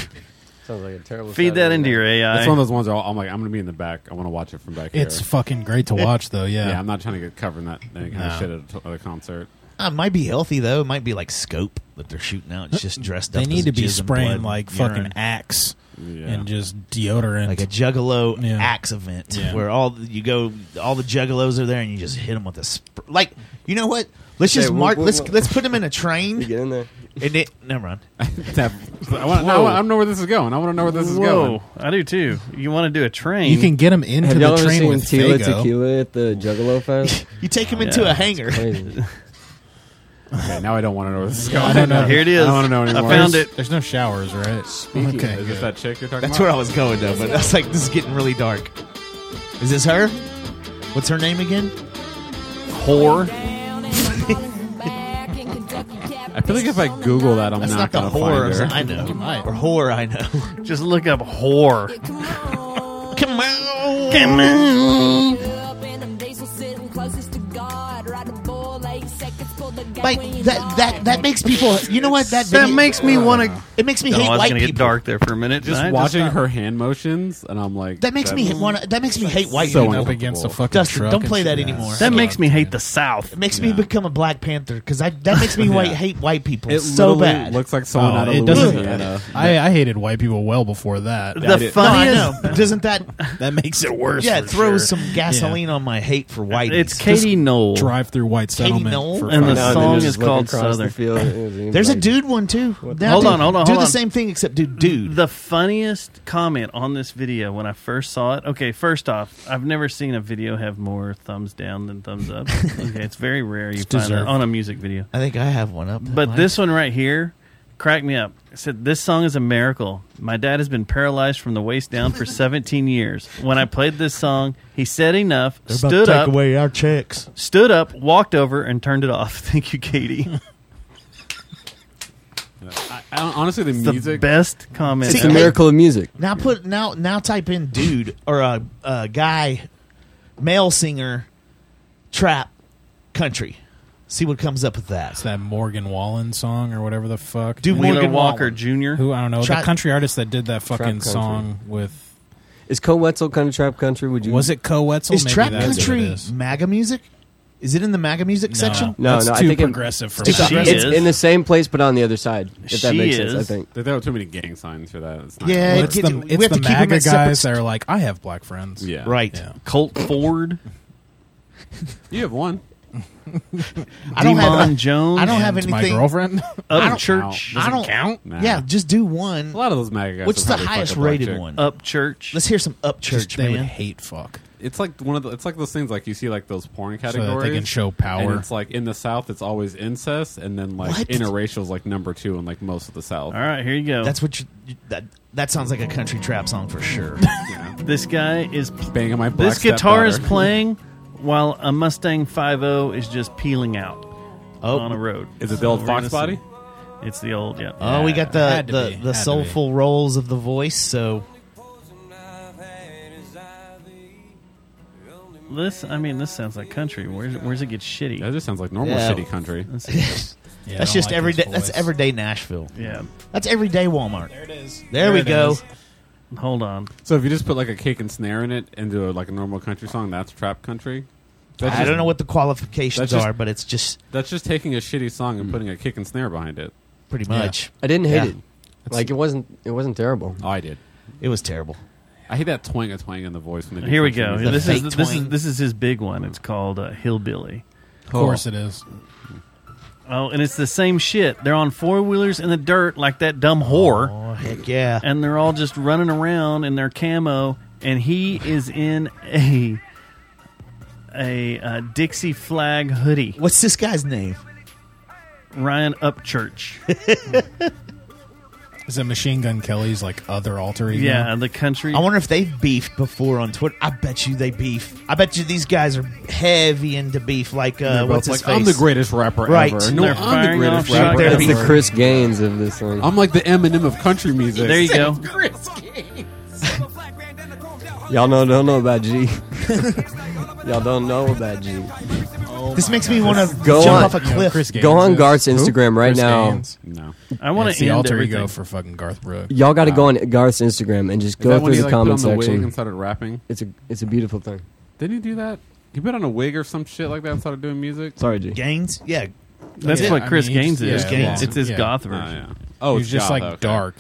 Sounds like a terrible.
Feed that
Saturday
into
night.
your AI.
It's one of those ones where I'm like, I'm gonna be in the back. I want to watch it from back
It's
here.
fucking great to watch, though. Yeah,
yeah. I'm not trying to get covering that any kind
No.
of shit at a, t- at a concert.
Uh, it might be healthy though. It might be like scope that they're shooting out. It's just dressed
they
up. as
need to be
jizz and
spraying
blood
like
urine.
fucking Axe
Yeah.
and just deodorant.
like a juggalo
Yeah.
axe event
Yeah.
where all the- you go, all the juggalos are there, and you just hit them with a sp- like. You know what? Let's
Say,
just
whoop,
mark.
whoop,
let's
whoop.
let's put them in a
You
train.
get in there.
and it, never mind.
That- I want. I, want- I don't know where this is going. I want to know where this is
Whoa,
going.
I do too. You want to do a train?
you can get them into
Have
the
y'all ever
train
seen
with
Tila
Faygo.
Tequila at the Juggalo Fest?
You take them into
Yeah.
a hangar.
Crazy.
Okay, now I don't want to know where this is going.
I don't know.
Here it is.
I don't want to know
I
anymore.
found it.
There's no showers, right? Okay,
Is
good.
this that chick you're talking
That's where I
about?
was going though, but that's like this is getting really dark. Is this her? What's her name again?
whore. I feel like if I Google that, I'm
That's
not,
not, the
gonna find
whore
her.
I know, or whore I know.
Just look up whore.
Come on, Like that that that makes people. You know what? That
That
video-
makes me want to.
It makes me
No,
hate
I was
white
gonna
people.
get dark there for a minute.
Just
I
watching
stopped.
her hand motions, and I'm like,
That makes me
that's-
want. to That makes me hate white people.
So
up
uncomfortable.
against a fucking
Dustin,
truck
don't
and
play that
shit.
anymore.
That makes me hate the South.
It makes me become a black panther because I that makes me white, hate white people
It
so
literally
bad.
Looks like someone
Oh,
out of
it doesn't.
Louisiana.
I, I hated white people well before that.
The
it-
no, I
funniest.
know. but Doesn't that?
That makes it worse.
Yeah, it
for
throws
sure.
some gasoline on my hate for white.
It's Katie Knoll.
drive through white settlement.
Knoll?
for
And the
No, they
fucking-
song
just
is
look
called
across
Southern.
The field. It was even
There's a
like-
dude one too. Now
Hold
do-
on, hold on,
Do
hold on.
the same thing except do dude.
The funniest comment on this video when I first saw it. Okay, first off, I've never seen a video have more thumbs down than thumbs up. Okay, it's very rare you find it
deserved.
on a music video.
I think I have one up.
But this one right here cracked me up. It said, This song is a miracle. My dad has been paralyzed from the waist down for 17 years. When I played this song, he said enough, stood up,
away our checks.
stood up, walked over, and turned it off. Thank you, Katie.
I, I don't- honestly, the
the
music.
best comment.
See,
It's a
ever.
miracle of music.
Now put now now type in dude or a, a guy, male singer, trap, country. See what comes up with that.
It's that Morgan Wallen song or whatever the fuck.
Dude,
Wheeler
Morgan
Walker
Wallen.
Jr.
who I don't know
Trap-
the country artist that did that fucking
country.
song with
Is Co Wetzel kind of trap country? Would you?
was it Co Wetzel?
Is
Maybe
trap
that's what
country
it is.
MAGA music? Is it in the MAGA music
No,
section?
No,
that's
no, I
too
think it-
progressive for
She
me.
It's
is.
in the same place, but on the other side. If that
She
makes sense, I
is.
think.
There were too many gang signs for that. It's not
Yeah,
gonna
Well,
it
work.
it's
gets-
the,
we
it's
have
the
to keep 'em
MAGA
at separate
guys that are like, I have black friends.
yeah,
Right.
Yeah.
Colt Ford,
You have one.
I
Demon
don't have
Jones,
I don't have
And to my
anything-
girlfriend.
I
Up
don't-
Church,
I don't
count? Nah.
Yeah, just do
A
one.
lot of those MAGA guys.
What's
are
the
probably fucking
highest
black
rated
chick.
one?
Up Church.
Let's hear some upchurch,
they would
man.
hate fuck.
It's like one of the. It's like those things like you see like those porn
So
categories.
that they can show
and
power.
it's like in the South, it's always incest, and then like
What?
interracial is like number two in like most of the South.
All right, here you go.
That's what you, that that sounds like a country trap song for sure.
this guy is.
Bang on my black
This guitar is
stepdaughter.
playing while a Mustang 5.0 is just peeling out
Oh,
on a road.
Is it the old
We're
Fox
gonna see.
body?
It's the old, yeah.
Oh, we got the
Had to
the,
be.
the
Had to
soulful rolls of the voice. So
This, I mean, this sounds like country. Where's, where's it get shitty?
That just sounds like normal
Yeah.
shitty country.
Let's see.
Yeah, I
that's
don't
just
like
everyday.
his
That's
voice.
everyday Nashville.
yeah.
That's everyday Walmart.
There it is.
There we
it
go.
is.
Hold on.
So if you just put like a kick and snare in it and do like a normal country song, that's trap country. That's
I
just,
don't know what the qualifications
that's just-
are, but it's just
That's just taking a shitty song
Hmm.
and putting a kick and snare behind it.
pretty
Yeah.
much.
I didn't hate
Yeah.
it. Like it wasn't. It wasn't terrible.
Oh, I did.
It was terrible.
I hate that twang a twang in the voice when they do
Here we
country
go.
music.
This is
fake
this is
twang.
this is his big one. It's called uh, Hillbilly.
Of course it is.
Oh, and it's the same shit. They're on four wheelers in the dirt like that dumb whore.
Oh heck yeah!
and they're all just running around in their camo, and he is in a a uh, Dixie flag hoodie.
What's this guy's name?
Ryan Upchurch,
Is it Machine Gun Kelly's like other alter ego?
yeah, the country.
I wonder if they've beefed before on Twitter. I bet you they beef. I bet you these guys are heavy into beef. Like uh,
They're both
what's his
like,
face?
I'm the greatest rapper
Right.
ever.
They're
I'm the
firing
greatest
off
rapper
shotguns.
That's the
ever.
Chris Gaines of this one.
I'm like the Eminem of country music.
there you go.
Y'all know, don't know about G. Y'all don't know about G.
This makes me want to
Go
jump
on.
off a cliff.
Chris Gaines
Go on
is.
Garth's Instagram right
Chris
now.
Gaines.
No.
I want
It's
to
the
end
alter
everything.
ego for fucking Garth Brooks.
Y'all got to go on Garth's Instagram and just
Is that
go
when
through
he,
the
like, put on
comment
the wig and
section.
started rapping?
It's a it's a beautiful thing.
Didn't he do that? He put on a wig or some shit like that and started doing music.
Sorry, G.
Gaines. Yeah,
That's
Yeah,
what
I
Chris
mean,
Gaines
yeah,
is.
Chris Gaines.
It's his
Yeah.
goth
Oh,
version.
yeah. Oh,
he's
it's
just
goth,
like
okay.
dark.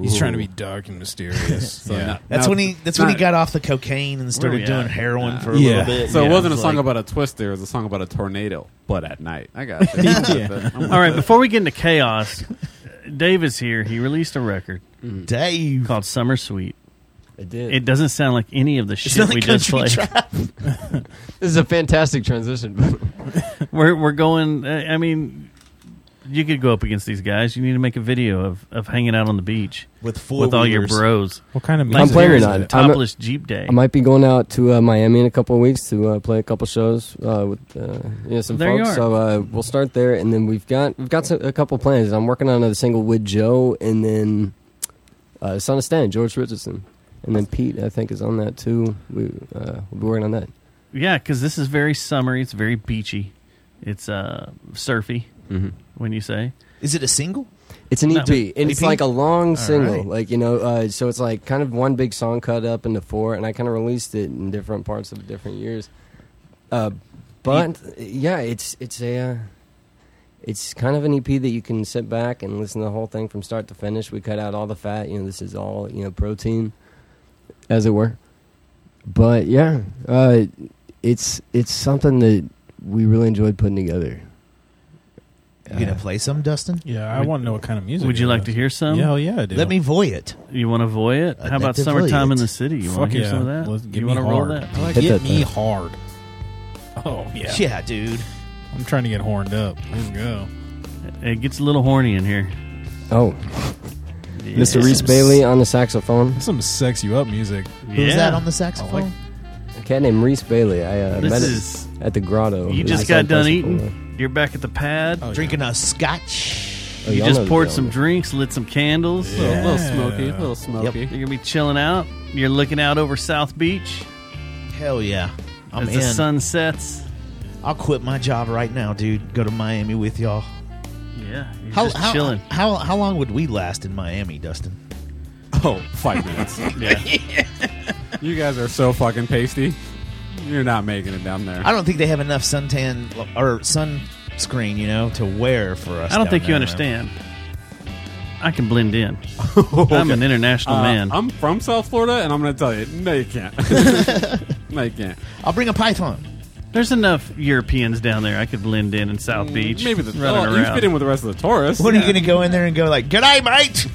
He's trying to
Ooh.
be dark and mysterious. yeah.
not-
that's
Now-
when he. That's when he
not-
got off the cocaine and
Where we
started doing
at?
heroin for a
Yeah.
little bit.
So
Yeah,
it wasn't
it's
a song
like-
about a twister. It was a song about a tornado, but at night. I got it.
All right, before we get into chaos, Dave is here. He released a record
Dave.
called Summer Sweet.
It did.
It doesn't sound like any of the shit
not
we
country
just played.
trap.
this is a fantastic transition.
we're we're going. uh, I mean, you could go up against these guys. You need to make a video of, of hanging out on the beach
with four
with all your
wheelers.
bros.
What kind of
Like,
music?
playing
is
or not?
it?
I'm a-
Topless Jeep Day.
I might be going out to uh, Miami in a couple of weeks to uh, play a couple shows uh, with uh, you know, some
There you
folks.
are.
So uh, we'll start there, and then we've got we've got some, a couple plans. I'm working on a single with Joe, and then uh, Son of Stan, George Richardson, and then Pete. I think is on that too. We uh, we'll be working on that.
yeah, because this is very summery. It's very beachy. It's uh, surfy.
Mm-hmm.
When you say
Is it a single?
It's an
No.
EP, and it's
EP?
like a long single,
E right.
like you know. Uh, so it's like kind of one big song cut up into four, and I kind of released it in different parts of different years. Uh, but yeah, it's it's a uh, it's kind of an EP that you can sit back and listen to the whole thing from start to finish. We cut out all the fat, you know. This is all you know, protein, as it were. But yeah, uh, it's it's something that we really enjoyed putting together.
You gonna play some, Dustin?
Yeah, I
Would-
want to know what kind of music.
would you
it
like
is.
to hear some?
Yeah, hell yeah, I do.
Let me voy it.
You want to voy it?
I'd
How about
like to
summertime
voy
in
it.
the city? You
Fuck
want to hear
yeah.
some of that?
Let's give
you
me
want to roll
hard.
that?
Hit
Get
that
me
thing.
hard. Oh yeah.
Yeah, dude.
I'm trying to get horned up. Let's go.
It gets a little horny in here.
Oh, Mr.
Yeah.
Reese Bailey on the saxophone.
Some sex you up music.
Who's
Yeah.
that on the saxophone?
like-
A cat named Reese Bailey. I uh,
This
met
is-
at the grotto.
You
It
just
was on
got done
festival.
eating. You're back at the pad.
Oh, Drinking a scotch.
Oh,
You
y'all know
just
the
poured
deal.
some drinks, lit some candles.
A little, little smoky, a little smoky.
You're gonna be chilling out. You're looking out over South Beach
Hell yeah. I'm
as
in.
the sun sets.
I'll quit my job right now, dude. Go to Miami with y'all.
Yeah, you're
How
just
how,
chilling.
how how long would we last in Miami, Dustin?
Oh, five minutes.
Yeah.
you guys are so fucking pasty. You're not making it down there.
I don't think they have enough suntan or sunscreen, you know, to wear for us.
I don't
down
think you
there.
understand. I can blend in. I'm an international
Oh,
Uh,
man.
I'm from South Florida, and I'm going to tell you, no, you can't. no, you can't.
I'll bring a python.
There's enough Europeans down there. I could blend in in South
Mm,
Beach.
Maybe the
running
oh, you
around.
fit in with the rest of the tourists.
What are you going to go in there and go like, "Good day, mate"?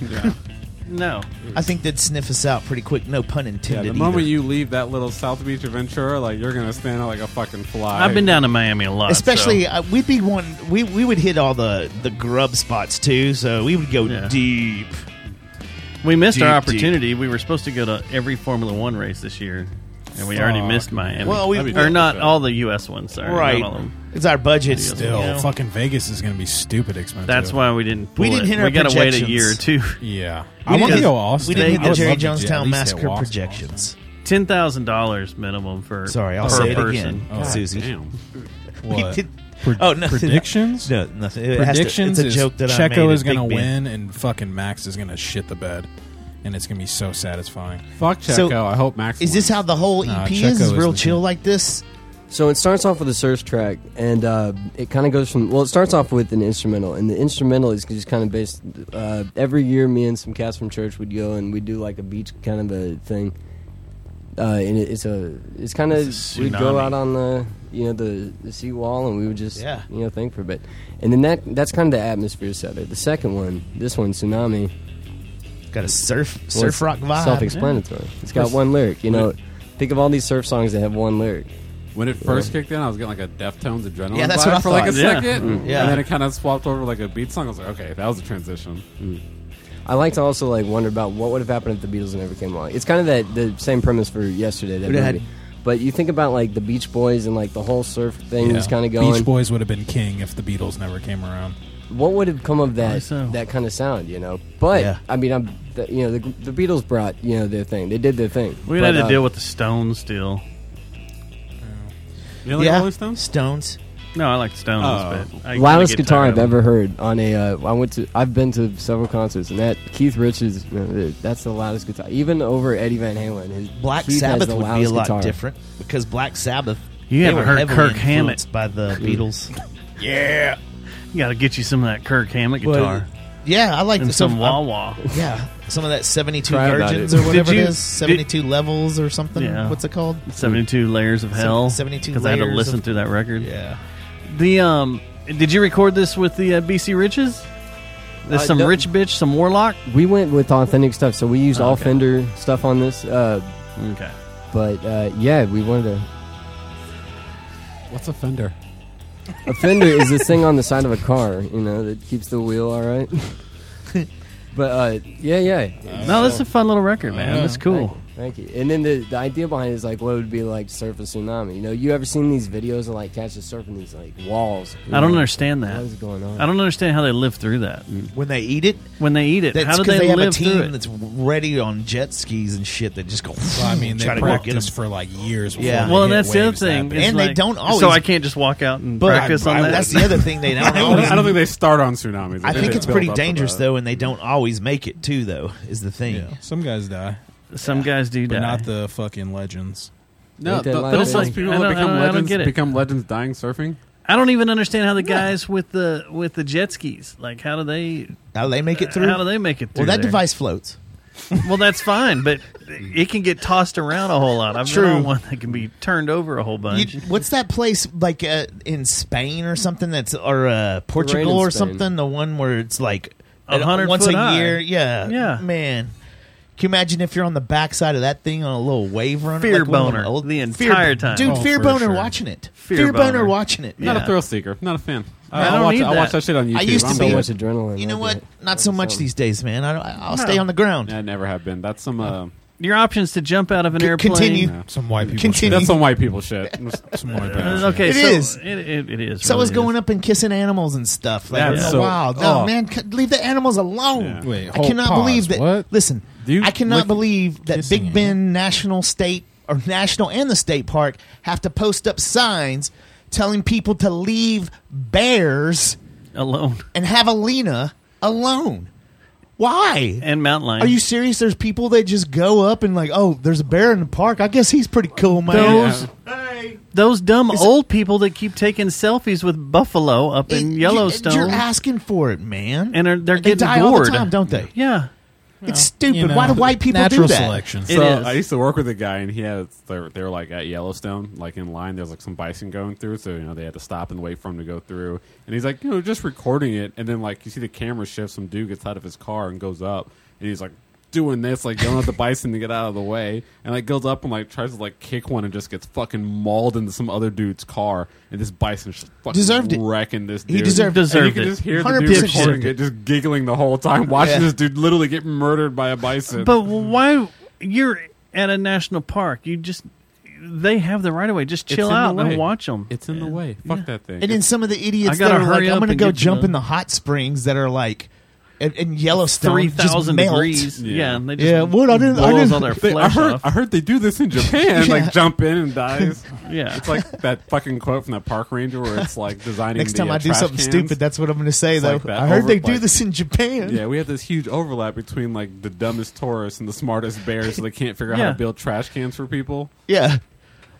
no,
I think they'd sniff us out pretty quick. No pun
Yeah,
intended.
the
either.
moment you leave that little South Beach Adventure, like you're gonna stand out like a fucking fly.
I've been down to Miami a lot.
Especially,
so-
uh, we'd be one. We, we would hit all the the grub spots too, so we would go
Yeah.
deep.
we missed
Deep,
our
deep.
opportunity. We were supposed to go to every Formula One race this year, and we already missed Miami.
Well, we- That'd be
or
dope.
not all the U.S. ones. Sorry, not
right,
all of them.
it's our budget
Still,
you know?
fucking Vegas is going to be stupid expensive.
That's why we didn't. Pull
We didn't
it.
hit our
we gotta wait a
projections.
year or two.
Yeah,
We
I want to
didn't-
go Austin.
We didn't hit
I
the
would
Jerry
love to do- at
Jonestown
least hit
massacre
Austin.
projections.
Ten thousand dollars minimum for
Sorry, I'll
per
say it
person.
again,
Oh,
Susie.
Damn.
We
What?
did-
Pre-
oh, no,
predictions.
No, nothing. It has to-
predictions.
it's a joke that I
Checo
made
is
at
going to
Big Ben.
win, and fucking Max is going to shit the bed, and it's going to be so satisfying.
Fuck Checo.
So,
I hope Max.
Is this
wins.
how the whole EP
Nah,
is?
Checo
Is
is
real
the
chill
shit.
like this?
So it starts off with a surf track, and uh, it kind of goes from well, it starts off with an instrumental, and the instrumental is just kind of based. Uh, every year, me and some cats from church would go and we'd do like a beach kind of a thing, uh, and it, it's a it's kind of
It's a
we'd go
tsunami.
out on the you know the the sea wall and we would just
Yeah.
you know think for a bit, and then that that's kind of the atmosphere setter. The second one, this one, tsunami,
Got a surf
well,
surf
it's
rock vibe.
self-explanatory. It's got one lyric. You know, think of all these surf songs that have one lyric.
When it first kicked in, I was getting like a Deftones adrenaline
Yeah, that's
vibe
what I
for like a
thought.
Yeah. Mm.
second,
Yeah.
and then it kind of swapped over like a beat song. I was like, okay, that was a transition.
I like to also like wonder about what would have happened if the Beatles never came along. It's kind of that the same premise for yesterday. That
Would've had-
movie. but you think about like the Beach Boys and like the whole surf thing was kind of going.
Beach Boys would have been king if the Beatles never came around.
what would have come of
Probably
that
so.
that kind of sound, you know? But
Yeah.
I mean, I'm the, you know the, the Beatles brought you know their thing. They did their thing.
We
But,
had to
uh,
deal with the Stones still.
You know, like
yeah,
Rolling Stones?
Stones.
No, I like the Stones,
Oh.
but I
loudest
kinda get
guitar
tired of
I've
them.
ever heard on a. Uh, I went to. I've been to several concerts, and that Keith Richards. you know, that's the loudest guitar, even over Eddie Van Halen. His
Black
Keith has
Sabbath
the
would be a
loudest
lot
guitar.
different because Black Sabbath.
You
they
haven't
were
heard
heavily
Kirk Hammett.
influenced by the Beatles.
You got to get you some of that Kirk Hammett guitar
yeah, I like
and
the stuff.
some Wawa.
Yeah, some of that seventy-two
Cry about
virgins
it.
or whatever
you-
it is, seventy-two levels or something.
Yeah.
What's it called?
Seventy-two layers of hell.
72
I had to
layers
listen
of-
through that record.
Yeah,
The um, did you record this with the uh, BC Riches? There's
Uh,
some
no-
rich bitch, some warlock.
We went with authentic stuff, so we used
Oh,
all
okay.
Fender stuff on this. Uh,
Okay,
but uh, yeah, we wanted to.
What's a Fender?
A fender is this thing on the side of a car, you know, that keeps the wheel all right. but uh, yeah, yeah.
no, this is a fun little record, man. That's cool.
Thank you. And then the, the idea behind it is like, what would be like surf a tsunami? You know, you ever seen these videos of like catch a surf in these like walls?
I don't understand
What
that.
is going on?
I don't understand how they live through that
when they eat it,
when they eat it.
that's
how do
because
they,
they, have
live
a
through it?
team that's ready on jet skis and shit that just go.
So, I mean, they
Mm, try to go get them.
practiced for like years. Before
Yeah.
they
Well,
hit
that's the other
waves that
thing,
big.
It's
And they
like-
don't always-
So I can't just walk out and
But
practice
I-
on that.
That's the other thing they don't
I don't,
always.
I don't think they start on tsunamis.
I
They
think
just
it's
build
pretty
up to
dangerous
that.
though, and they don't always make it too. Though is the thing.
Yeah. Some guys die,
Some guys do
but
die.
not the fucking legends.
No,
Ain't that
th-
like-
those,
Those,
those
like,
people
I
that
don't- I
become
don't- I don't
legends
get it.
become legends dying surfing.
I don't even understand how the guys with the with the jet skis. Like, how do they
How they make it through?
Uh, How do they make it through?
well, that
there?
device floats.
Well, that's fine, but it can get tossed around a whole lot. I've been on one that can be turned over a whole bunch.
You- what's that place like uh, in Spain or something? That's or uh, Portugal or
Spain.
something. The one where it's like
A
uh,
hundred
once
foot
a
high.
year. Yeah,
Yeah.
man. Can you imagine if you're on the backside of that thing on a little wave runner?
Fear
like one of them
boner
old-
the
fear-
entire time.
dude.
Oh,
fear
for
boner
sure.
watching it. Fear,
Fear
boner.
boner.
watching it.
Yeah.
Not a thrill seeker. Not a fan. I,
I
I'll
don't
watch,
need
I'll watch
that.
that shit on YouTube.
I used to
I'm
be-
old.
so much adrenaline.
You know
I
what?
get it.
Not so much these days, man. I don't, I- I'll
No.
stay on the ground.
I never have been. That's some. Uh,
Your options to jump out of an
C-
airplane.
continue.
Yeah.
Some white people.
Continue.
that's some white people shit.
Some white people.
Uh, okay,
It
so
is.
It, it, it is.
So I
really
was going
is.
up and kissing animals and stuff. Like,
That's
oh,
so-
wow, no
oh.
man, c- leave the animals alone.
Yeah.
Wait,
I
hold-
cannot
pause.
believe that.
What?
Listen,
Do you
I cannot
lick-
believe that
kissing
Big
it?
Bend National State or National and the state park have to post up signs telling people to leave bears
alone
and javelina alone. Why?
and mountain lion.
Are you serious? There's people that just go up and like, oh, there's a bear in the park. I guess he's pretty cool, man.
those those dumb
Is-
old people that keep taking selfies with buffalo up
It-
in
you-
Yellowstone?
You're asking for it, man.
And are- they're
they
getting
die all the
gored.
time, don't they?
yeah,
It's stupid.
You know,
Why do white people
natural
do that?
selection?
It
so
is.
I used to work with a guy, and he had they were, they were like at Yellowstone, like in line. There's like some bison going through, so you know they had to stop and wait for him to go through. And he's like, you know, just recording it, and then like you see the camera shift. Some dude gets out of his car and goes up, and he's like doing this, like yelling at the bison to get out of the way, and like goes up and like tries to like kick one and just gets fucking mauled into some other dude's car, and this bison just fucking
Deserved it.
wrecking this
He
dude.
deserved
it.
And you
Deserved
can
it.
just hear the
100%
dude
deserved
recording
it.
it, just giggling the whole time, watching
Yeah.
this dude literally get murdered by a bison.
but why? You're at a national park. You just they have the right of way. Just
It's
chill
in the
out
way.
and watch them.
It's in the way. Fuck that thing.
And then
It's-
some of the idiots
I gotta
that are like,
hurry
I'm
up
going to
and
go
get to
jump
the-
in the hot springs that are like in, in Yellowstone.
three
just
thousand
melt.
degrees.
Yeah.
Yeah. and they just
Yeah, what? I didn't- I
boils
didn't-
all their
they- I
flesh
heard.
off.
I heard they do this in Japan.
Yeah.
Like jump in and dies.
Yeah,
It's like that fucking quote from that park ranger where it's like designing.
Next
the,
time
uh,
I do
trash
something
cans.
stupid, that's what I'm going to say.
It's
though
like that
I heard
over-
they do
like-
this in Japan.
Yeah, we have this huge overlap between like the dumbest tourists and the smartest bears, so they can't figure out how
Yeah.
to build trash cans for people.
Yeah.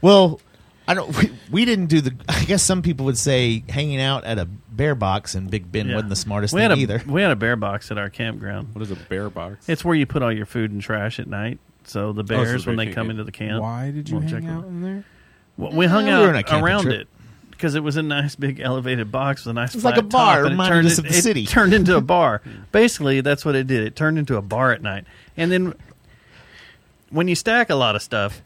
Well, I don't. We, we didn't do the. I guess some people would say hanging out at a bear box in Big Bend
Yeah.
wasn't the smartest
we
thing
had a,
either.
We had a bear box at our campground.
What is a bear box?
It's where you put all your food and trash at night. So
Oh,
the
so
bears
they
when they
can't
come
get-
into the camp.
Why did you
won't
hang
check
out in there?
Well, we hung
Yeah, we were on a
out
camping
around
trip.
it because it was a nice big elevated box with a nice.
It's like
flat
a bar.
top,
It
and
reminded
turned
us of
in-
the
it
city.
turned into a bar. Basically, that's what it did. It turned into a bar at night, and then when you stack a lot of stuff,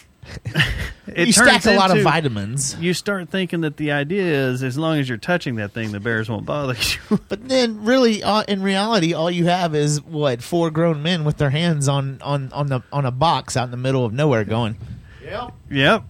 it
you stack
turns
a lot of
into-
vitamins.
You start thinking that the idea is as long as you're touching that thing, the bears won't bother you.
But then, really, uh, in reality, all you have is what four grown men with their hands on on on the on a box out in the middle of nowhere, going.
yep,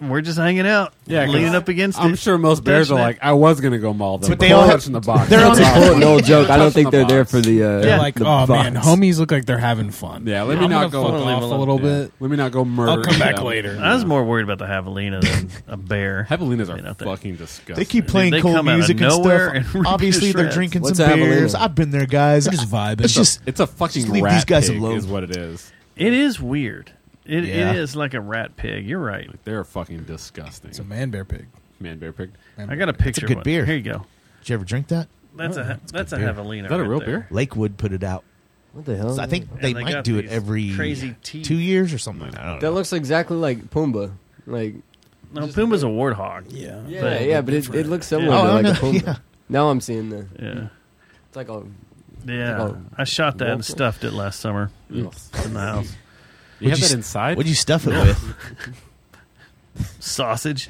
we're just hanging out,
Yeah, 'cause
leaning up against.
I'm
it,
sure most bears are
touching it.
like, I was gonna go maul them,
But they all have-
touching the box.
they're on
That's
the-
all.
Important old joke. I don't
Touching
think
the
they're there
box.
for the. Uh,
They're
Yeah.
like,
the
oh man,
box.
homies look like they're having fun.
Yeah, let me
I'm
not
gonna
go
fuck
off
off a little
Yeah.
bit.
Let me not go murder.
I'll come back
them.
later.
I was more worried about the javelina than a bear.
Javelinas are
You know, they-
fucking disgusting.
They keep playing
They
cool
come out of
music and
nowhere
stuff.
and rip
Obviously,
to
they're
shreds.
drinking
What's
some
Abilene?
beers. I've been there, guys.
They're just vibing.
It's just
It's a
Just
fucking
leave
rat
these guys
pig,
alone.
is what it is.
It is weird. It,
Yeah.
it is like a rat pig. You're right.
They're fucking disgusting.
It's a man bear pig.
Man, bear pig.
Man
I
bear
got a
pig.
picture.
good
one.
beer.
Here you go.
Did you ever drink that?
That's a that's, a
beer.
javelina.
Is that a
right
real
there.
beer?
Lakewood put it out.
What the hell?
So I think
And
they,
they
might
got
do it
these
every
crazy teeth.
two years or something. I don't
that
know.
looks exactly like Pumbaa. Like
No, Pumbaa's a warthog.
Yeah.
yeah,
But-
yeah, but it, it looks similar
Oh,
to
I
like
know.
a Pumbaa.
Yeah.
Now I'm seeing the.
Yeah,
It's like a
yeah.
Oh.
I shot that
Warthog?
and stuffed it last summer
You
in the house.
have
you s-
that inside?
What'd you stuff it with?
Sausage.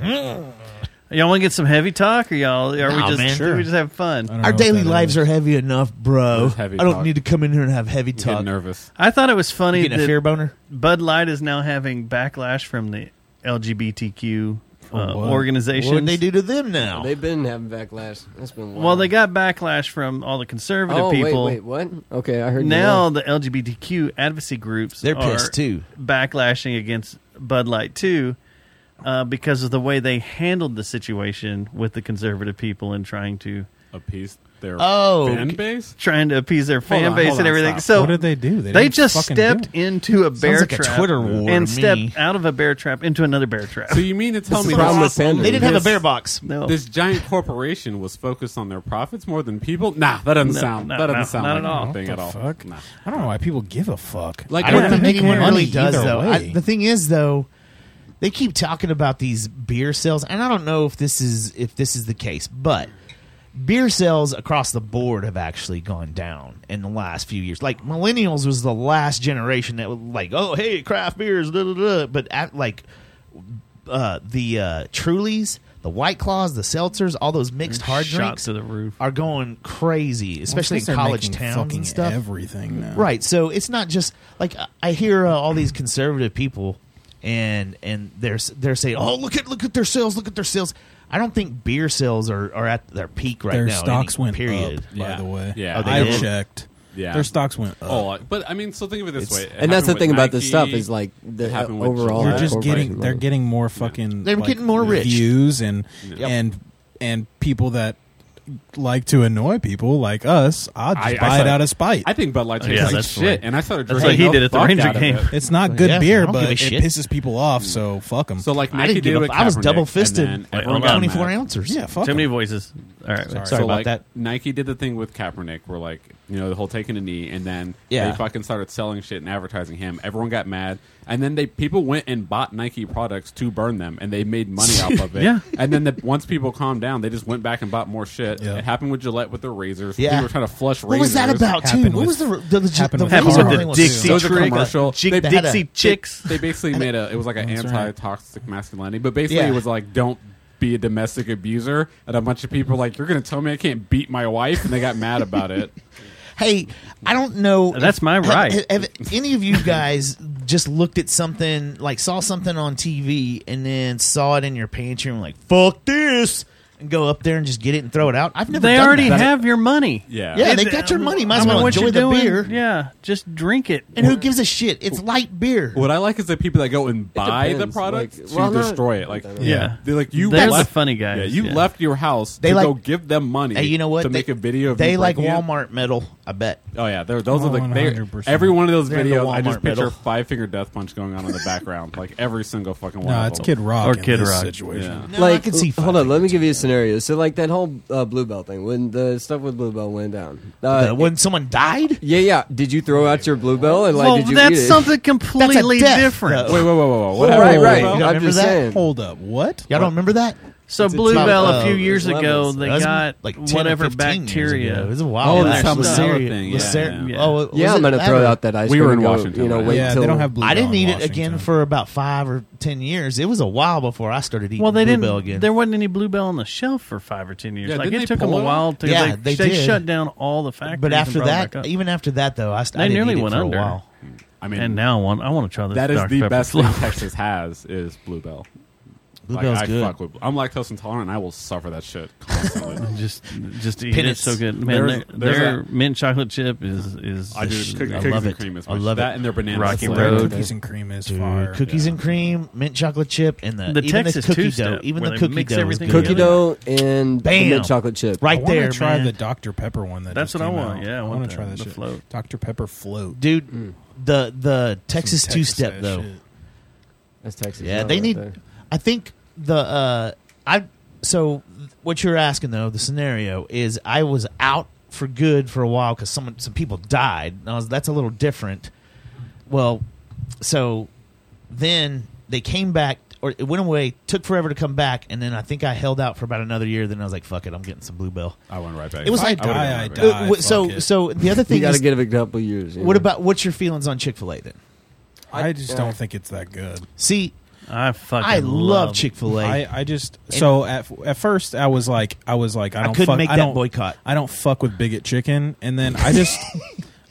y'all want to get some heavy talk, or y'all are
Nah,
we just
man.
do we just have fun?
Our daily lives are heavy enough, bro.
It's heavy
I don't
talk.
need to come in here and have heavy
You get
talk.
nervous.
I thought it was funny
Getting a fear
that
boner?
Bud Light is now having backlash from the LGBTQ uh,
Oh, what?
organizations.
What'd they do to them now?
They've been having backlash. That's been wild.
Well, they got backlash from all the conservative
oh,
people.
Wait, wait, what? Okay, I heard you
now
wrong.
the LGBTQ advocacy groups
They're
are
pissed too.
backlashing against Bud Light too, uh, because of the way they handled the situation with the conservative people and trying to
Appease their
Oh,
fan
okay.
base.
trying to appease their fan
on,
base
hold
and
on,
everything.
stop.
So
what did they do? They,
They
didn't
just
fucking
stepped
do it.
into a bear
like a
trap
Twitter war to
and
me.
stepped out of a bear trap into another bear trap.
So you mean to tell
This
me
is problem with
this,
pandering.
They didn't have a
This-
bear box.
no,
this giant corporation was focused on their profits more than people? Nah, that doesn't
No,
sound.
no,
that doesn't
no,
sound
not
like
at all.
a thing
What
at
the
all.
fuck?
Nah.
I don't know why people give a fuck.
Like
I don't
Yeah.
think
Making
anyone
money
really does
either
though.
way.
I, the thing is though, they keep talking about these beer sales, and I don't know if this is if this is the case, but beer sales across the board have actually gone down in the last few years. Like millennials was the last generation that was like, oh hey, craft beers, da da da. But at like uh, the uh, Trulies, the White Claws, the seltzers, all those mixed hard
shot
drinks
to the roof.
are going crazy, especially
Since
in
they're
college
making
towns
fucking
and stuff.
Everything now.
Right. So it's not just like I- I hear uh, all these conservative people, and and they're s- they're saying, "Oh, look at look at their sales, look at their sales." I don't think beer sales are, are at their peak right
Their
now.
stocks
any
went
period.
up. By
Yeah.
the way,
Yeah. Oh, they
I
did?
checked.
Yeah.
Their stocks went up.
Oh, like- but I mean, so think of it this way. It
and that's the
happened
thing
with
about this stuff
Nike.
is like the
It happened with
overall.
Jordan.
You're just
corporate
getting.
level.
They're getting more fucking.
They're
like,
getting more rich.
Views and
Yep.
and and people that like to annoy people like us. I'll just
I- I
buy it
started-
out of spite.
I think Bud Light
Yeah,
tastes like
that's
shit,
right.
and I started
That's
drinking.
what he
the
did at the
fuck
Ranger
out of
game.
it.
it's not good
Yeah, I
beer,
don't
but
give a
it
shit. Mm.
pisses people off. So fuck them.
So like
I
Nike
didn't
did
give
with
up. I was
Kaepernick,
double
and
fisted.
then
Wait,
everyone
hold
got
on,
Twenty four
mad.
ounces.
yeah, fuck
Too
'em.
many voices. All right, sorry.
Sorry
so
about
like,
that.
Nike did the thing with Kaepernick, where like you know the whole taking a knee, and then
Yeah.
they fucking started selling shit and advertising him. Everyone got mad, and then they people went and bought Nike products to burn them, and they made money off of it.
Yeah.
And then the, once people calmed down, they just went back and bought more shit.
Yeah.
It happened with Gillette with their razors.
Yeah.
People were trying to flush
What was
razors.
that about too?
Happened
What was
with-
the the, the,
happened
the
with-
Happened
razor
with
thing
the
was-
Dixie
Those are
trick,
commercial.
Jig-
They had a-
Dixie chicks.
They basically made a. It was like an
That's right.
anti-toxic masculinity, but basically
Yeah.
it was like don't be a domestic abuser. And a bunch of people were like you're going to tell me I can't beat my wife, and they got mad about it.
Hey, I don't know.
That's my
have-
right.
Have, any of you guys just looked at something, like saw something on TV, and then saw it in your pantry and were like, "Fuck this," and go up there and just get it and throw it out? I've never.
They
done
already
that.
have your money.
Yeah.
Yeah, they
It-
got your money. Might
I
as
mean,
well
what
enjoy
you're
the
doing-
beer.
Yeah, just drink it.
And who gives a shit? It's light beer.
What I like is the people that go and buy the
depends,
product
like-
to
well, no,
destroy it. Like,
I don't
yeah.
know.
Yeah.
they're like you.
They're the
left,
funny guys,
Yeah, you
yeah.
left your house
They
to
like-
go give them money.
Hey, you know what?
To
They-
make a video. Of
They
you
like
breaking it.
Walmart metal. I bet.
Oh yeah, they're, those
Oh,
are the they,
100%.
every one of those
They're in the
videos. I just
Walmart
picture
middle.
five finger death punch going on in the background, like every single fucking one.
No,
of
it's
them.
Kid Rock Or in Kid this Rock. situation.
Yeah.
like, hold on, let me give you a scenario. So, like that whole uh, Bluebell thing, when the stuff with Bluebell went down, uh,
The- when someone died.
Yeah, yeah. Did you throw out your Bluebell and like?
Well,
did you
that's
eat it?
something completely
death.
different.
No. Wait, wait,
whoa, whoa, whoa.
What
Whoa,
happened?
whoa,
Right,
whoa.
right.
You don't
I'm
remember
just
that?
saying.
Hold up, what?
Y'all don't remember that?
So
It's
Bluebell
about,
a few
uh,
years ago,
levels.
they
That's
got
like 10 or
whatever
15 years ago. It
bacteria.
was a while.
Oh,
back.
that's how
Listeria-
Malaria thing. Yeah,
Listeria-
yeah.
Oh, it-
Yeah,
was
I'm
it
gonna
that
throw
or-
out that ice.
We were
cream
in
and go,
Washington,
You know,
right?
wait
yeah,
till
they don't have blue.
I didn't
Bell in
eat it again
Washington.
for about five or ten years. It was a while before I started eating
Well, they
Bluebell
didn't.
again.
There wasn't any Bluebell on the shelf for five or ten years.
Yeah,
like
didn't
it
they
took them
pull
a
it?
while to.
Yeah,
they,
they
they
did.
shut down all the factories.
but
and
after
brought it back
that,
up.
even after that though, I, st- I
they
didn't
nearly
eat it
went
for
under.
a while.
I mean,
And now one, I want to try this.
that is
Dr.
the
Pepper
best thing
flavor.
Texas has is Bluebell.
Bluebell's
like, I
good.
Fuck with, I'm lactose intolerant. and I will suffer that shit constantly.
just just eat
Peanuts.
it so good. Man,
There's-
their-
there's
their
a-
mint chocolate chip is is
I do cook,
I
cookies
love
and
it.
cream is
I
my
love
that
it.
and their banana
Rocky
split.
Road.
Cookies and cream is
Dude,
fire.
cookies and cream, mint chocolate chip, and the,
The
even
Texas
the cookie dough,
two-step,
even
where
the
they
cookie
mix
dough, is
everything
good.
cookie dough and
Bam.
mint chocolate chip.
right
I
there.
want to try
man.
the Dr Pepper one. That
That's
just
what I
came
want.
out.
Yeah, I want
want
the-
to try that
the
shit.
float.
Dr Pepper float.
dude. The the
Mm. Some
Texas two step
ass
though.
shit.
That's Texas.
Yeah,
style
they
right
need.
there.
I think the uh, I so what you're asking though the scenario is I was out for good for a while because someone some people died. And I was, that's a little different. Well, so then they came back or it went away, took forever to come back, and then I think I held out for about another year. Then I was like, "Fuck it, I'm getting some bluebell."
I went right back.
It was
If I
like-
would've
die,
gone
I
right back.
die.
Uh, so
fuck it.
so the other
You
thing
got
is,
to give it a couple years. you
what
know?
about what's your feelings on Chick Fil A then?
I just don't think it's that good.
See,
I fucking
I love
it.
Chick Fil
I,
A.
I just so at at first I was like I was like I
I
don't
couldn't
fuck,
make
I
that
don't,
boycott.
I don't fuck with bigot chicken, and then I just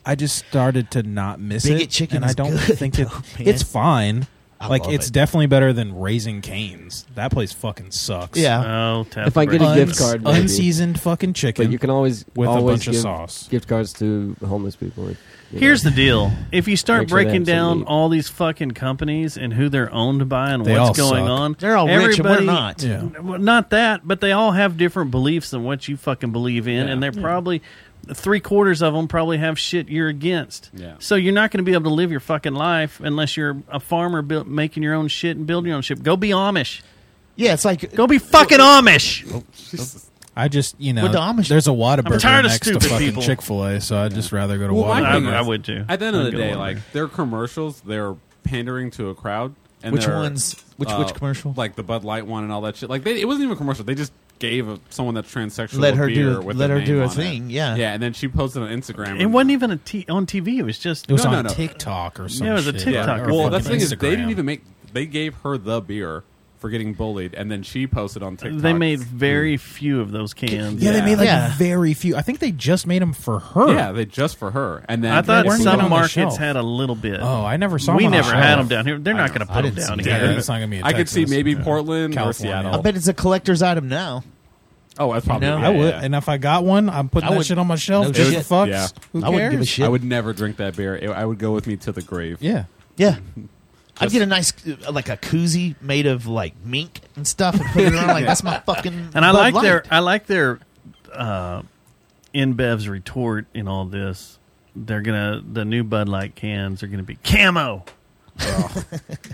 I just started to not miss it.
Bigot chicken
and
is
I don't
good,
think it,
though, man.
it's fine.
I
like
love
it's
it.
definitely better than raising canes. That place fucking sucks.
Yeah,
Oh, tap
If I
the
get a
brakes.
Un-
gift card, maybe.
unseasoned fucking chicken.
But you can always
with a
always
bunch of
give
sauce.
gift cards to homeless people. if- you
Here's the deal: if you start
Make sure they
breaking
have some
down
meat.
all these fucking companies and who they're owned by and
They
what's
all
going
suck.
on,
They're all rich and we're
everybody-
not.
Yeah.
Well, not that, but they all have different beliefs than what you fucking believe in, and they're probably three quarters of them probably have shit you're against.
Yeah.
So you're not going to be able to live your fucking life unless you're a farmer built, making your own shit and building your own shit. Go be Amish.
yeah, it's like uh,
Go be fucking Amish.
I just you know
With the Amish-
there's a lot of
I'm tired of
next to
stupid
fucking
people.
Chick Fil A, so I'd just rather go to
Well, my
I,
thing
Walmart.
is,
I would too.
At the end of
I'd
the
go
day,
to
like
Walmart.
their commercials, they're pandering to a crowd. And
Which
they're, uh,
ones- which- which commercial?
Like the Bud Light one and all that shit. Like they, it wasn't even a commercial. They just gave a, someone that's transsexual
Let
a
her do
beer
a-
with
let
the
her
name
do a
on it.
thing, yeah.
yeah. And then she posted on Instagram.
it
and-
wasn't even a t- on TV. It was just
It was
No,
on
no, no.
TikTok or something.
Yeah, it was a TikTok or
Well,
fucking
that's the thing is they didn't even make. They gave her the beer for getting bullied, and then she posted on TikTok.
they made very few of those cans.
Mm. Yeah, they made like
Yeah.
very few. I think they just made them for her.
Yeah, they just for her, and then
I thought
weren't even on
some
the
markets
shelf.
had a little bit.
Oh, I never saw.
we
them on the
never had them
shelf.
down here. They're not going to
I
put them
didn't
down
see
here.
Yeah, it's not gonna be. a
I could see
Texas,
maybe
yeah.
Portland or
California.
Seattle.
I bet it's a collector's item now.
Oh, that's probably.
You know?
yeah,
I would,
yeah.
and if I got one, I'm putting
I
that
would-
shit on my shelf.
no
just
shit.
fucks.
Yeah.
Who
I wouldn't
cares?
give a shit.
I would never drink that beer. It, I would go with me to the grave.
Yeah,
Yeah. I'd get a nice, uh, like a koozie made of like mink and stuff, and put it on. Like that's my fucking.
And I
Bud
like
Light.
their I like their uh InBev's retort in all this. They're gonna the new Bud Light cans are gonna be camo. we got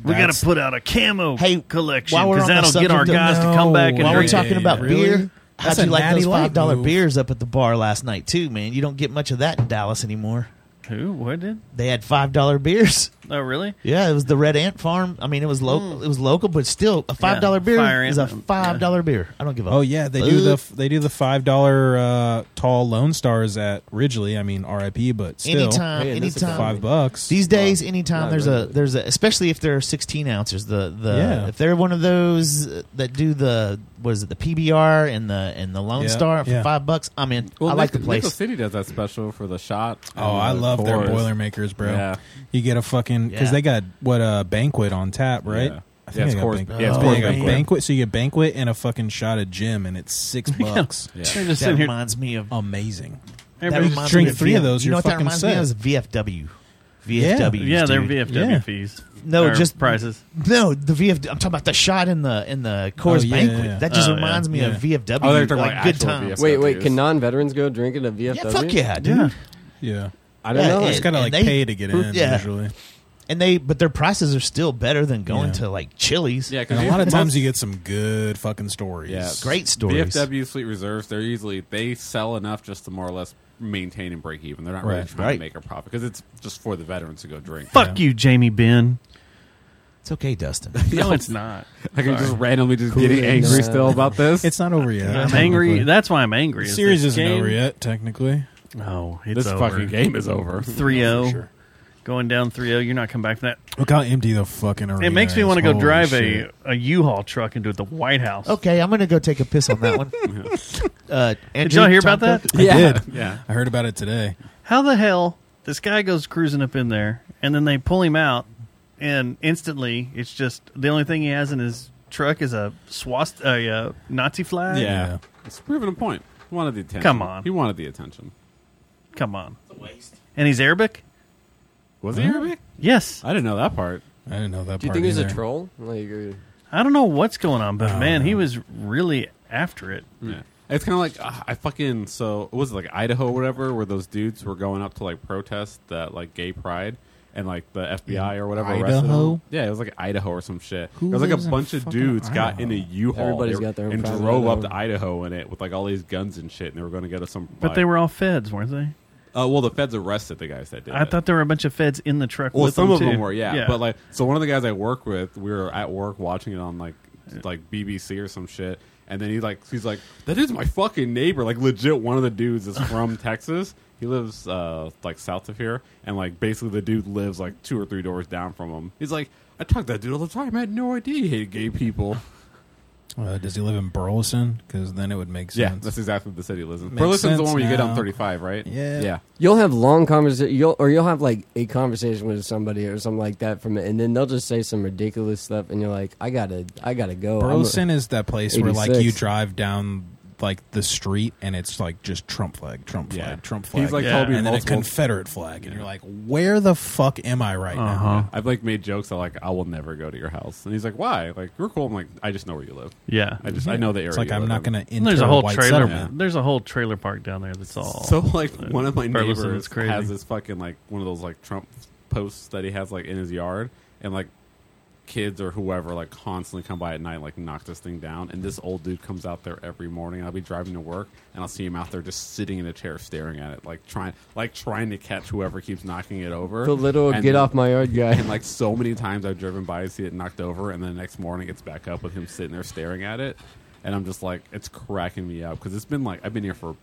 That's-
to put out a camo
Hey,
collection
while we're
because
on the
that'll get our
subject of-
guys to come back and
While we're
drink it.
talking about
Really?
beer,
That's
how'd you
a
like
Natty
those
Light
five dollar
move.
beers up at the bar last night too, man? You don't get much of that in Dallas anymore.
Who? What did?
They had five dollar beers.
Oh, really?
Yeah, it was the Red Ant Farm. I mean, it was local. It was local, but still, a five dollar beer
Hmm. Fire
is a
Ant, um,
five dollar beer. I don't give a.
Oh yeah, they do the
fuck.
f- they do the five dollar uh, tall Lone Stars at Ridgely. I mean R.I.P. But still,
anytime,
Man, that's a
anytime.
five bucks.
These days, anytime
not
there's a
really.
there's a especially if they're 16 ounces, the the
Yeah.
if they're one of those uh, that do the what is it the PBR and the and the Lone
Yeah,
Star for
yeah.
five bucks. I'm in.
Well,
I like the
Nickel- Nickel
place.
City does that special for the shot.
Oh, I
and the
love their
chorus.
Boilermakers, bro.
Yeah.
You get a fucking because
Yeah.
they got what a banquet on tap,
Yeah.
right? I
Yeah,
think
it's
they got
Coors-
banquet.
yeah, it's
Oh,
Coors
they got
Banquet.
banquet. So you get banquet and a fucking shot of Jim, and it's six bucks.
They're
Yeah.
just
That
sitting here.
reminds me of.
Amazing.
That
Everybody's
reminds
drink
me of
three of
VF
those,
You know
you're
what that
fucking
reminds me
set.
of? Is VFW. VFW.
yeah, they're
dude.
VFW
Yeah.
fees.
No,
Or
just-
prices.
No, the VFW. I'm talking about the shot in the in the Coors
Oh, yeah,
banquet.
yeah.
That just
Oh, yeah.
reminds me
Yeah.
of VFW.
Oh, they're talking
like
about
good
actual
times.
VFW.
Wait, wait.
Yes.
Can non-veterans go drink it at VFW?
Yeah, fuck yeah, dude.
Yeah.
Yeah.
I don't know.
It's
and-
got to
and
like
they-
pay to get in
yeah.
usually.
And they, but their prices are still better than going
Yeah.
to like Chili's.
Yeah, 'cause
And a lot of
most-
times you get some good fucking stories.
Yeah,
Great stories.
VFW fleet reserves, they're usually they sell enough just to more or less maintain and break even. They're not really
Right.
trying
Right.
to make a profit because it's just for the veterans to go drink.
Fuck you, Jamie Ben.
It's okay, Dustin.
No, it's not.
Like I'm just
Sorry.
randomly just
Cool
getting
and,
angry
uh,
still about this.
It's not over yet.
I'm
technically.
angry. That's why I'm angry.
The
is
series
this
isn't
game-
over yet, technically. Oh,
No, it's
this
over.
fucking game is over.
3 0.
sure.
Going down 3 0. You're not coming back from that.
Look how empty the fucking arena
It makes me
is.
want to go
Holy
drive
shit.
a, a U Haul truck into the White House.
okay, I'm gonna go take a piss on that one. uh,
Did
Andrew,
y'all hear
Tom
about that?
Cook?
I did.
Yeah.
I heard about it today.
How the hell this guy goes cruising up in there and then they pull him out and instantly it's just the only thing he has in his truck is a swast a uh, Nazi flag.
Yeah. It's proving a point. He wanted the attention.
Come on.
He wanted the attention.
Come on. And he's Arabic?
Was he Arabic?
Yes.
I didn't know that part.
I didn't know that
Do you
part
think it was a
either.
troll? Like, uh, or-
I don't know what's going on, but man,
Uh.
he was really after it.
Yeah. It's kind of like uh, I fucking so what was it like Idaho or whatever where those dudes were going up to like protest that like gay pride and like the FBI or whatever arrested
Idaho?
them. Yeah, it was like Idaho or some shit.
Who
it was like a
lives in
bunch of
fucking
dudes got
Idaho?
in a U-Haul
Everybody's
they were-
got their own
and
private
drove up
Idaho.
to Idaho in it with like all these guns and shit and they were going to go to some
But
like-
they were all feds, weren't they?
uh, well the feds arrested the guys that did
I
it.
thought there were a bunch of feds in the truck.
Well,
with
some
them
of them
too.
were, yeah. But like, so one of the guys I work with, we were at work watching it on like, like BBC or some shit, and then he like, he's like, that is my fucking neighbor. Like, legit, one of the dudes is from Texas. He lives uh like south of here, and like basically the dude lives like two or three doors down from him. He's like, I talk to that dude all the time. I had no idea he hated gay people.
Uh, does he live in Burleson? Because then it would make
Yeah,
sense.
that's exactly the city he lives in.
Makes
Burleson's the
sense
one where you get on
now.
thirty five, right?
Yeah.
yeah.
You'll have long conversation, you'll or you'll have like a conversation with somebody or something like that from it, and then they'll just say some ridiculous stuff, and you're like, I gotta, I gotta go. I'm a-
Burleson is that place where like you
86.
drive down like the street and it's like just Trump flag, Trump flag,
Yeah.
Trump flag.
He's like
Yeah.
told me
and then a
multiple.
Confederate flag, and you're like, "Where the fuck am I right
Uh-huh.
now?"
I've like made jokes that like I will never go to your house, and he's like, "Why? Like we're cool." I'm like, "I just know where you live.
yeah.
I just I know the area."
Mm-hmm. It's like
you
I'm
live
not
in."
going to
And
enter
there's a
a
whole
white
trailer.
settlement.
There's a whole trailer park down there that's all.
So like one of my
Burleson
neighbors
is crazy.
has this fucking like one of those like Trump posts that he has like in his yard, and like kids or whoever like constantly come by at night and, like knock this thing down. And this old dude comes out there every morning. I'll be driving to work and I'll see him out there just sitting in a chair staring at it, like trying like trying to catch whoever keeps knocking it over.
the little
And-
get off my yard guy.
And like so many times I've driven by and see it knocked over, and then the next morning it's back up with him sitting there staring at it. And I'm just like, it's cracking me up because it's been like I've been here for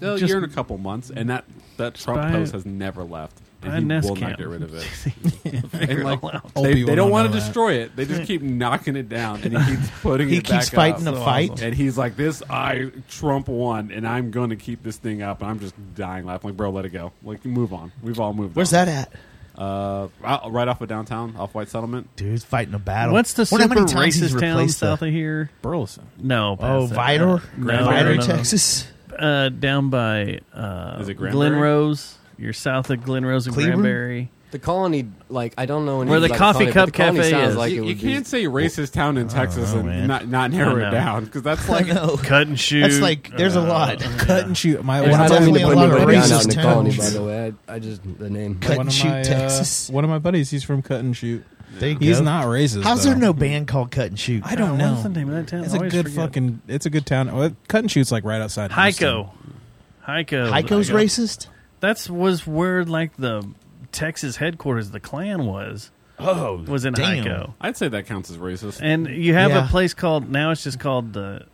a
Just-
year and a couple months, and that that Trump
Oh, buy-
post has never left, and
buy a
he
Nest
will
cam.
not get rid of it.
Figure
and
it
like
all out.
Old
they,
people
they don't
don't
want
know
to
that.
destroy it; they just keep knocking it down, and he keeps putting
He
it back
keeps fighting
up.
the fight.
And he's like, "This I Trump won, and I'm going to keep this thing up." And I'm just dying laughing. Like, bro, let it go. Like, move on. We've all moved.
Where's
on.
that at?
Uh, out- right off of downtown, off White Settlement.
Dude's fighting a battle.
What's the
Wonder how
super
many times he's
racist town
replaced the-
south of here?
Burleson.
No. past
Oh,
that.
Vidor,
No,
Vidor,
no, no, no.
Texas.
Uh, down by uh,
Is it Granbury?
Glen Rose. You're south of Glen Rose and
Cleveland?
Granberry.
The colony, like I don't know any,
Where the
like,
coffee
colony,
cup
but the colony
cafe
sounds
is.
Like
you
it
you
would
can't
be,
say racist town
Oh,
in Texas
know,
and
man.
not not narrow
know.
it down because that's like
no,
Cut and shoot.
that's like there's
uh,
a lot.
Cut and shoot. My
There's
one
I
of
don't
my,
mean to
definitely
put
a lot of
anybody down
racist
out in the colony, by
towns.
the way. I, I just the name.
Cut
one
and
of
shoot,
my, uh,
Texas.
one of my buddies, he's from Cut and Shoot.
There you
He's
go.
not racist.
How's
though.
there no band called Cut and Shoot?
I
What's
don't know.
the name of that town?
It's
I
a
always
good
forget.
fucking. It's a good town. Well, Cut and shoot's like right outside
Heiko. Heiko.
Heiko's racist.
That's was where like the Texas headquarters of the Klan was.
Oh,
Was in
damn.
Heiko.
I'd say that counts as racist.
And you have
Yeah.
a place called now it's just called the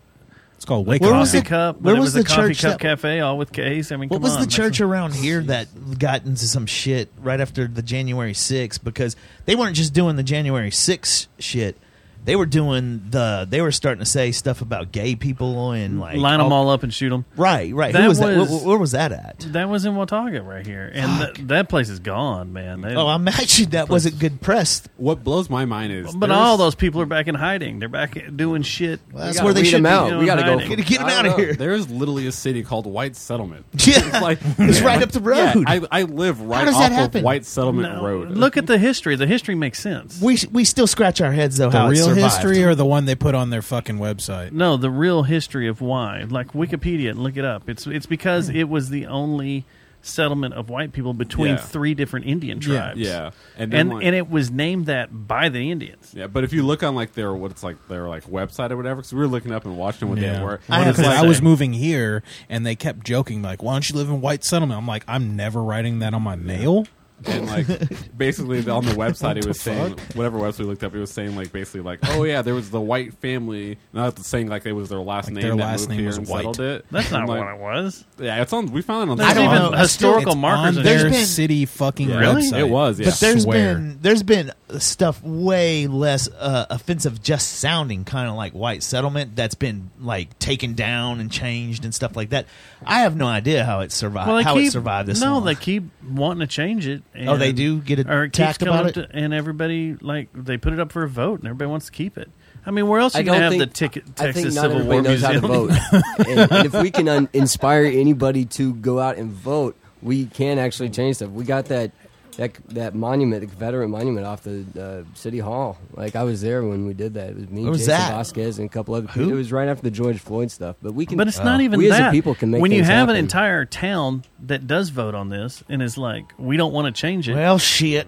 It's called Wake
Where
Up.
was
Coffee
the-
Cup. but
where
it was,
was the
a Coffee
church
Cup
that-
cafe all with K's? I mean,
What
come
was
on,
the
that's-
church around here that got into some shit right after the January 6th? Because they weren't just doing the January 6th shit. They were doing the. They were starting to say stuff about gay people and like oh.
line them all up and shoot them?
Right, right. Who
That
was that?
was-
Where, where was that at?
That was in Watauga right here, and th- that place is gone, man. They-
Oh, I'm actually that wasn't good press.
what blows my mind is,
but
there's-
all those people are back in hiding. They're back doing shit.
Well, that's
gotta
where they
weed
should
'em
be.
out.
doing
We gotta go.
hiding.
Get, get them
I
out
don't
of
know.
here.
There's literally a city called White Settlement.
Yeah. It's right up the
Yeah,
road.
I, I live right
does
off
that
of
happen?
White Settlement
No,
Road.
Look at the history. The history makes sense.
we we still scratch our heads though.
The
how it
real
survived.
history or the one they put on their fucking website?
no,
Hmm.
the real history of why, like Wikipedia, look it up. It's it's because it was the only settlement of white people between
Yeah.
three different Indian
Yeah.
tribes.
Yeah.
and
And
and,
then, like-
it was named that by the Indians.
Yeah, but if you look on like their what's like their like website or whatever, because we were looking up and watching what they were.
I,
and it's like-
I was moving here, and they kept joking like, "Why don't you live in white settlement?" I'm like, "I'm never writing that on my mail."
and like basically on the website it was saying whatever website we looked up, it was saying like basically like oh yeah, there was the white family. Not saying like it was their last name.
their
that
last
moved
name
here
was
and
White.
settled it.
That's not
And, like,
what it was.
Yeah, it's on. We found it on.
There's
the
even
website.
historical
It's
markers.
on
in there.
their
There's been-
city fucking
Really?
website.
It was, yeah.
But there's
Swear.
been there's been uh, stuff way less uh, offensive, just sounding kind of like white settlement that's been like taken down and changed and stuff like that. I have no idea how it survived.
they
how
keep,
it survived this?
No,
long.
they keep wanting to change it. And,
Oh, they do get
or it keeps
attacked
coming
about
up
it?
to- and everybody like they put it up for a vote, and everybody wants to keep it. I mean, where else are you gonna have the ticket,
I think
Texas
not
Civil
everybody
War
knows
Museum?
how to vote. and, and if we can un- inspire anybody to go out and vote, we can actually change stuff. We got that that that monument, the Confederate monument, off the uh, city hall. Like I was there when we did that. It was me,
What was
Jason
that?
Vasquez, and a couple other people. It was right after the George Floyd stuff. But we can.
But it's not
Uh,
even
we as a
that.
people can make
when you
things
have an
happen.
entire town that does vote on this and is like, we don't want to change it.
well, shit.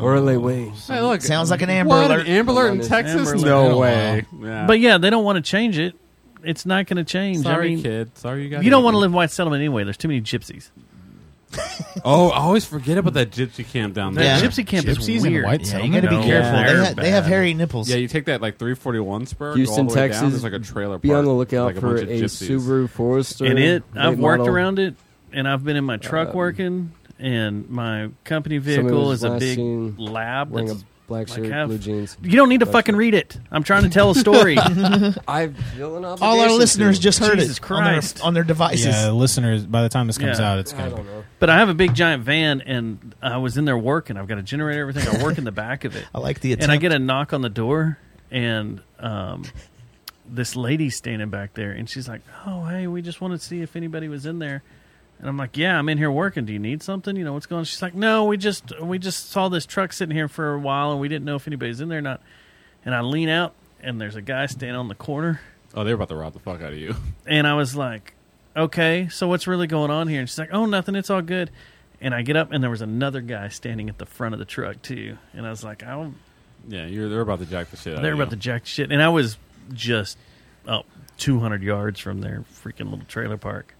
Orally way.
Oh.
Hey, look,
Sounds like an Amber
what,
Alert.
An Amber Alert in
Amber
Texas?
Alert.
No
Wow.
way. Yeah.
but yeah, they don't want to change it. It's not going to change.
sorry,
I mean,
kid. Sorry, you got.
you don't want to
eaten.
live in white settlement anyway. There's too many gypsies.
Oh, I always forget about that gypsy camp down there.
Yeah.
That gypsy camp
Gypsies
is
in
weird.
white
Yeah, you
settlement.
got to be
No,
careful.
they're
They, ha- they have
bad.
hairy nipples.
Yeah, you take that like 341 spur, go all
Houston,
the way down.
Texas,
There's like a trailer.
Be on
park
the
with,
lookout
like,
for
bunch
a,
of gypsies.
Subaru Forester.
And it, I've
late
worked
model. Uh,
around it, and I've been in my truck working, and my company
Somebody
vehicle
was
is a
last
big
seen
lab.
Wearing a
that's-
black
like
shirt,
half-
blue jeans.
you don't need to
Black
fucking
shirt.
read it. I'm trying to tell a story.
I feel an obligation.
All our listeners
to.
just heard
Jesus
it on their,
Christ.
on their devices.
Yeah, listeners. By the time this comes
Yeah.
out, it's
I
gonna.
don't
Be,
know.
but I have a big giant van, and I was in there working. I've got a generator, everything. I work in the back of it.
I like the attempt.
and I get a knock on the door, and um, this lady's standing back there, and she's like, "Oh, hey, we just wanted to see if anybody was in there." And I'm like, "Yeah, I'm in here working. Do you need something? You know what's going?" on? She's like, "No, we just we just saw this truck sitting here for a while, and we didn't know if anybody's in there or not." And I lean out, and there's a guy standing on the corner,
Oh, they're about to rob the fuck out of you.
and I was like, "Okay, so what's really going on here?" And she's like, "Oh, nothing. It's all good." And I get up, and there was another guy standing at the front of the truck too, and I was like, "I don't."
Yeah, you're, they're about to jack the shit out
They're
of
about to
you.
jack shit, and I was just up 200 yards from their freaking little trailer park.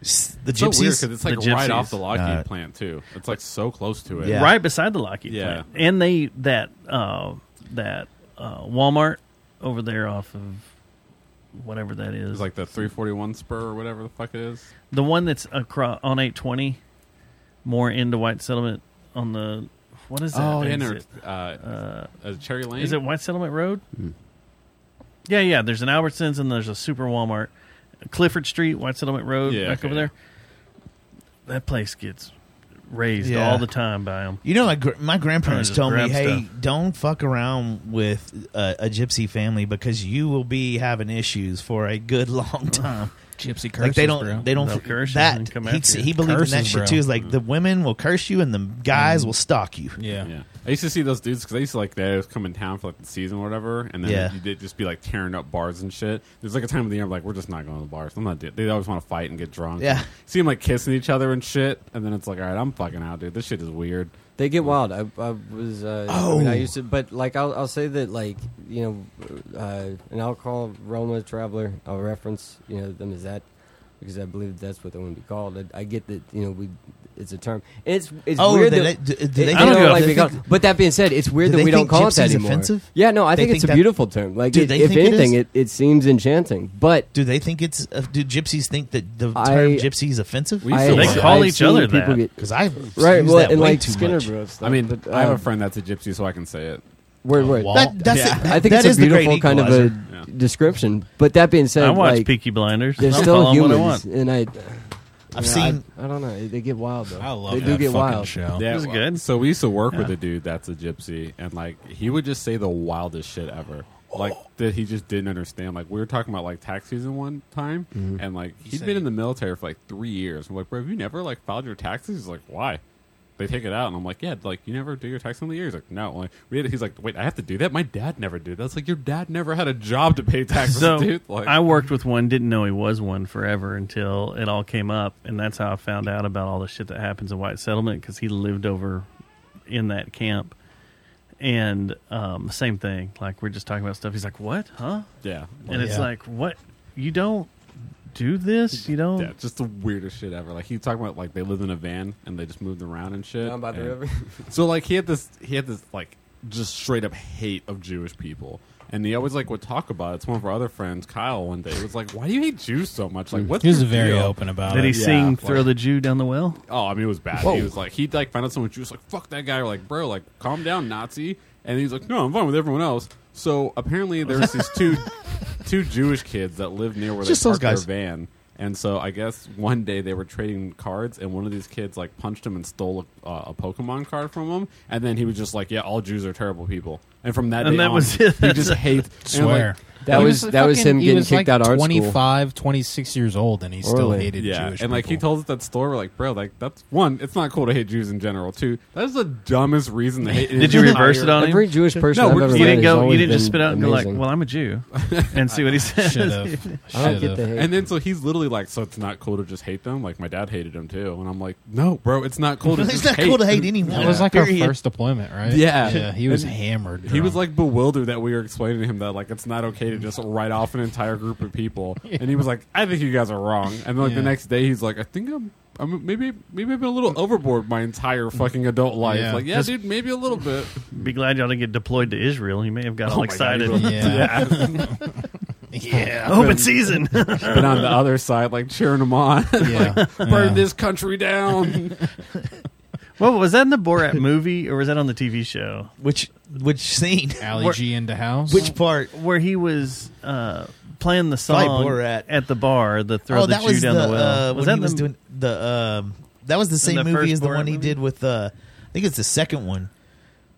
the
It's so weird
gypsies.
because it's like
The
right
gypsies.
off the Lockheed
Uh,
plant, too. It's like so close to it.
Yeah.
right beside the Lockheed
Yeah.
plant. And they that uh, that uh, Walmart over there off of whatever that is,
It's like the 341 spur or whatever the fuck it is.
the one that's across on 820, more into White Settlement on the what is that?
Oh,
yeah, no,
exit?
uh, uh, Cherry Lane.
Is it White Settlement Road?
Hmm.
Yeah, yeah. There's an Albertsons and there's a Super Walmart, Clifford Street, White Settlement Road,
Yeah,
back
okay,
over there. That place gets raised
Yeah.
all the time by them.
You know, my, gr- my grandparents
Kinda just
told me,
grab
"Hey,
stuff.
don't fuck around with a, a gypsy family because you will be having issues for a good long time."
Gypsy curses,
like they don't,
bro.
they don't
They'll curse you
that.
and come
he,
after you.
he believed in that
Curses,
shit
bro. Mm-hmm.
too. Is like the women will curse you and the guys will stalk you.
yeah.
Yeah, I used to see those dudes because I used to like they would come in town for like the season or whatever, and then
Yeah.
they'd just be like tearing up bars and shit. There's like a time of the year I'm like, we're just not going to the bars. I'm not. do- They always want to fight and get drunk.
Yeah.
see them like kissing each other and shit, and then it's like, all right, I'm fucking out, dude. This shit is weird.
They get wild. I, I was. Uh, I,
Oh.
mean, I used to, but like I'll, I'll say that like you know, uh, an alcohol Roma traveler. I'll reference you know them as that because I believe that's what they want to be called. I, I get that you know we. It's a term. And it's it's
Oh,
weird
do
that.
they- do- do they
I
think-
don't
do
know, like
they
we
think-
call- but that being said, it's weird
do
that
they
we don't
think
call it that
gypsy's
anymore.
offensive?
Yeah, no, I
They
think,
think
it's a
that-
beautiful term. Like,
Do
it,
they
if
think it
anything,
is?
it, it seems enchanting. But
Do they think it's? Uh, do gypsies think that the term
I-
gypsy is offensive?
We-
I,
They
I've
call
seen
each other
people
that.
Get,
Because I
right,
use
well,
that
and
way
like
too
Skinner
much.
Bros.
I mean,
but,
I have
uh,
um,
a friend that's a gypsy, so I can say it.
Word, word.
That- that's it.
I think
That
it's
is
a
the great
beautiful kind of a
equalizer.
Yeah.
description. But that being said,
I watch
like,
Peaky Blinders.
they're
I'll
still
call 'em what I
humans,
want.
and I.
I've
you know,
seen.
I, I don't know. They get wild though.
I love
They
that
do get
fucking
wild.
show.
Yeah,
This is
well,
good.
So we used to work with
Yeah.
a dude that's a gypsy, and like he would just say the wildest shit ever. Like
Oh.
that he just didn't understand. Like we were talking about like tax season one time,
Mm-hmm.
and like he'd been in the military for like three years. I'm like, bro, have you never like filed your taxes? He's like, why? they take it out, and I'm like, yeah, like you never do your tax on the year. He's like, no. I'm like, we had, he's like, wait, I have to do that. My dad never did. That's like your dad never had a job to pay taxes,
So
dude. Like,
I worked with one, didn't know he was one forever until it all came up, and that's how I found out about all the shit that happens in White Settlement because he lived over in that camp. And um, same thing, like we're just talking about stuff. He's like, "What? Huh?"
Yeah.
and it's
Yeah.
like, "What? You don't do this? You don't?"
Yeah, just the weirdest shit ever. Like he talking about like they lived in a van and they just moved around and shit.
Down by the
And-
river.
so like he had this he had this like just straight up hate of Jewish people. And he always like would talk about it. It's one of our other friends, Kyle, one day was like, Why do you hate Jews so much? Like what's
He was
your
very
deal?"
open about
Did he
it.
sing
like-
"Throw the Jew down the Well"?
Oh, I mean, it was bad.
Whoa.
He was like, he like found out someone Jewish, like, fuck that guy. We're like, bro, like, calm down, Nazi. And he's like, no, I'm fine with everyone else. So apparently, there's these two two Jewish kids that live near where
Just
they
those
park their
guys.
van. And so I guess one day they were trading cards, and one of these kids like punched him and stole a, uh, a Pokemon card from him. And then he was just like, "Yeah, all Jews are terrible people." And from that
And
day
that
on,
was it.
he just hates. and, like,
Swear.
That
He
was that was
fucking-
him
he
getting
was
kicked
like
out of art school.
25, 26 years old, and he still
Really?
hated
yeah,
Jewish
and like he
people.
told us at that store, we're like, bro, like that's one, it's not cool to hate Jews in general. Two, that's the dumbest reason to hate.
Did you reverse it on him?
Every Jewish person
No,
I've
we're
ever
just-
met
Oh, You
has
didn't go. You
always
didn't just
been
spit out and go like,
amazing.
"Well, I'm a Jew," and see what he says.
Should have.
I don't
uh,
get the hate.
And then so he's literally like, so it's not cool to just hate them. Like my dad hated them too, and I'm like, no, bro, it's not cool to.
It's
just
not cool to hate anyone.
That was like our
Period.
first deployment, right?
Yeah.
yeah. He was
And
hammered.
He was
drunk.
like bewildered that we were explaining to him that like it's not okay to just write off an entire group of people, and he was like, "I think you guys are wrong." And then like
Yeah.
the next day, he's like, "I think I'm, I'm maybe maybe I've been a little overboard my entire fucking adult life."
Yeah.
Like, yeah,
That's-
dude, maybe a little bit.
Be glad y'all didn't get deployed to Israel. You may have got
Oh
all
my God,
excited.
you
yeah, yeah,
Open season.
but on the other side, like cheering him on,
yeah.
burn this country down.
Well, was that in the Borat movie or was that on the TV show
Which which scene?
Alley
We're-
G into house.
Which part?
where he was uh, playing the
Probably
song
Borat.
at the bar, the throw the
oh, that
Jew
was
down
the
the, well?
uh,
was
when
that
he was
the-
doing the. Um, that was the same
the
movie
first
as the
Borat
one he
movie?
did with. Uh, I think it's the second one,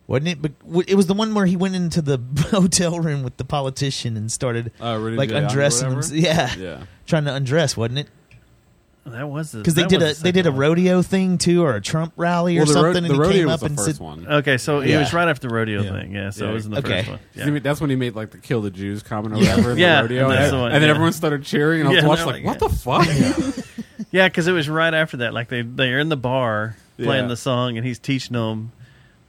wasn't it? But w- it was the one where he went into the hotel room with the politician and started
Uh, Rudy
like
Giuliani or
undressing
whatever?
him. Yeah,
Yeah.
trying to undress, wasn't it?
That was the
Because they
that
did a
was the
they did a
second one.
rodeo thing too, or a Trump rally or
the,
something,
ro-
and
the
he
rodeo
came
was
up
the
and
first
said,
one.
Okay, so it
Yeah.
was right after the rodeo
Yeah.
thing. Yeah, so
Yeah.
it was in the
Okay.
first one.
See, I
Yeah.
mean, that's when he made like the kill the Jews comment or whatever in
Yeah,
the rodeo,
that's
and,
the one,
and then
yeah.
everyone started cheering, and I was
Yeah,
watching
they're like,
like, what the fuck?
Yeah, because it was right after that. Like they they're in the bar playing
Yeah.
the song, and he's teaching them,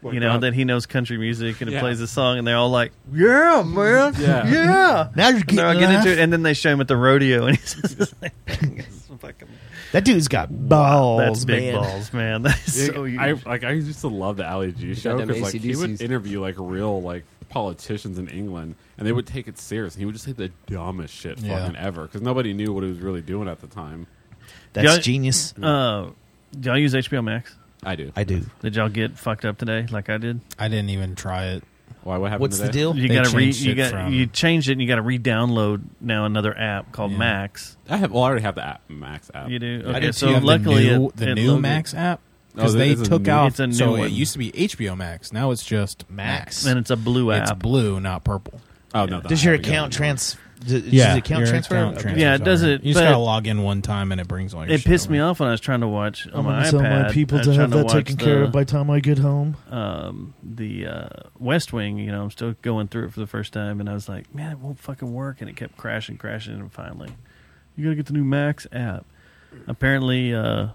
What
you know,
God-
that he knows country music, and he
Yeah.
plays the song, and they're all like, "Yeah, man,
Yeah.
yeah." yeah.
Now you're
And they're all
getting,
getting into
it.
it, and then they show him at the rodeo, and he's just like, "It's fucking-
That dude's got balls,
"That's big
man.
balls, man." That's so
Yeah,
huge.
I like I used to love the Ali G show
them
because like he would
AC/DCs.
interview like real like politicians in England, and they would take it serious. And he would just say the dumbest shit
Yeah.
fucking ever because nobody knew what he was really doing at the time.
That's
Yeah.
genius.
uh, did y'all use HBO Max?
I do.
I do.
Did y'all get fucked up today, like I did?
I didn't even try it.
Why? What happened?
What's the
today?
deal?
You
They
gotta re
changed
you
it
got
from-
you changed it, and you gotta re-download now another app called
Yeah.
Max.
I have. Well, I already have the app, Max app.
You do.
Yeah.
Okay,
did
so
too. You have
luckily
the new,
it-
the
it
new
loaded-
Max app
Oh,
because
there
they
is a
took
new-
out.
It's a new
so
one.
it used to be HBO Max. Now it's just Max.
and it's a blue
it's
app.
blue, not purple.
Oh no. the
Does your
app, yeah.
account trans? Does
yeah,
your account
your
transfer?
account
Okay.
transfers
Yeah, it does
over.
it,
You just
but-
gotta log in one time and it brings all your.
It
shit
pissed me
over.
off when I was trying to watch on
I'm
my
gonna
iPad.
tell my people
I
to
was
have
trying
that
watch
taken care of by the time I get home.
um, the uh, West Wing. You know, I'm still going through it for the first time, and I was like, man, it won't fucking work, and it kept crashing, crashing, and finally, you gotta get the new Max app. Apparently, uh,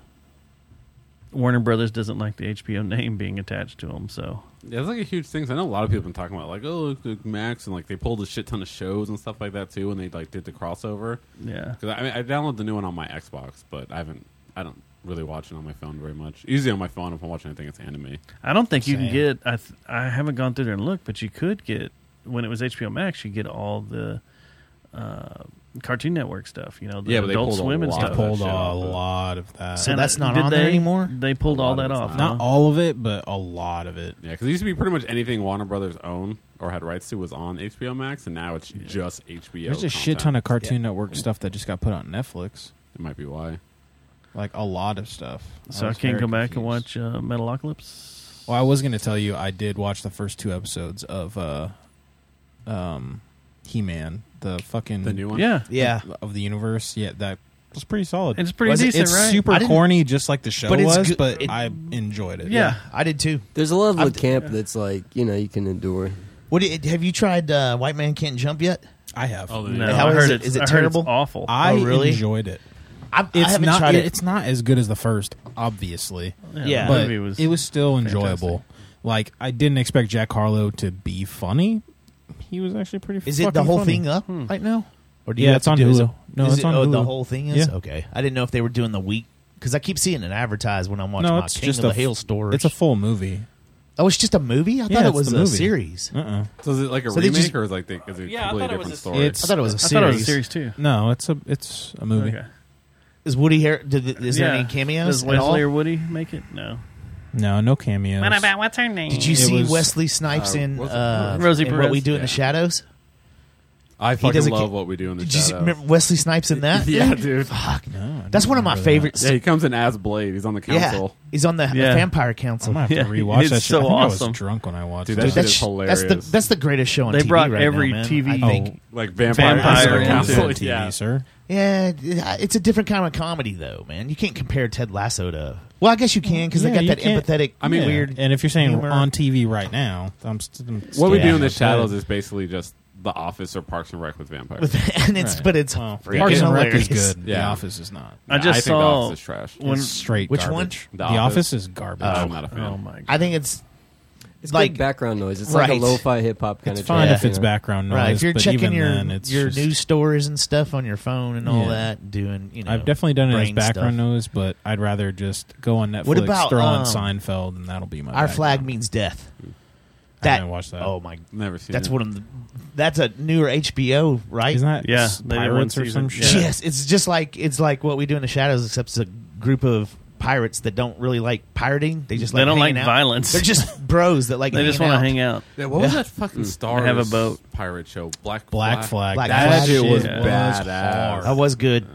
Warner Brothers doesn't like the HBO name being attached to them, so
Yeah, it's like a huge thing. 'cause I know a lot of people have been talking about like, oh, look, look, Max, and like they pulled a shit ton of shows and stuff like that too when they like did the crossover.
yeah.
Because I, I mean, I downloaded the new one on my Xbox, but I haven't. I don't really watch it on my phone very much. Usually on my phone, if I'm watching anything, it's anime.
I don't think you
Same.
can get. I th- I haven't gone through there and looked, but you could get when it was HBO Max. You get all the uh, Cartoon Network stuff. You know, the
Yeah, but they
Adult
pulled a
Swim and
lot
They
of
stuff.
that
pulled
shit
a
off, but-
lot of that.
So that's not
Oh, Did
on there
they- Uh-huh.
anymore?
They pulled
A
all
lot of
that
it's
off.
not
huh?
all of it, but a lot of it.
Yeah, because it used to be pretty much anything Warner Brothers owned or had rights to was on HBO Max, and now it's just HBO.
There's a shit ton of
content.
Cartoon Network stuff that just got put on Netflix.
It might be why.
Like a lot of stuff.
So I,
was
can't
very
go back and watch
confused.
uh, Metalocalypse.
Well, I was going to tell you I did watch the first two episodes of uh um He-Man, the fucking
The new one.
Yeah,
Yeah,
of the universe. Yeah, that It's pretty solid.
It's pretty
Was it-
decent,
it's
right?
super
I didn't-
corny, just like the show
But it's
was,
good-
but
it-
I enjoyed it.
Yeah.
I did too.
There's a level
I'm-
of camp that's like you know you can endure.
What do you- have you tried? Uh, White man can't jump yet.
I have.
Oh,
No,
How
I
is
heard
it?
it's-
Is it
I heard it's
terrible?
awful.
I
Oh, really?
enjoyed it.
I, I
It's
haven't
not.
tried it.
It's not as good as the first, obviously.
yeah,
but
movie was
it was still
fantastic.
enjoyable. Like I didn't expect Jack Harlow to be funny. He was actually pretty.
Is it the
fucking
whole
funny.
thing up
Hmm.
right now? Or
Yeah,
have
it's
to
on
do-
Hulu.
is it-
No,
is
it's
it-
on
oh, the
Hulu.
whole thing is
Yeah.
okay. I didn't know if they were doing the week because I keep seeing it advertised when I'm watching
No,
my
it's
King
just
of
a
the Hill store.
It's a full movie.
oh, it's just a movie. I
Yeah,
thought it
it's
was
the
a
movie.
series.
Uh-uh.
So is it like a
So they
remake
just-
or is it like the, is it
Yeah, I
completely
thought it was
different
a-
story?
It's-
I thought it was a
I
series.
thought it was a series too.
No, it's a it's a movie.
Okay.
Is Woody Har Did, is there
Yeah.
any cameos?
Does
at
Leslie
all?
or Woody make it? No.
No, no cameos.
what's her name?
Did you
It
see
was-
Wesley Snipes
uh,
in
was it-
uh,
Rosie
in What
Perez.
We Do in
Yeah.
the Shadows?
I fucking
doesn't
love
get-
what we do in the
Did you see,
shadows.
remember Wesley Snipes in that?
yeah, dude.
Fuck.
No, I don't
That's one of my
remember that.
favorite.
Yeah, he comes in as Blade. He's on the
Yeah,
council.
he's on the
Yeah.
Vampire
I
Council.
might have to
Yeah,
rewatch
it's
that. shit. I
so
think I
awesome.
was drunk when I watched
Dude,
Oh, that.
that
shit.
shit is
that's, that's the
hilarious.
that's the greatest show on
They
TV
brought
right
every
now, man.
TV
I
Oh,
think.
Like
Vampire
vampire, Vampire
Council.
Council
council.
on TV,
Yeah.
sir.
Yeah, it's a different kind of comedy, though, man. You can't compare Ted Lasso to. Well, I guess you can because
Yeah,
they
you
got that
can't-
empathetic.
I mean,
Yeah.
weird.
And if you're saying
humor.
on TV right now, I'm. st- I'm
What we
scared.
do in the
That's
shadows
it.
is basically just The Office or Parks and Rec with vampires.
and it's
Right.
but it's
Well,
freaking
Parks and Rec is
hilarious.
good. The
Yeah.
Office is not.
I
Nah,
just
I think The
saw
Office is trash.
when-
It's straight.
Which one?
garbage.
The
The,
Office.
office. is garbage.
I'm not a fan.
Oh my god!
I think it's
It's
Like-
like background noise. It's like a
Right.
lo-fi hip hop kind
it's
of
fine
track,
if
you
it's
know?
background noise,
right. If you're
but
checking
even
your
then, it's
your
just,
news stories and stuff on your phone and all
Yeah.
that, doing you know,
I've definitely done it as
brain stuff.
background noise, but I'd rather just go on Netflix,
What about,
throw on
um,
Seinfeld, and that'll be my.
Our flag
background.
means death.
I
That
haven't watched that.
Oh my!
Never seen.
That's
it.
one of the. That's a newer HBO, right?
Isn't that
Yeah,
s-
they did one
pirates or
season.
some
Yeah.
shit?
Yes, it's just like it's like what we do in the shadows, except it's a group of pirates that don't really like pirating. They just
They
like
don't
hanging
like
out.
violence.
They're just bros that like.
They just
want to
hang out.
Yeah, what was that fucking star?
I have a boat.
pirate show. Black
Black Flag.
Black
That
Flag
shit was
shit
was
badass.
That was good.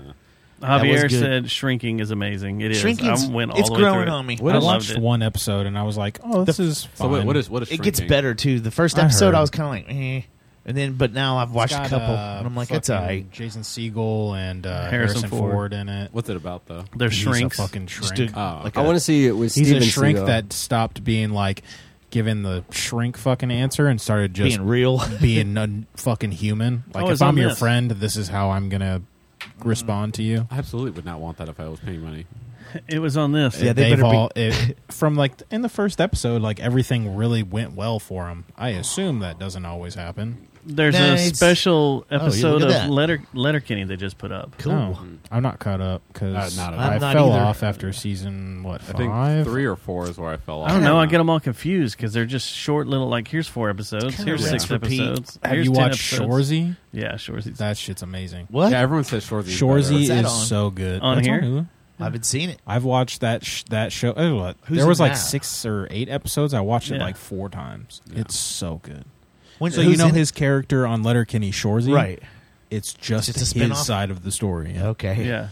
That was
Javier
good.
said shrinking is amazing. It is.
Shrinking's-
I went all
it's
the way
growing
through it.
on me.
I,
What
I
is-
loved
watched
it.
one episode and I was like, "Oh, this is fine."
So wait, what is what is?
It gets
Shrinking?
better too. The first
I
episode, I,
heard.
was kind of like, eh. and then but now I've watched a couple, and I'm like, that's all right.
uh, Jason Siegel and uh,
Harrison
Harrison,
Ford.
Ford. in it.
What's it about though?
They're
He's
shrinks.
a fucking
Just
shrink.
do-
Oh,
like
I
a-
want to see it with
He's
Steven
a shrink
Seagal.
that stopped being like giving the shrink fucking answer and started just
being real.
being a fucking human. Like
Oh, it's
if I'm
on
your
this.
friend, this is how I'm gonna respond to you.
I absolutely would not want that if I was paying money.
It was on this.
Yeah, they
They've
better be-
all it, from like in the first episode, like everything really went well for him. I assume that doesn't always happen.
There's
Nah,
a
it's-
special
look
episode
at
of
that.
Letter Letterkenny they just put up.
Cool.
No, I'm not caught up because
Uh, not at
all.
I
I'm not
fell
either.
off after season what
I think
five?
three or four is where I fell off.
I don't know. I get them all confused because they're just short little. Like here's four episodes. Here's
rinse,
six
repeat.
episodes.
Have
here's
you
10
watched
episodes.
Shorzy?
Yeah, Shorzy's.
That shit's amazing.
What?
Yeah, everyone says Shorzy.
Shorzy
What's
is
that on?
so good.
On
That's
here?
Hulu.
I haven't seen it.
I've watched that sh- that show. Oh, what?
Who's
there
in
was like
that?
six or eight episodes. I watched it
Yeah.
like four times. It's so good.
When,
So you
who's
know
in it?
his character on Letterkenny Shorzy,
right?
It's just,
It's just a spinoff?
his side of the story.
Okay.
Yeah,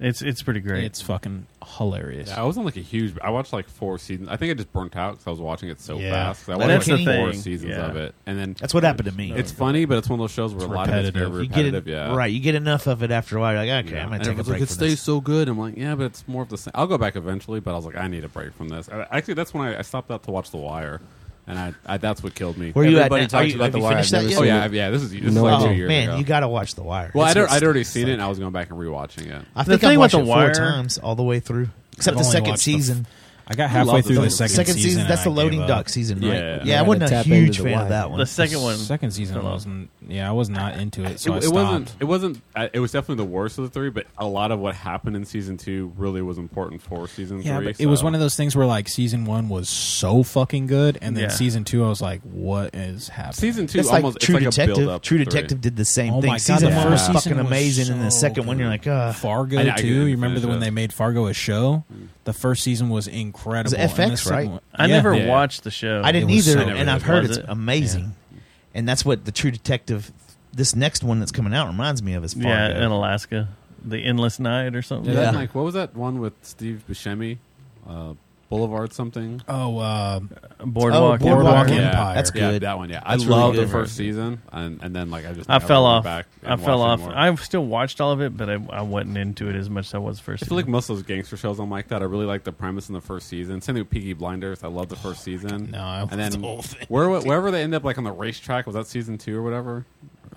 it's it's pretty great.
It's fucking hilarious.
Yeah, I was on like a huge. I watched like four seasons. I think I just burnt out because I was watching it so
Yeah.
fast. 'Cause I
That's
watched
the
like four
thing.
seasons
Yeah.
of it, and then
That's what happened to me.
it's funny, but it's one of those shows where a lot of it's very
repetitive.
you get
repetitive.
it
yeah,
right. You get enough of it after a while. You're like, okay,
Yeah.
I'm gonna
And
take a
everyone's like,
break.
it
from
stays
this.
so good. I'm like, yeah, but it's more of the same. I'll go back eventually, but I was like, I need a break from this. Uh, Actually, that's when I, I stopped out to watch The Wire, and I, I that's what killed me.
Where you at?
Everybody
now? Are
talks
you,
about
have
The
you
Wire.
finished
I've
that
never
yet?
oh yeah, I've- yeah. This is this is
No
like
idea.
two years
Oh, man,
ago.
you got to watch The Wire.
well,
It's
I'd,
what's-
I'd already seen
it's
it, and I was going back and rewatching it.
I
The
think
thing
I
with
watched
The
it four
Wire-
times all the way through,
I've
except the
only
second
watched the
season.
I got
love
halfway
the
through the
second-
second,
season.
and
That's the
I
loading
gave up.
dock season,
Yeah,
right?
yeah.
Yeah,
You
I
gotta
wasn't a
tap
huge
into the
fan of
wire.
that one.
the second one.
Second season
Fell off.
wasn't. Yeah, I was not into it, so
it,
I
it
stopped.
wasn't. It wasn't. uh, It was definitely the worst of the three, but a lot of what happened in season two really was important for season
Yeah,
three.
but it was
so-
one of those things where like season one was so fucking good, and then
Yeah.
season two, I was like, "What is happening?"
season two.
It's like
almost
True
it's like A
Detective.
build-up
True
to
Detective
Three.
did the same
Oh
thing.
my god,
season
the
one
first
was
season
fucking
was
amazing, and the
so
second one
good.
you're like, uh
Fargo
I- I
too.
couldn't
You remember
finish
when
it.
they made Fargo a Hmm. show? The first season was incredible.
It was
and the
FX,
second
right?
one-
I
Yeah.
never
Yeah.
watched the show.
I didn't
was
either,
so
and
good.
I've heard
Was
it's
it?
amazing. And that's what the True Detective, this next one that's coming out reminds me of is Fargo.
Yeah, in Alaska, the endless night or something.
Yeah, that,
Yeah.
like what was that one with Steve Buscemi? Uh, Boulevard something.
Oh, uh,
Boardwalk
Oh, Boardwalk
Yeah,
Empire.
That's
yeah,
good.
that one. Yeah,
That's
I
really
loved
good.
the first season, and, and then like I just
I
never
fell
went
off.
Back and
I fell
watched
off.
anymore.
I've still watched all of it, but I, I wasn't into it as much as I was first.
I feel like
season.
most of those gangster shows I'm like that. I really like the premise in the first season. Same thing with Peaky Blinders. I love the first season.
No, I
and
love
then
the whole thing.
where wherever they end up, like on the racetrack, was that season two or whatever?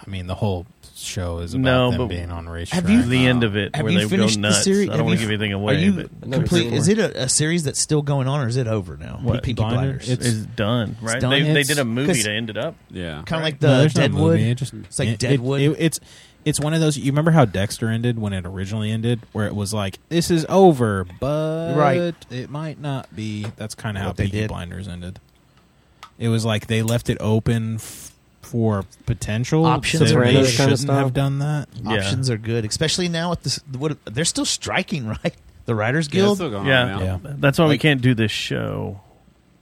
I mean, the whole show is about
No,
them
but-
being on Uh, race.
Have you-
the end of it
Have
where
you
they go
finished
nuts.
the series?
I
Have
don't want
you-
to give anything
Are
away,
you
but
I've never
complete?
seen
Is
one.
it a, a series that's still going on, or is it over now?
What,
Peaky
Blinders?
Blinders.
it's, done, right?
done,
they, they
it's-
did a movie
'cause-
to end it up.
Yeah,
kind of like the
No, there's no
Deadwood.
movie, it just-
it's like
it- it-
Deadwood.
it- it's it's one of those. You remember how Dexter ended when it originally ended, where it was like this is over, but
Right.
it might not be. That's kind of how
What they
Peaky
did.
Blinders ended. It was like they left it open f- for potential
Options
so
or
they
any
kind of
shouldn't
style.
have done that.
Yeah.
Options are good, especially now with this. What they're still striking, right? The Writers
yeah, it's
Guild.
still going
yeah.
on now.
Yeah.
That's why we
Like-
can't do this show.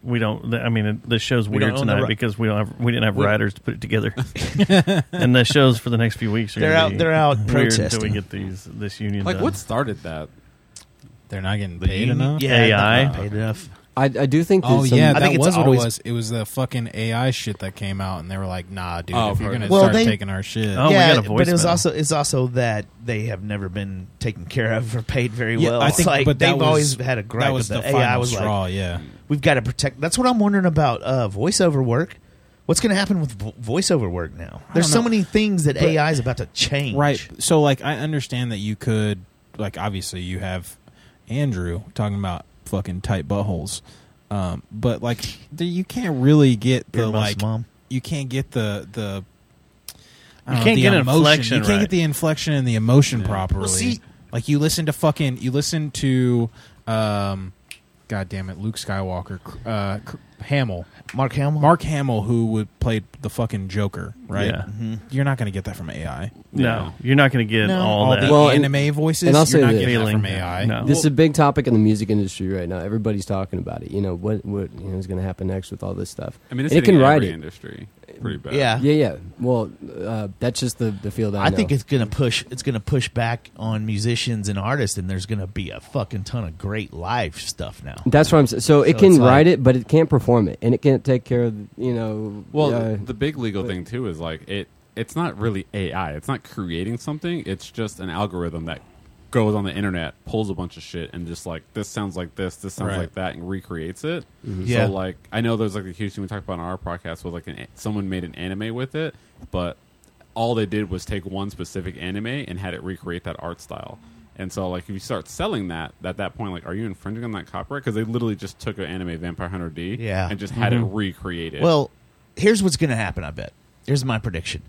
We don't. I mean, the show's
We
weird
don't own the
tonight
ri-
because we don't have we didn't have
We-
writers to put it together, and the shows for the next few weeks are
They're
gonna
out-
be
they're out
weird until we
protesting.
get these this union.
Like
done.
what started that?
They're not getting paid enough.
Yeah, not-
AI?
not paid enough.
I, I do think.
Oh
that some-
yeah,
I think
that
it's
was what
always-
it was. It was the fucking AI shit that came out, and they were like, "Nah, dude,
Oh,
if you're
perfect.
gonna
Well,
start
they-
taking our shit,
Oh, we
yeah,
got a
but it was
voicemail.
also it's also that they have never been taken care of or paid very
Yeah,
well.
I
It's
think,
like,
but that
they've
was-
always had a gripe.
that was
with
the
the, AI
final
was like,
straw." Yeah,
we've got to protect. That's what I'm wondering about uh, voiceover work. What's going to happen with vo- voiceover work now? There's so
know.
many things that AI is about to change.
Right. So like I understand that you could like obviously you have Andrew talking about fucking tight buttholes. Um, but like the, you can't really get the
Earmuffs,
like
mom.
you can't get the the I
You
don't
can't
the
get an
emotion.
inflection
You can't
right.
get the inflection and the emotion properly.
see-
like you listen to fucking you listen to um God damn it, Luke Skywalker, uh, Hamill,
Mark Hamill.
Mark Hamill, who would played the fucking Joker, right?
Yeah.
You're not going to get that from AI
No, you're not going to get
No.
all that.
the
Well, and-
anime voices.
and I'll say
you're not
this.
getting that
Feeling.
from AI.
Uh,
No.
This is a big topic in the music industry right now. Everybody's talking about it. You know what what you know, is going to happen next with all this stuff.
I mean, it's
And it
hitting
can ride
every
it.
industry pretty bad.
Yeah.
Yeah, yeah. Well, uh, that's just the the field I,
I,
know.
think it's going to push. It's going to push back on musicians and artists, and there's going to be a fucking ton of great live stuff now.
that's what I'm saying. So,
So
it can
it's like-
write it, but it can't perform it, and it can't take care of you know.
Well,
uh,
the, the big legal thing too is like it. It's not really AI. It's not creating something. It's just an algorithm that goes on the internet, pulls a bunch of shit, and just like this sounds like this, this sounds
Right.
like that, and recreates it.
Yeah.
So like I know there's like a huge thing we talked about on our podcast was like an, someone made an anime with it, but all they did was take one specific anime and had it recreate that art style. And so, like, if you start selling that, at that point, like, are you infringing on that copyright? Because they literally just took an anime, Vampire Hunter D,
Yeah. Mm-hmm.
and just had it recreated.
Well, here's what's going to happen. I bet. Here's my prediction.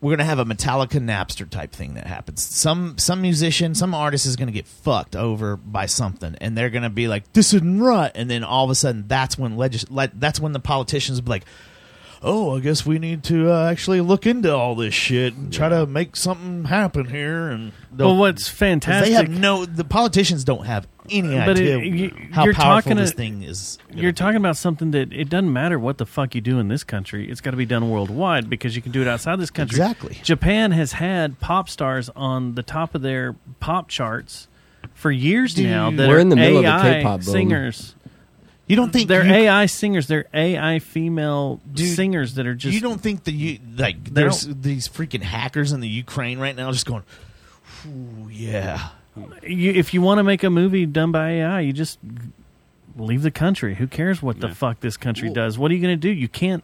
We're going to have a Metallica Napster type thing that happens. Some some musician, some artist is going to get fucked over by something, and they're going to be like, "This isn't right," and then all of a sudden, that's when legis- le- that's when the politicians be like. Oh, I guess we need to uh, actually look into all this shit and try to make something happen here. And they'll-
well, what's
'cause
fantastic?
they have no. The politicians don't have any
But
idea
it- you-
how
you're
powerful
talking
this
to-
thing is.
You're talking about something that it doesn't matter what the fuck you do in this country. It's got to be done worldwide because you can do it outside this country.
Exactly.
Japan has had pop stars on the top of their pop charts for years now. That
We're
are
in the middle of the
AI
K-pop boom.
singers.
You don't think
They're
you
AI singers. They're AI female
Dude,
singers that are just.
you don't think that you like there's these freaking hackers in the Ukraine right now just going, "Ooh, yeah,
you- if you want to make a movie done by AI, you just leave the country. Who cares what the
Yeah.
fuck this country
Well-
does? What are you going to do? You can't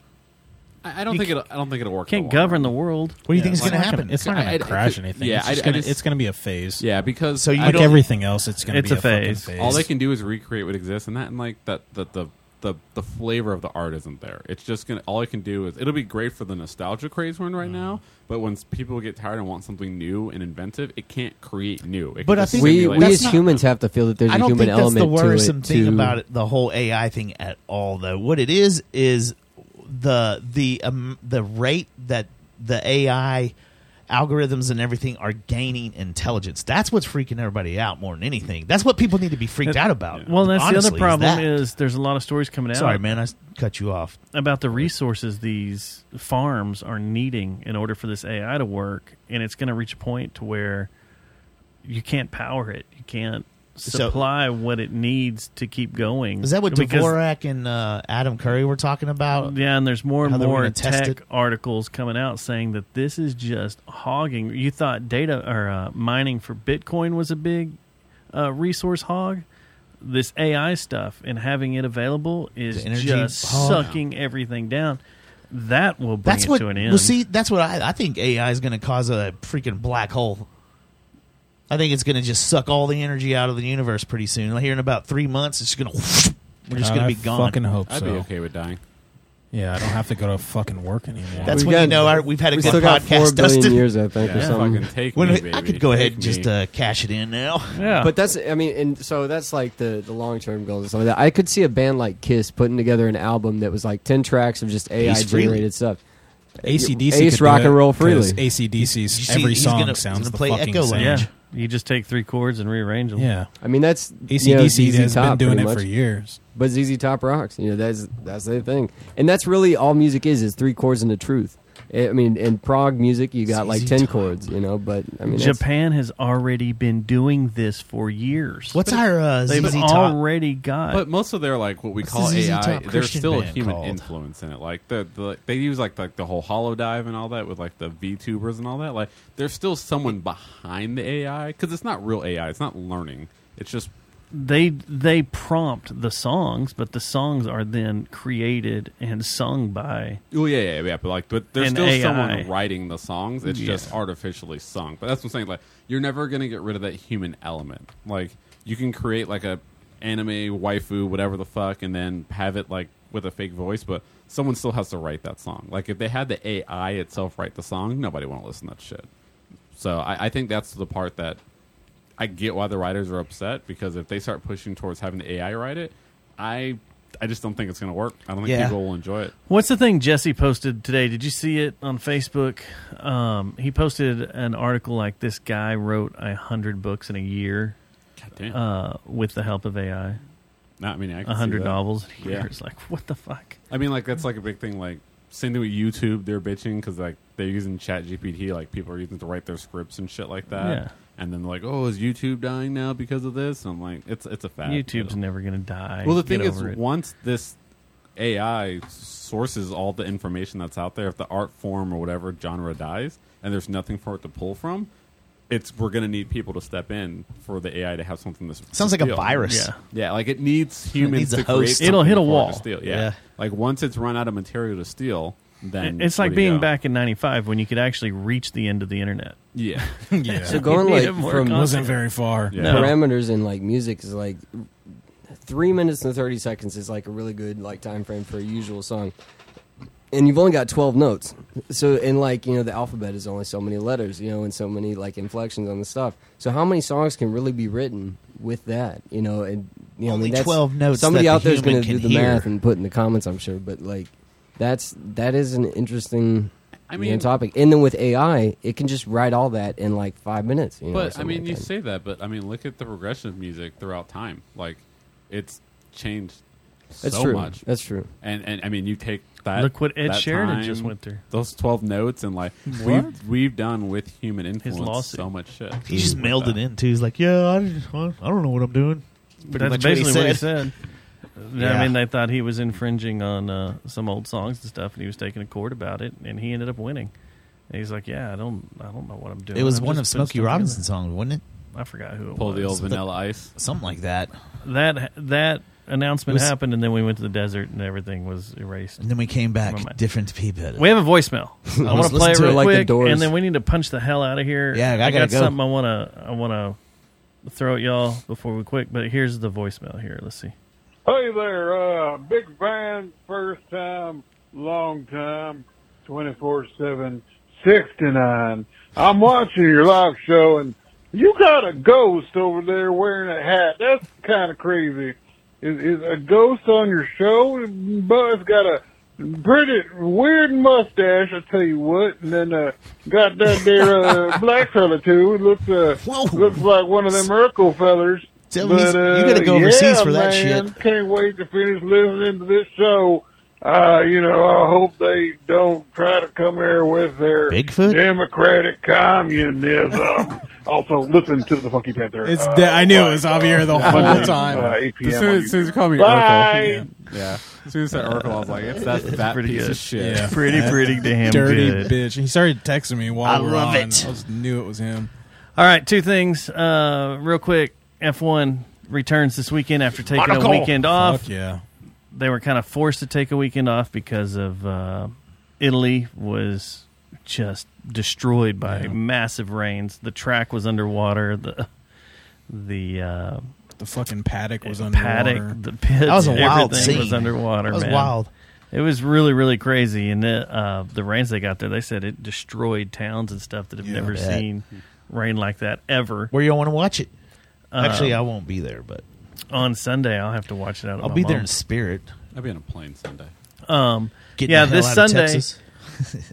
I, I don't
You
think it'll. I don't think it'll work. in
can't
the long
govern
run.
the world.
what do you think is
it's
going to
not
happen?"
It's not
I-
going
I-
to crash anything.
yeah,
it's,
I-
just
I
gonna,
just-
it's gonna be a phase.
Yeah, because
So you
I
like
don't-
everything else, it's gonna
It's
be
a
a, fucking
phase.
phase.
all they can do is recreate what exists, and that and like that that the the the flavor of the art isn't there. It's just gonna all I can do is it'll be great for the nostalgia craze we're in
Mm.
right now, but when s- people get tired and want something new and inventive, it can't create new. It can
But I
just
think-
we
simulate-
we
That's
as
not-
humans have to feel that there's
I
a
don't
human
think that's the
element to
worrisome
it.
thing
to-
about it, the whole AI thing at all, though. What it is is the the um, the rate that the AI algorithms and everything are gaining intelligence. That's what's freaking everybody out more than anything. That's what people need to be freaked out about.
Well, that's the
honestly,
other problem
that.
is there's a lot of stories coming out.
Sorry, man, I s- cut you off.
about the resources these farms are needing in order for this AI to work, and it's going to reach a point to where you can't power it. You can't
So-
supply what it needs to keep going.
Is that what
Because-
Dvorak and uh, Adam Curry were talking about?
Yeah, and there's more and
How they're
more
gonna test
tech
it?
articles coming out saying that this is just hogging. You thought data or uh, mining for Bitcoin was a big uh, resource hog. This AI stuff and having it available is
The energy
just
hog.
sucking everything down. That will bring
That's
it
what.
to an end.
Well, see, that's what I, I think AI is going to cause a freaking black hole. I think it's going to just suck all the energy out of the universe pretty soon. Like here in about three months, it's going to. We're just
God,
going
I
to be gone.
Ah, Fucking hope
I'd
so.
be okay with dying.
Yeah, I don't have to go to fucking work anymore.
That's
We've
when you
got-
know our, we've had a
we
good
still got four
podcast,
billion
Dustin.
years, I think, or
Yeah,
something.
fucking take
When
me,
we- I
baby.
could go ahead
Take
and just
me.
uh, cash it in now.
Oh.
yeah,
But that's, I mean, and so that's like the, the long term goal. and stuff like that. I could see a band like Kiss putting together an album that was like 10 tracks of just AI
Ace Frehley.
generated stuff.
ACDC.
Ace
could do
rock
it,
and roll
'cause
freely.
You
ACDC's
see,
every
he's
song
gonna- he's
sounds
gonna
the
play
fucking
Echo
same.
yeah. You just take three chords and rearrange them.
Yeah.
I mean, that's you know,
ACDC
ZZ
has
Top,
been doing
pretty
it
much.
for years.
But ZZ Top rocks. You know, that's that's their thing, and that's really all music is is three chords and the truth. Eh, I I mean, in prog music, you got like
ZZ
ten
Top.
chords. You know, but I mean, that's-
Japan has already been doing this for years.
What's our uh,
They've
ZZ Top?
already got
But most of their like what we
What's
call
the ZZ
AI,
Top
there's
Christian
still a
band
human
called?
influence in it. Like the, the they use like like the whole hollow dive and all that with like the VTubers and all that. Like there's still someone behind the AI because it's not real AI. It's not learning. It's just
they they prompt the songs, but the songs are then created and sung by.
oh yeah yeah yeah. But like but there's
An
still
AI.
someone writing the songs. It's just
Yeah.
artificially sung. But that's what I'm saying. Like you're never gonna get rid of that human element. Like you can create like a anime waifu whatever the fuck and then have it like with a fake voice, but someone still has to write that song. Like if they had the AI itself write the song, nobody want to listen to that shit. So I, I think that's the part that I get why the writers are upset because if they start pushing towards having the AI write it, I I just don't think it's going to work. I don't think
Yeah.
people will enjoy it.
What's the thing Jesse posted today? Did you see it on Facebook? Um, he posted an article like this guy wrote a hundred books in a year
God damn.
uh, with the help of AI,
Not I mean I can
a
see
hundred
that.
novels. In a year.
Yeah.
It's like what the fuck?
I mean, like that's like a big thing. Like same thing with YouTube. They're bitching because like they're using Chat GPT. Like people are using it to write their scripts and shit like that.
Yeah.
And then they're like, oh, is YouTube dying now because of this? And I'm like, it's it's a fact.
YouTube's never gonna die.
Well, the
Get
thing is,
over it.
once this AI sources all the information that's out there, if the art form or whatever genre dies, and there's nothing for it to pull from, it's we're going to need people to step in for the AI to have something to.
Sounds like a
steal.
virus.
yeah.
Yeah, like it needs humans
needs a
to create.
host.
something
It'll hit a
for it to
wall.
steal. Yeah.
Yeah.
like once it's run out of material to steal, then
It's
where
like
do you
being
go?
back in '95 when you could actually reach the end of the internet.
Yeah,
Yeah.
so going
Yeah,
like
more
from
content.
wasn't very far.
yeah.
No.
parameters in like music is like three minutes and thirty seconds is like a really good like time frame for a usual song, and you've only got twelve notes. So and like you know the alphabet is only so many letters, you know, and so many like inflections on the stuff. So how many songs can really be written with that? You know, and you know, I
Only
mean, that's-
12 notes
Somebody
that the
out there's
human
going to
can
do the
hear.
math and put in the comments, I'm sure. But like, that's that is an interesting.
I
you know,
mean-
topic, and then with AI, it can just write all that in like five minutes. You know, or
But I
something
mean,
like
you
that.
say that, but I mean, look at the progression of music throughout time. Like, it's changed
That's
so
true.
much.
That's true.
And and I mean, you take that.
Look what Ed
that
Sheridan
time,
just went through.
Those twelve notes and like we've we've done with human influence
lawsuit.
so much shit.
He just mailed it in too. He's like, yeah, I, just- I don't know what I'm doing. Pretty
That's
much what he
basically what he said.
said.
I
Yeah.
mean, they thought he was infringing on uh, some old songs and stuff, and he was taking a court about it, and he ended up winning. And he's like, "Yeah, I don't, I don't know what I'm doing."
It was
I'm
one
just
of
putting
Smokey
stuff
Robinson's songs, wasn't
together." I forgot who it
Pull
was.
the old Vanilla Ice.
it? Something like that.
that that announcement
It was-
happened, and then we went to the desert, and everything was erased.
And then we came
Never
back
mind.
different people.
We have a voicemail. I want
was
to play it
listening to
real
it like the
quick,
Doors.
and then we need to punch the hell out of here.
Yeah, I gotta
got
go.
something I want to, I want to throw at y'all before we quit. But here's the voicemail. Here, let's see.
Hey there, uh, big fan, first time, long time, 24-7, 69. I'm watching your live show and you got a ghost over there wearing a hat. That's kind of crazy. Is, is a ghost on your show? Buzz got a pretty weird mustache, I tell you what, and then, uh, got that there, uh, black fella too. Looks, uh,
Whoa.
looks like one of them Urkel fellers. uh,
Tell me he's- you gotta go overseas for that shit.
Can't wait to finish listening to this show. Uh, you know, I hope they don't try to come here with their
Bigfoot?
democratic communism. also, listen to the Funky Panther.
It's
uh,
de- I knew it was Javier the whole
Monday,
time. E
Uh, 8
As
p.m.
soon
on
as, as soon as you called me
Bye.
Urkel, yeah. yeah. As soon as I said Urkel, I was like, it's that,
It's
that
pretty
piece
good.
of shit.
Yeah.
Pretty, pretty damn
dirty
good.
bitch. He started texting me while
I
we were
love
on.
it.
I just knew it was him.
All right, two things, uh, real quick. F one returns this weekend after taking
Monaco.
a weekend off.
Fuck yeah.
They were kind of forced to take a weekend off because of uh, Italy was just destroyed by massive rains. The track was underwater. The the uh,
The fucking paddock was underwater.
paddock, the pits,
That was a wild
everything was
scene.
underwater.
That was
man.
wild.
It was really, really crazy, and the, uh, the rains they got there, they said it destroyed towns and stuff that have
Yeah, I
never
bet.
seen rain like that ever.
Where you want to watch it?
Um,
Actually, I won't be there, but
on Sunday. I'll have to watch it out. at
I'll
my
be there in
mom's.
spirit.
I'll be on a plane Sunday.
Um,
Getting
yeah,
the hell
this
out of
Sunday,
Texas.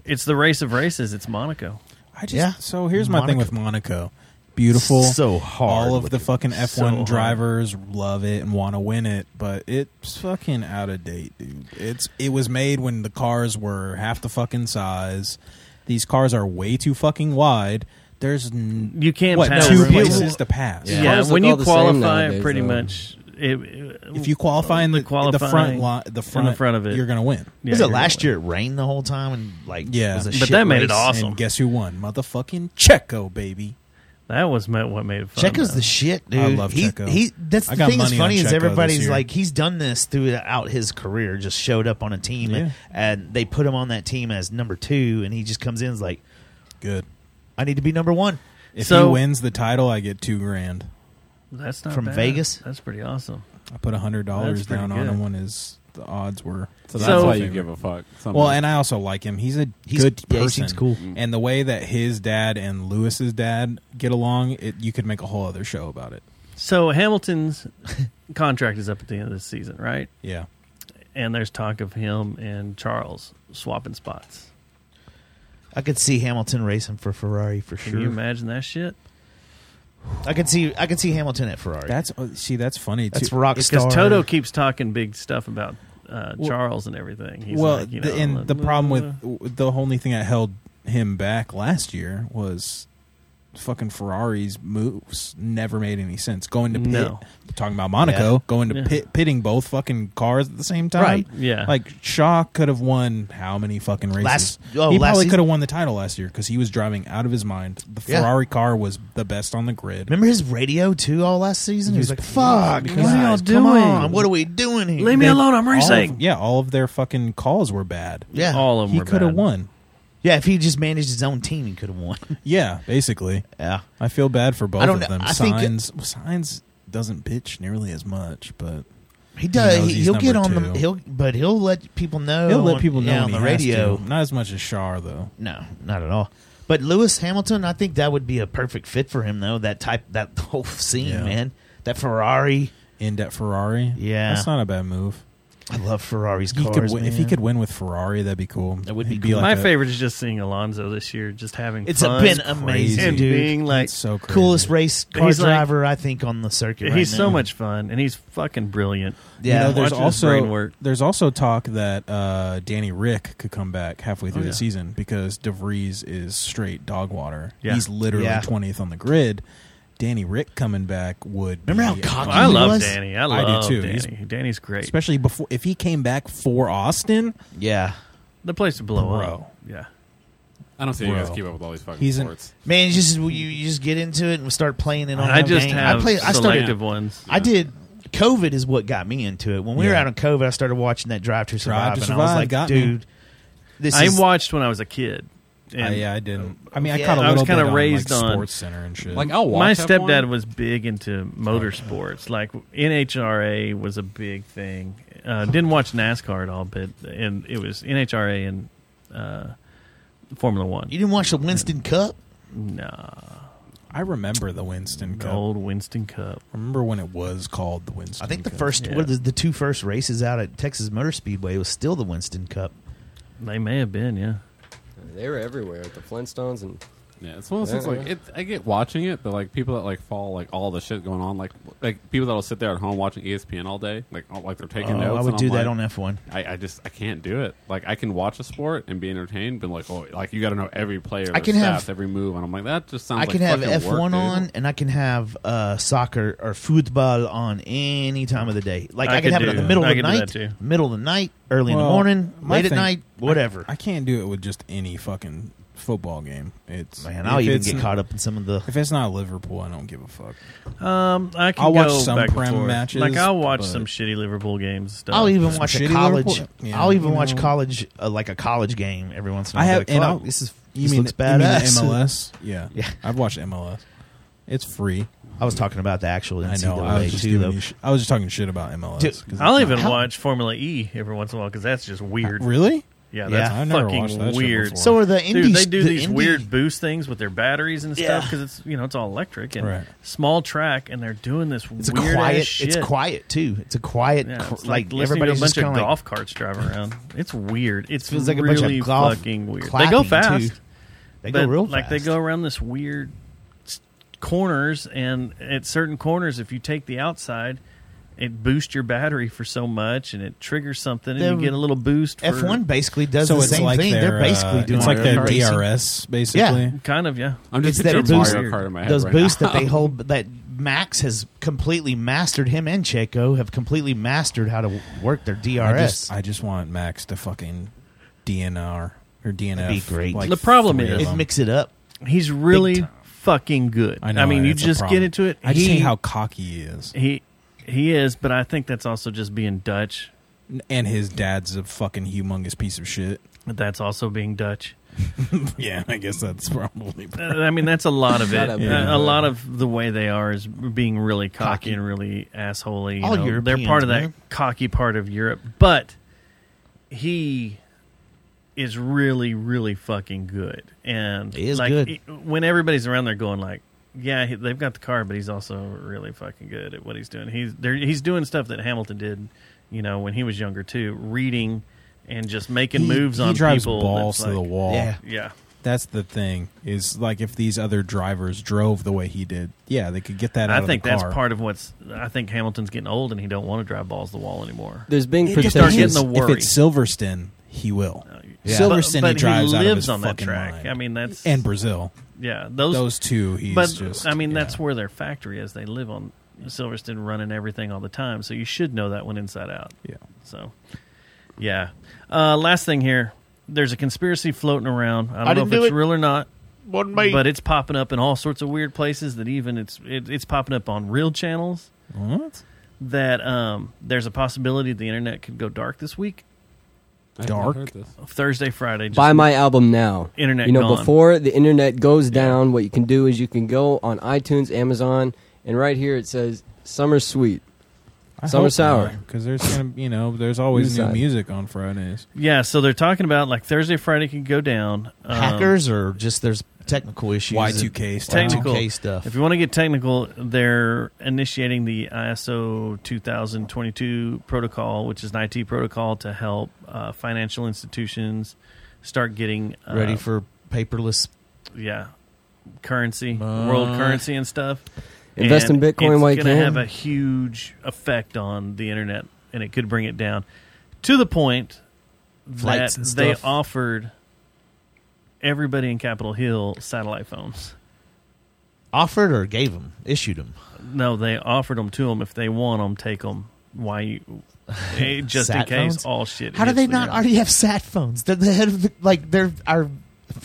it's the race of races. It's Monaco.
I just
Yeah.
so here's my thing
Monaco.
with Monaco. Beautiful,
So hard
All of the
looking.
fucking F
So
one
hard.
drivers love it and want to win it, but it's fucking out of date, dude. It's it was made when the cars were half the fucking size. These cars are way too fucking wide. There's n-
You can't
what
pass
two
around.
places to pass.
Yeah,
Cars look
when
all
you
the same
qualify,
nowadays,
pretty
though.
much. It,
If you qualify in the, the front
qualifying
lot,
in
the front,
front of it.
you're gonna win.
yeah,
was
you're
it
gonna
last
win.
year? It rained the whole time and like
Yeah.
was a
But
shit
that made it
race.
awesome.
And guess who won? Motherfucking Checo, baby.
that was ma- what made it fun.
Checo's
though.
the shit, dude.
I love
he,
Checo.
He that's
I
the
got
thing that's
money on
funny
Checo
is
this
everybody's
year.
like he's done this throughout his career. Just showed up on a team
Yeah.
and, and they put him on that team as number two, and he just comes in and is like,
Good.
I need to be number one.
If
So-
he wins the title, I get two grand.
That's not
from
bad.
Vegas?
That's pretty awesome.
I put a hundred dollars
That's pretty
down on
good.
him when his the odds were.
So that's
So-
why you give a fuck. Something.
Well, and I also like him. He's a
He's-
good person.
yeah, he seems cool.
And the way that his dad and Lewis's dad get along, it, you could make a whole other show about it.
So Hamilton's contract is up at the end of the season, right?
Yeah.
And there's talk of him and Charles swapping spots.
I could see Hamilton racing for Ferrari for
Can
sure.
you imagine that shit?
I could see I could see Hamilton at Ferrari.
That's uh, see, that's funny too.
that's rock
Because
star.
Toto keeps talking big stuff about uh,
Well-
Charles and everything. He's
well,
like, you
the,
know,
and
like,
the problem
"Uh,
with w- the only thing that held him back last year was fucking Ferrari's moves never made any sense. Going to pit,
No.
talking about Monaco,
Yeah.
going to
Yeah.
pit, pitting both fucking cars at the same time.
Right.
Yeah.
Like Shaw could have won how many fucking races?
Last- oh,
he
last
probably
season-
could have won the title last year because he was driving out of his mind. The
Yeah.
Ferrari car was the best on the grid.
Remember his radio too all last season? He was like, "Fuck,
Because-
guys,
What are y'all
come
doing?
on, what are we doing here?"
leave me
They-
alone, I'm
all of-
racing.
yeah, all of their fucking calls were bad.
yeah,
All of them
He
were
could have
bad.
won.
yeah. If he just managed his own team, he could have won.
Yeah, basically.
yeah,
I feel bad for both
I don't
of
know.
them.
I think-
signs signs doesn't bitch nearly as much, but
he does.
knows
He
he's
he'll get on
number
the
two.
he'll, but he'll let people know.
he'll let
on-
people know
yeah,
when
on
he
the
has
radio.
to. Not as much as Shar though.
No, not at all. But Lewis Hamilton, I think that would be a perfect fit for him, though. That type, that whole scene,
Yeah.
man. That Ferrari.
In debt Ferrari.
Yeah.
that's not a bad move.
I love Ferrari's
He
cars.
could win, if he
man.
could win with Ferrari, that'd be cool.
That would
He'd
be cool.
like
My
a-
favorite is just seeing Alonso this year, just having
It's
fun.
been
crazy.
amazing,
and
dude.
being like,
That's so crazy.
Coolest race car
He's like-
driver, I think, on the circuit. right
he's so
now.
much fun, and he's fucking brilliant.
Yeah,
you know, there's
watching his brain
also
work.
there's also talk that uh, Danny Rick could come back halfway
Oh,
through
yeah.
the season because DeVries is straight dog water.
Yeah.
He's literally
Yeah.
twentieth on the grid. Danny Rick coming back would
Remember how
be-
cocky
I
he
love
was?
Danny. I
I do
love
too.
Danny.
He's-
Danny's great.
especially before if he came back for Austin.
Yeah,
the place to blow
Bro.
up. Yeah.
I don't see you guys
Bro.
keep up with all these fucking
He's an-
sports.
man. You just you, you just get into it and start playing it on.
I
your
just
game.
have
I play. I started.
selective ones.
I did. COVID is what got me into it. When we were
Yeah.
out on COVID, I started watching that Drive to Survive,
Drive
and
to
I was
Survive
like,
got me.
dude, this
I
is
watched when I was a kid.
I,
And
yeah, I uh, didn't. I mean, I
Yeah.
caught a
I was
little
kinda
bit on,
raised
like,
on-
Sports Center and shit.
Like, I'll watch
my
F1.
stepdad was big into motorsports. Like NHRA was a big thing. Uh, didn't watch NASCAR at all, but and it was NHRA and uh, Formula One.
You didn't watch the Winston Cup?
Nah,
I remember the Winston
the
Cup.
old Winston Cup.
I remember when it was called the Winston.
I think the
Cup.
first,
Yeah.
what the, the two first races out at Texas Motor Speedway was still the Winston Cup.
They may have been, yeah.
They were everywhere. The Flintstones and
Yeah, it's one of those things like it, I get watching it, but like people that like follow like all the shit going on, like like people that'll sit there at home watching E ESPN all day, like oh, like they're taking
Oh,
notes.
I would
and
do
I'm
that
like,
on F1.
I, I just I can't do it. Like I can watch a sport and be entertained, but like oh, like you got to know every player,
I
their
can have-
stats, every move, and I'm like that just sounds.
I can
like
have
fucking
F1
work, dude.
on, and I can have uh, soccer or football on any time of the day. Like
I
I, can
could
have it
do-
in the middle
I
of the
could do
night,
that too.
middle of the night, early in the
Well,
morning,
my
late at
thing-
night, whatever.
I, I can't do it with just any fucking football game. It's
Man, I'll
if
even
it's-
get caught up in some of the.
If it's not Liverpool, I don't give a fuck.
Um, I can
I'll watch
go
some
back and
prem
forth.
matches,
Like I'll watch
but-
some shitty Liverpool games. Stuff.
I'll even watch a college.
Yeah,
I'll even
you
watch
know.
college, uh, like a college game every once in a
I
while.
have
Like,
and
fuck,
I'll,
this is
you
this
mean
looks
you mean the
badass.
MLS? Yeah,
yeah.
I've watched MLS. It's free.
I was talking about the actual
I
NCAA
know. I was just
too,
giving
though.
you sh- I was just talking shit about MLS.
Dude,
'cause it's
I'll
not-
even
How-
watch Formula E every once in a while because that's just weird.
Really?
Yeah, that's
Yeah. I've never
fucking
watched that shit
weird.
before. So
are the
Dude,
Indies-
they do
the
these
Indy-
weird boost things with their batteries and stuff because it's you know it's all electric and
Right.
small track, and they're doing this
It's a
weird
quiet.
Ass shit.
It's quiet too. It's a quiet.
Yeah,
cr-
it's
like,
like, listening to a
everybody's
bunch
just
of
kind of like
golf carts driving around. It's weird. It's
Feels like a
really
bunch of golf
fucking weird. They
clapping,
go
too.
fast.
They go
but,
real
Like they go around this weird s- corners, and at certain corners, if you take the outside, it boosts your battery for so much, and it triggers something, and
The
you get a little boost. For,
F1 basically does the same thing. They're basically doing
uh, it's like
it.
their
Racing.
DRS, basically.
Yeah.
kind of yeah.
I'm just
It's that
picturing
boost-
Mario Kart in my head
Those
right
boosts
now.
that they hold that Max has completely mastered. Him and Checo have completely mastered how to work their DRS.
I just, I just want Max to fucking DNR or DNF.
be great.
like,
the problem
three of
is
them.
it up.
He's really fucking good.
I know.
mean, you
that's a
just
problem.
get into it.
I just
he,
hate how cocky he is,
he he is, but I think that's also just being Dutch.
and his dad's a fucking humongous piece of shit.
That's also being Dutch.
yeah, I guess that's probably.
Uh, I mean, that's a lot of it.
Shut up,
Uh,
man.
A lot of the way they are is being really cocky, and really assholey. You
All
know,
Europeans,
they're part of that
man.
cocky part of Europe, but he is really, really fucking good. And
He is
like
good.
it- when everybody's around, they're going like, "Yeah, he, they've got the car, but he's also really fucking good at what he's doing. He's they're- he's doing stuff that Hamilton did, you know, when he was younger too, reading." And just making
He-
moves
he
on
drives
people.
balls
that's
to the
like-
wall. Yeah.
yeah.
That's the thing is like if these other drivers drove the way he did, yeah, they could get that. Out
I think
of the
that's
car.
part of what's. I think Hamilton's getting old and he don't want to drive balls to the wall anymore.
There's been
It
If
just start
it's-
getting the worry.
If it's Silverstone, he will.
Yeah. But-
Silverstone,
but
he
he
drives out of
lives
his
on that
fucking
track.
mind.
I mean, that's-
and Brazil.
yeah, those
those two. He's
but
just.
I mean, that's where their factory is. They live on Silverstone, running everything all the time. So you should know that one inside out.
Yeah.
So, yeah. Uh, last thing here, there's a conspiracy floating around. I don't
I
know
didn't
if
do
it's
it.
real or not.
Wasn't me.
But it's popping up in all sorts of weird places. That even it's it, it's popping up on real channels.
What?
That um, there's a possibility the internet could go dark this week.
Dark.
Thursday, Friday. just-
Buy my album now.
Internet
You know,
gone.
before the internet goes down, what you can do is you can go on iTunes, Amazon, and right here it says Summer Sweet, Summer Sour.
because there's gonna you know there's always new
Inside.
music on Fridays.
Yeah, so they're talking about like Thursday, Friday could go down. Um,
hackers or just there's technical issues.
Y2K stuff.
technical
Y2K stuff.
If you want to get technical, they're initiating the ISO 2022 protocol, which is an IT protocol to help uh, financial institutions start getting uh,
Ready for paperless.
yeah currency,
Uh,
world currency, and stuff.
Invest in
And
Bitcoin
it's
while you
gonna
can.
have a huge effect on the internet, and it could bring it down to the point that
Flights and
they
stuff.
offered everybody in Capitol Hill satellite phones.
Offered or gave them, issued them.
No, they offered them to them if they want them, take them. Why you? eh, Just in
Sat
case,
phones?
all shit.
How do
hits
they
the
not
ground.
already have sat phones? They're the head of the like. They're our.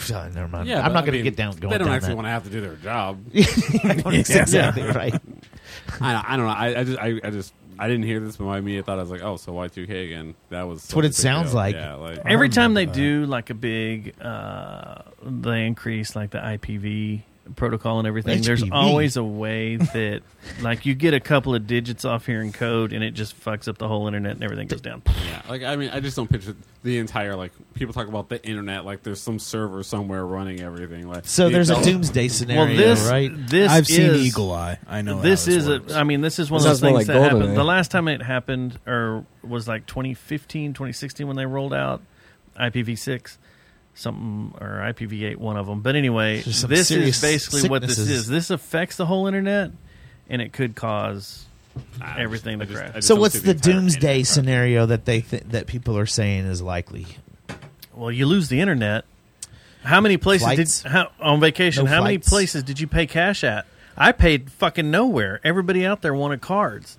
Never mind.
Yeah,
I'm
but,
not going
I
to
mean,
get down. Going
They don't
down
actually
that.
want to have to do their job.
exactly right.
I, I don't know. I, I just I, I just I didn't hear this, but my media thought I was like, oh, so Y2K again? That was
That's what it
such a big
sounds
deal.
like.
Yeah, like um,
Every time they do like a big, uh, they increase like the IPV protocol and everything. There's
HPV.
always a way that like you get a couple of digits off here in code, and it just fucks up the whole internet and everything goes down.
Yeah, like I mean, I just don't picture the entire like people talk about the internet like there's some server somewhere running everything. Like
So
you
there's a
don't-
doomsday scenario,
this-
right?
This
I've seen
is-
Eagle Eye. I know.
this
how this
is
works.
a. I mean, this is one
This
of those
sounds more
things
like
that
Golden,
happened. The
eh?
last time it happened, or was like 2015, 2016 when they rolled out IPv6, something or IPv8, one of them. But anyway,
There's some
this
serious
is basically what this
sicknesses.
is. This affects the whole internet, and it could cause everything to crash.
So what's the doomsday scenario that they th- that people are saying is likely?
Well, you lose the internet. How many places
Flights?
did how, on vacation?
No
how many
flights.
places did you pay cash at? I paid fucking nowhere. Everybody out there wanted cards.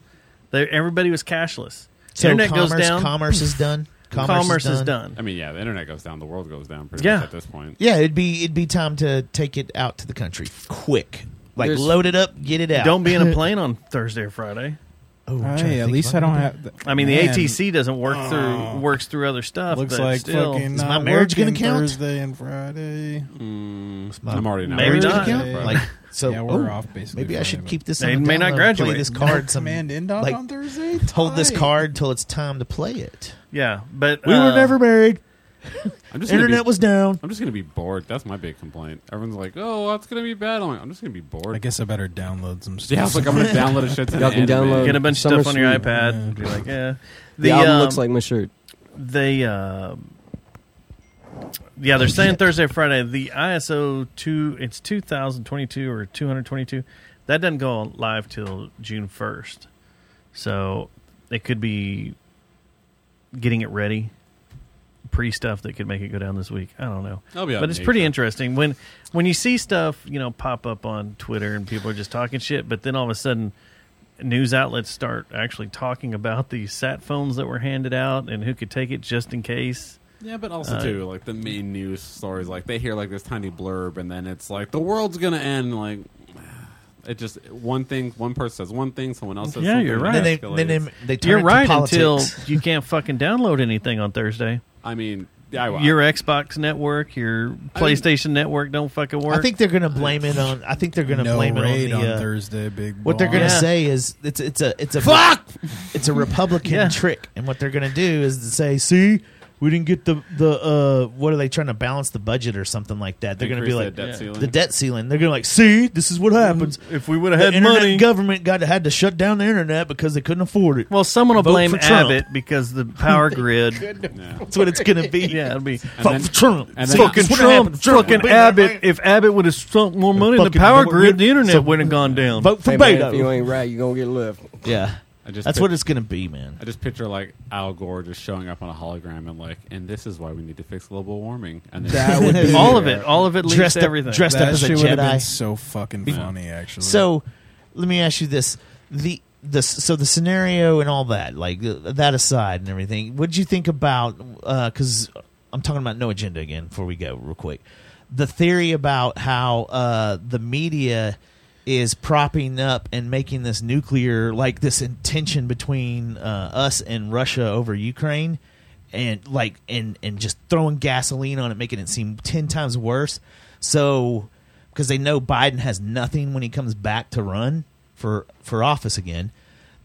They, everybody was cashless.
So
internet goes
commerce-
down.
commerce is done?
Commerce, is done.
I mean, yeah, the internet goes down, the world goes down pretty
Yeah.
much at this point.
Yeah, it'd be it'd be time to take it out to the country quick, like
There's-
load it up, get it out.
Don't be in a plane on Thursday or Friday.
Oh,
Hey, trying to at think least if I I don't can do have- that.
I mean, the
Man.
ATC doesn't work
Oh.
through works through other stuff.
Looks
but
like
still.
fucking. um, not working Thursday and Friday.
I'm already not.
Maybe
working
not.
on it, bro.
Like Mm. so,
Yeah, we're
oh,
off basically
Maybe I
Friday,
should
but-
keep this.
They
on the
may not
download,
graduate.
Play this card.
No
some-
command end on
like,
on Thursday.
Hold this
Tight.
card till it's time to play it.
Yeah, but
We were
uh,
never married.
I'm just gonna
Internet
be-
was down.
I'm just going to be bored. That's my big complaint. Everyone's like, oh, that's going to be bad. I'm like, I'm just going to be bored.
I guess I better download some stuff.
yeah, I was like, I'm going to download a shit ton
Y'all
of
can
anime.
download-
get a bunch of
Summer
stuff on your
Sweet.
iPad and be like, yeah.
The, album
um,
looks like my shirt.
they uh yeah they're saying thursday or friday the iso 2 it's 2022 or 222 that doesn't go on live till june 1st so they could be getting it ready pre stuff that could make it go down this week i don't know
I'll be out
but
in
it's pretty
April.
interesting when when you see stuff you know pop up on twitter and people are just talking shit but then all of a sudden news outlets start actually talking about these sat phones that were handed out and who could take it just in case.
Yeah, but also
Uh,
too, like the main news stories, like they hear like this tiny blurb, and then it's like the world's gonna end. Like it just one thing, one person says one thing, someone else says
Yeah,
something,
you're
and
right.
it
Then they,
escalates.
then they, they turn
You're
it to
right
politics.
until you can't fucking download anything on Thursday.
I mean, yeah, well,
Your Xbox network, your PlayStation network don't fucking work.
I think they're going to blame it on. I think they're going to
no
blame it on
raid
the.
on,
uh,
Thursday. Big.
what they're
bomb.
going to
Yeah.
say is it's it's a it's a
Fuck!
it's a Republican trick, and what they're going to do is to say, "See, we didn't get the the uh, what are they trying to balance the budget or something like that?" They're going to be
Increase
like
the debt ceiling.
the debt ceiling. They're going to like, "See, this is what happens."
Mm, if we would
The
have had
internet
money,
government got had to shut down the internet because they couldn't afford it.
well, someone will
Vote
blame
for Trump.
Abbott because the power grid.
That's what it's going to be.
yeah, it'll be
Fuck
then-
Trump.
and
See,
then-
that's
fucking
what
Trump,
happened to Trump.
fucking
Big
Abbott.
man.
If Abbott would have sunk more money, in the
fucking-
power grid, the
So-
internet wouldn't have gone down.
vote for
Hey, man, if you
Beto.
ain't right, you're going to get left.
Yeah,
I just
that's
pic-
what it's going to be, man.
I just picture like Al Gore just showing up on a hologram and like, and this is why we need to fix global warming. And then
That would be-
all of it, all of it leads
Dressed
to
up-
everything.
dressed up
that
as a
shit would have been
Jedi.
so fucking funny. Actually,
So, let me ask you this: the the so the scenario and all that, like uh, that aside and everything. What did you think about? Because I'm talking about no agenda again. Before we go, real quick, the theory about how uh, the media is propping up and making this nuclear like this intention between uh, us and Russia over Ukraine. And like and and just throwing gasoline on it, making it seem ten times worse. So because they know Biden has nothing when he comes back to run for for office again.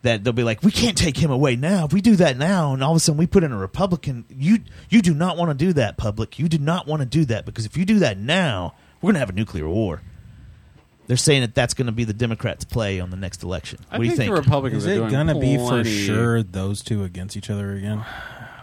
That they'll be like, we can't take him away now. If we do that now, and all of a sudden we put in a Republican, you you do not want to do that, public. You do not want to do that because if you do that now, we're gonna have a nuclear war. They're saying that that's going to be the Democrats' play on the next election.
I
what do you
think
think?
the Republicans
is
are
it
doing
gonna be for
plenty-
sure those two against each other again?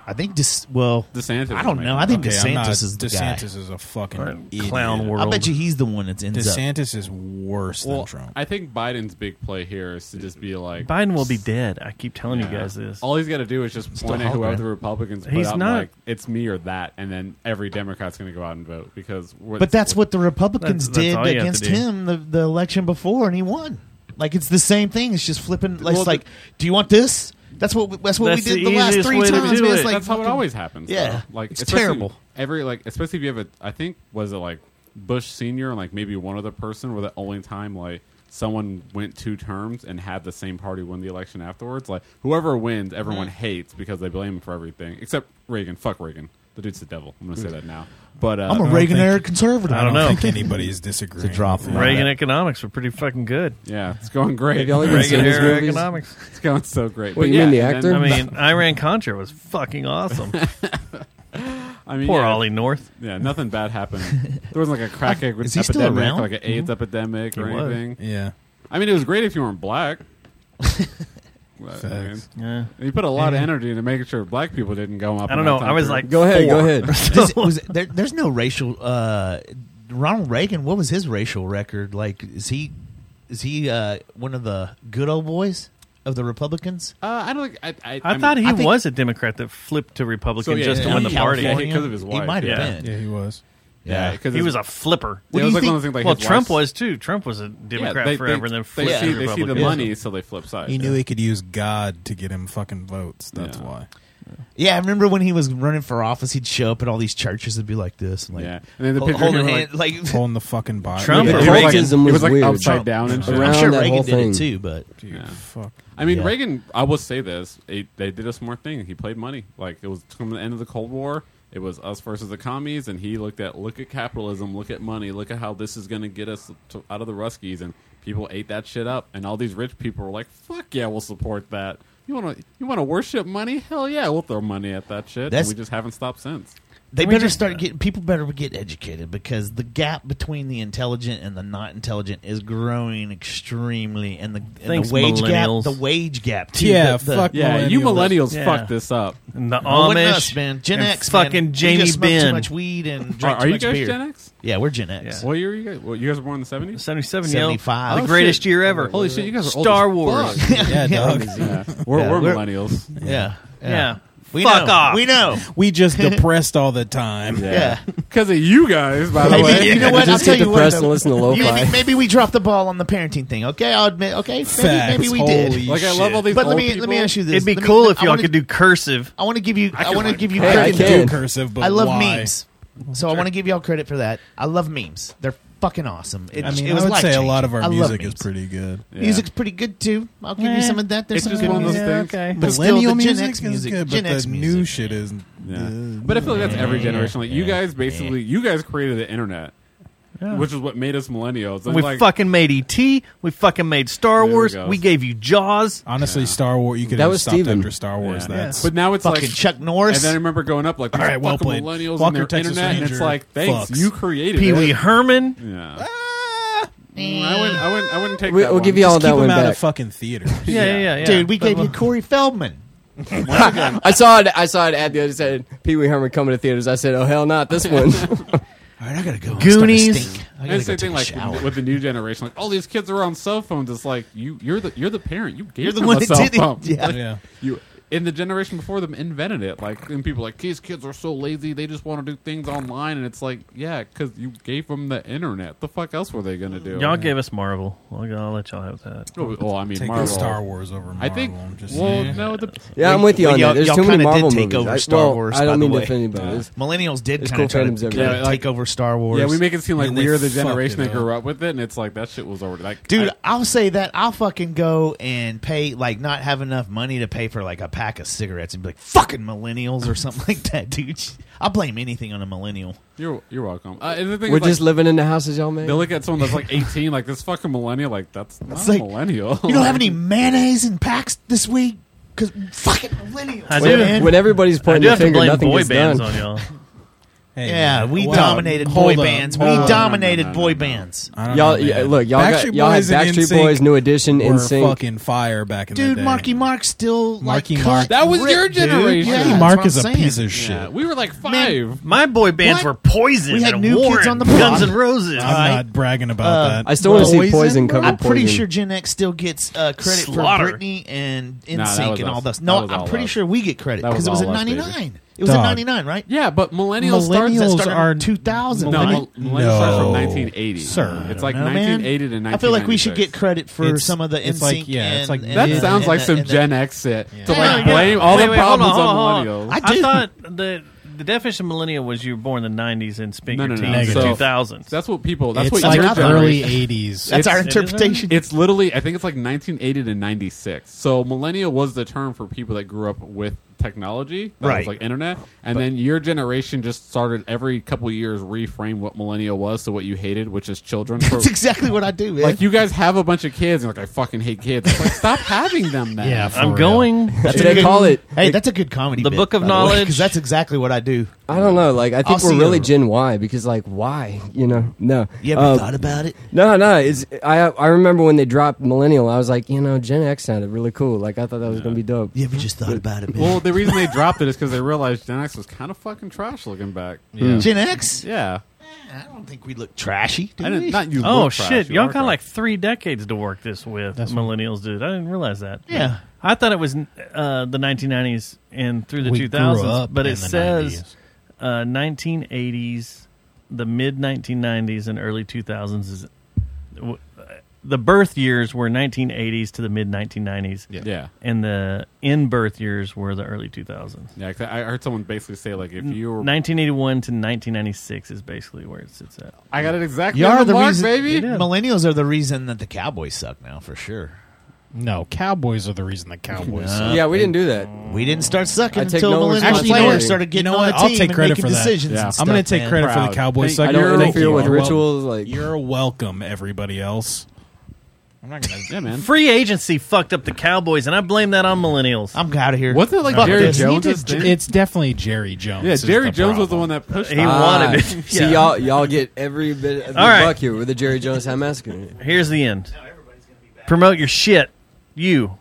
I think just well,
DeSantis.
I
is
don't
making
know. I think
it.
Okay, I'm not-
DeSantis is the guy.
DeSantis is a fucking idiot.
clown world.
I bet you he's the one that's ends up.
DeSantis is worse
Well,
than Trump.
I think Biden's big play here is to just be like
Biden will be dead. I keep telling you
Yeah.
guys this.
All he's got to do is just
Still
point at
hologram.
whoever the Republicans put
He's
out and
not-
like, it's me or that, and then every Democrat's going to go out and vote because. we're-
But that's what the Republicans
That's- that's all you
did
have
against
to do.
him the, the election before, and he won. Like it's the same thing. It's just flipping. Like,
Well,
it's like, do you want this? That's what that's what
That's
we did
the
the, last
easiest
three
way to
times.
do
man.
it.
It's like
that's how it
fucking-
always happens.
Yeah.
though. like
It's
especially
terrible.
Every like, especially if you have a, I think was it like Bush senior and like maybe one other person were the only time like someone went two terms and had the same party win the election afterwards. Like whoever wins, everyone
Mm-hmm.
hates because they blame him for everything except Reagan. Fuck Reagan. The dude's the devil. I'm going to say that now. But uh,
Mm. I'm a
don't
Reagan era
think-
conservative.
I don't,
know.
think anybody is disagreeing.
It's a drop
with
from
that.
Reagan economics were pretty fucking good.
yeah, it's going great.
Have y'all even seen
Reagan
his
era
movies?
economics.
It's going so great.
What,
But
you mean the
and
actor?
then-
I mean, Iran Contra was fucking awesome.
I mean,
Poor
yeah,
Ollie North.
Yeah, nothing bad happened. There wasn't like a crack epidemic,
Is he still around?
like an AIDS epidemic or
He was.
anything.
Yeah.
I mean, it was great if you weren't black.
Facts.
Yeah.
You put a lot
Yeah.
of energy into making sure black people didn't go up.
I don't
in
know.
that
I was
time
like,
period.
Does it- was it- there- there's no racial. Uh, Ronald Reagan. What was his racial record like? Is he is he uh, one of the good old boys of the Republicans?
Uh, I don't. think- I, I,
I,
mean,
thought he
I think-
was a Democrat that flipped to Republican
So, yeah,
just to
yeah,
win the
he-
party
California, because of his He wife, might have
yeah.
been. Yeah, he was.
Yeah,
Yeah,
because
'cause
he
his-
was a flipper.
What Yeah, do it was you like one of think- those things like
well,
his
Trump was
wife's-
too. Trump was a Democrat
they- they-
forever, and then
they
flipped
see-
to
they see the
Republican.
money, so they flip sides.
He knew he could use God to get him fucking votes. That's why.
Yeah, I remember when he was running for office, he'd show up at all these churches and be like this, and like
Yeah.
And then the
hol-
picture of
holding
him,
hand, like,
holding the fucking Bible.
Trump
Yeah.
or
Yeah.
Reagan?
Cultism
It
was
was like
weird.
upside
Trump.
down and shit.
Around I'm sure that Reagan whole did it thing. too, but-
Dude,
Yeah.
fuck.
I mean,
Yeah.
Reagan. I will say this: it, they did a smart thing. He played money. Like it was from the end of the Cold War. It was us versus the commies, and he looked at look at capitalism, look at money, look at how this is going to get us to, out of the Ruskies, and people ate that shit up. And all these rich people were like, "Fuck yeah, we'll support that." You want to you want to worship money? Hell yeah, we'll throw money at that shit.
That's-
and we just haven't stopped since.
They better start getting people better get educated because the gap between the intelligent and the not intelligent is growing extremely, and the, and
Thanks,
the wage gap,
millennials.
the wage gap. Too, the, the-
yeah. You millennials fucked this up.
And the Amish,
Well, it wasn't us, man. Gen
and
X, man.
fucking
We
Jamie
just smoked
Benn.
too much weed and
Are,
drank
are
too
you
much
guys
beer.
Gen X?
Yeah, we're Gen X.
What year are you guys? Well, you guys were born in the seventies.
Seventy-seven,
yo. 75.
The greatest year ever.
Holy shit, you guys are old
Star
as
Wars.
fuck.
Yeah, dog.
Yeah. We're,
Yeah.
we're
We're-
millennials.
Yeah.
Yeah. Fuck off.
We just depressed all the time.
Yeah.
Because of you guys, by
Maybe, you know what? I'll tell you what. though.
low.
Maybe, maybe we dropped the ball on the parenting thing. Okay, I'll admit. Okay, maybe, maybe we did.
Like, I love all these
But let
old
me let me
people.
ask you this.
It'd be
Let me-
cool
let-
if
I
y'all
wanna-
could do cursive.
I want to give you. I, want to give you.
I
credit.
can do cursive, but
I love
why?
memes, so I want to give y'all credit for that. I love memes. They're fucking awesome. It,
I mean,
it was
I would say a
life-changing.
lot of our
I love
music is
memes.
pretty good.
Music's pretty good too. I'll give you some of that. There's
It's
some
just
good
one of those
music.
things. Yeah, okay.
But still,
Millennial
the Gen
music
X
is
music,
good,
Gen
but
X
the
music.
new shit isn't.
Yeah. But I feel like that's every generation. Like you guys, basically, you guys created the internet,
Yeah.
which is what made us millennials. And
We
like,
fucking made ET. We fucking made Star
we
Wars.
go.
We gave you Jaws.
Honestly, Star Wars. You could have stopped after Star Wars.
Yeah.
That's
but now it's
Fucking
like
Chuck Norris.
And then I remember growing up like these
All right, well
fucking
played.
millennials
Walker,
and their
Texas
internet, and it's
Ranger
like thanks,
fucks.
you created
Pee
it.
Wee Herman.
Yeah. I wouldn't. I wouldn't. I wouldn't take.
We-
that
we'll
one.
give you all
Just
that
keep
one
him out
back.
of fucking theaters.
Yeah, yeah, yeah.
Dude, we
But-
gave you Corey Feldman.
I saw it. I saw it at the other side. Pee Wee Herman coming to theaters. I said, "Oh hell, not this one." All
right, I gotta go.
Goonies.
And it's the thing, like with, with the new generation, like all these kids are on cell phones. It's like you, you're the, you're the parent. You gave
You're the
them
one
a
that
cell
did it.
phone.
Yeah.
Like,
Yeah.
You in the generation before them invented it. Like and people are like these kids are so lazy. They just want to do things online, and it's like yeah, because you gave them the internet. The fuck else were they gonna do?
Y'all gave us Marvel. I'll, I'll let y'all have that.
Well, well, I mean,
Take
Marvel.
Star Wars over Marvel.
I think.
I'm just
well,
saying.
no. The,
Yeah, I'm with you on that. There's too many Marvel
did take
movies.
over
I-
Star
well,
Wars.
I don't
by
mean
the
to
way.
offend anybody. It's-
Millennials did
it's
kind
cool
of try to
fandoms everywhere.
kinda
Yeah, like-
take over Star Wars.
Yeah, we make it seem like
And they
we're the
fucked
generation
it
that
up.
grew up with it, and it's like that shit was already like,
Dude,
I-
I, will say that I'll fucking go and pay like not have enough money to pay for like a pack of cigarettes and be like fucking millennials or something like that, dude. I blame anything on a millennial.
you're you're welcome. Uh, and the thing
We're
is, like,
just living in the houses y'all made.
They look at someone that's like 18, like this fucking millennial, like that's not
It's
a
like,
millennial.
You don't have any mayonnaise in packs this week because fucking millennials.
I do.
man.
When everybody's pointing
do
the
have to
finger,
blame
nothing
boy
gets
bands
done.
on y'all.
Hey,
yeah,
man.
we
Wow.
dominated
Hold
boy
up.
bands.
Hold
we
up.
dominated boy bands.
I don't
Y'all-
know,
yeah,
man.
look, y'all got- y'all had
and
Backstreet
NSYNC
Boys, New Edition,
were
NSYNC.
fucking fire back in the
Dude,
day.
Marky Mark still
Marky
like,
Mark.
cut
That was
Rick,
your
dude.
generation.
Yeah,
Marky
that's
Mark
what
is
I'm
a
saying.
piece of shit.
Yeah, we were like five.
My boy bands
What?
were Poison.
We had
and
New Kids
Warren,
on the Block.
Guns and Roses.
I'm not bragging about
Uh,
that.
I still want to see Poison cover
I'm pretty
Poison.
sure Gen X still gets uh, credit
Slaughter.
for Britney and
Nah, that
NSYNC
was
and all
us.
those.
That
No,
was
I'm
all
pretty
us.
sure we get credit
That was
because it was in
all us, baby.
'99. It was in
Dog.
'99, right?
Yeah, but
Millennials that
millennials, millennials started
started
are
in 2000.
No,
right?
mil- millennials started
No.
from 1980.
Sir.
it's like
No, man.
1980 to 1996.
I feel like we should get credit for
It's-
some of the
it's
NSYNC.
like- yeah, it's
and-
like-
and-
That
and-
sounds like
and-
some
and-
Gen X shit to
Yeah,
like
yeah.
blame all
Wait,
the
wait, hold
problems
hold hold
on millennials.
I,
do.
thought the the definition of millennial was you were born in the '90s and spent
No,
your
no, no.
teens in
So-
2000s.
That's what people. That's
It's
what
like
your
early
generation-
80s.
That's our
It isn't?
interpretation.
It's literally, I think it's like 1980 to 96. So millennial was the term for people that grew up with technology, that was,
Right.
like internet, and
But-
then your generation just started every couple of years reframe what millennial was to what you hated, which is children. For,
That's exactly what I do, man.
like you guys have a bunch of kids, and you're like I fucking hate kids. It's like, stop having them now.
Yeah, for
I'm
real.
going.
That's
They
a good,
call it-
Hey, that's a good comedy.
The
bit,
Book of
by the way,
Knowledge.
'cause that's exactly what I do.
I don't know. Like I think
I'll see
we're really
you.
Gen Y because like why you know no. Um,
You ever
Uh,
thought about it?
No, no. It's I I remember when they dropped millennial. I was like you know Gen X sounded really cool. Like I thought that was gonna be dope.
You ever just thought about it?
Well, the reason they dropped it is because they realized Gen X was kind of fucking trash looking back.
Yeah. Gen X?
Yeah.
I don't think we look trashy. Do
I didn't-
we?
not you
oh
look
shit!
trash, you
Y'all
are
got like three decades to work this with. millennials, dude. I didn't realize that.
Yeah.
I thought it was uh, the 1990s and through the
We grew
2000s,
up
but
in
it
the
says uh, 1980s, the mid 1990s and early 2000s is w- the birth years were 1980s to the mid 1990s.
Yeah. Yeah.
and the in birth years were the early 2000s.
Yeah, 'cause I I heard someone basically say like if you were
1981 to 1996 is basically where it sits at.
I got it exactly.
You
on
are
the
the
mark,
reason,
baby.
Millennials are the reason that the Cowboys suck now, for sure.
No, Cowboys are the reason the
No.
Cowboys. suck.
Yeah, we
didn't do that.
We didn't start sucking
I take
until
no
millennial
responsibility.
players started getting
You know
on
what?
the
I'll
team
take
and
credit
making
for that.
decisions.
Yeah.
And
I'm
stuff,
gonna take
man.
credit for the Cowboys. sucking.
don't
You're
interfere
welcome.
with
You're welcome.
rituals, like-
you're welcome, everybody else. I'm not gonna.
yeah, man.
Free agency fucked up the Cowboys, and I blame that on millennials.
I'm out of here.
Wasn't it like
Fuck
Jerry
this.
Jones'
He did-
thing?
It's definitely Jerry Jones.
Yeah,
is
Jerry
the
Jones was the
problem.
one that pushed. Ah,
He wanted it.
See
Yeah.
y'all y'all get every bit of the
All right.
buck here with the Jerry Jones High Massacre.
Here's the end. Promote your shit. You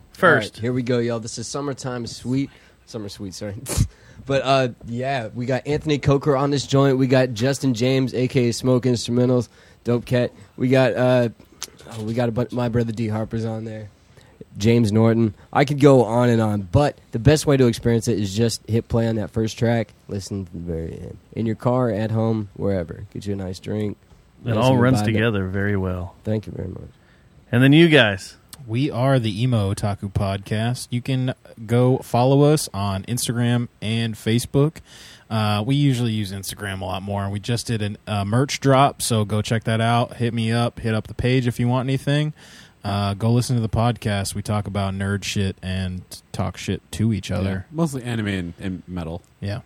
All
first.
right, here we go, y'all. This is summertime sweet, summer sweet. Sorry, but uh, yeah, we got Anthony Coker on this joint. We got Justin James, aka Smoke Instrumentals, Dope Cat. We got uh, oh, we got a bunch. My brother D Harper's on there. James Norton. I could go on and on, but the best way to experience it is just hit play on that first track, listen to the very end. In your car, at home, wherever. Get you a nice drink.
It
Nice
all
little
runs
vibe.
together very well.
Thank you very much.
And then you guys.
We are the Emo Otaku Podcast. You can go follow us on Instagram and Facebook. Uh, we usually use Instagram a lot more. We just did a uh, merch drop, so go check that out. Hit me up, hit up the page if you want anything. Uh, go listen to the podcast. We talk about nerd shit and talk shit to each
Yeah,
other.
mostly anime and, and metal.
Yeah.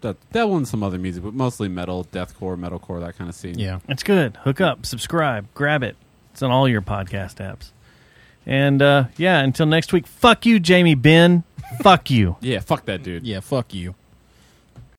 That that one's some other music, but mostly metal, deathcore, metalcore, that kind of scene.
Yeah.
It's good. Hook up, subscribe, grab it. It's on all your podcast apps. And uh, yeah, until next week, fuck you, Jamie Ben. fuck you.
Yeah, fuck that dude.
Yeah, fuck you.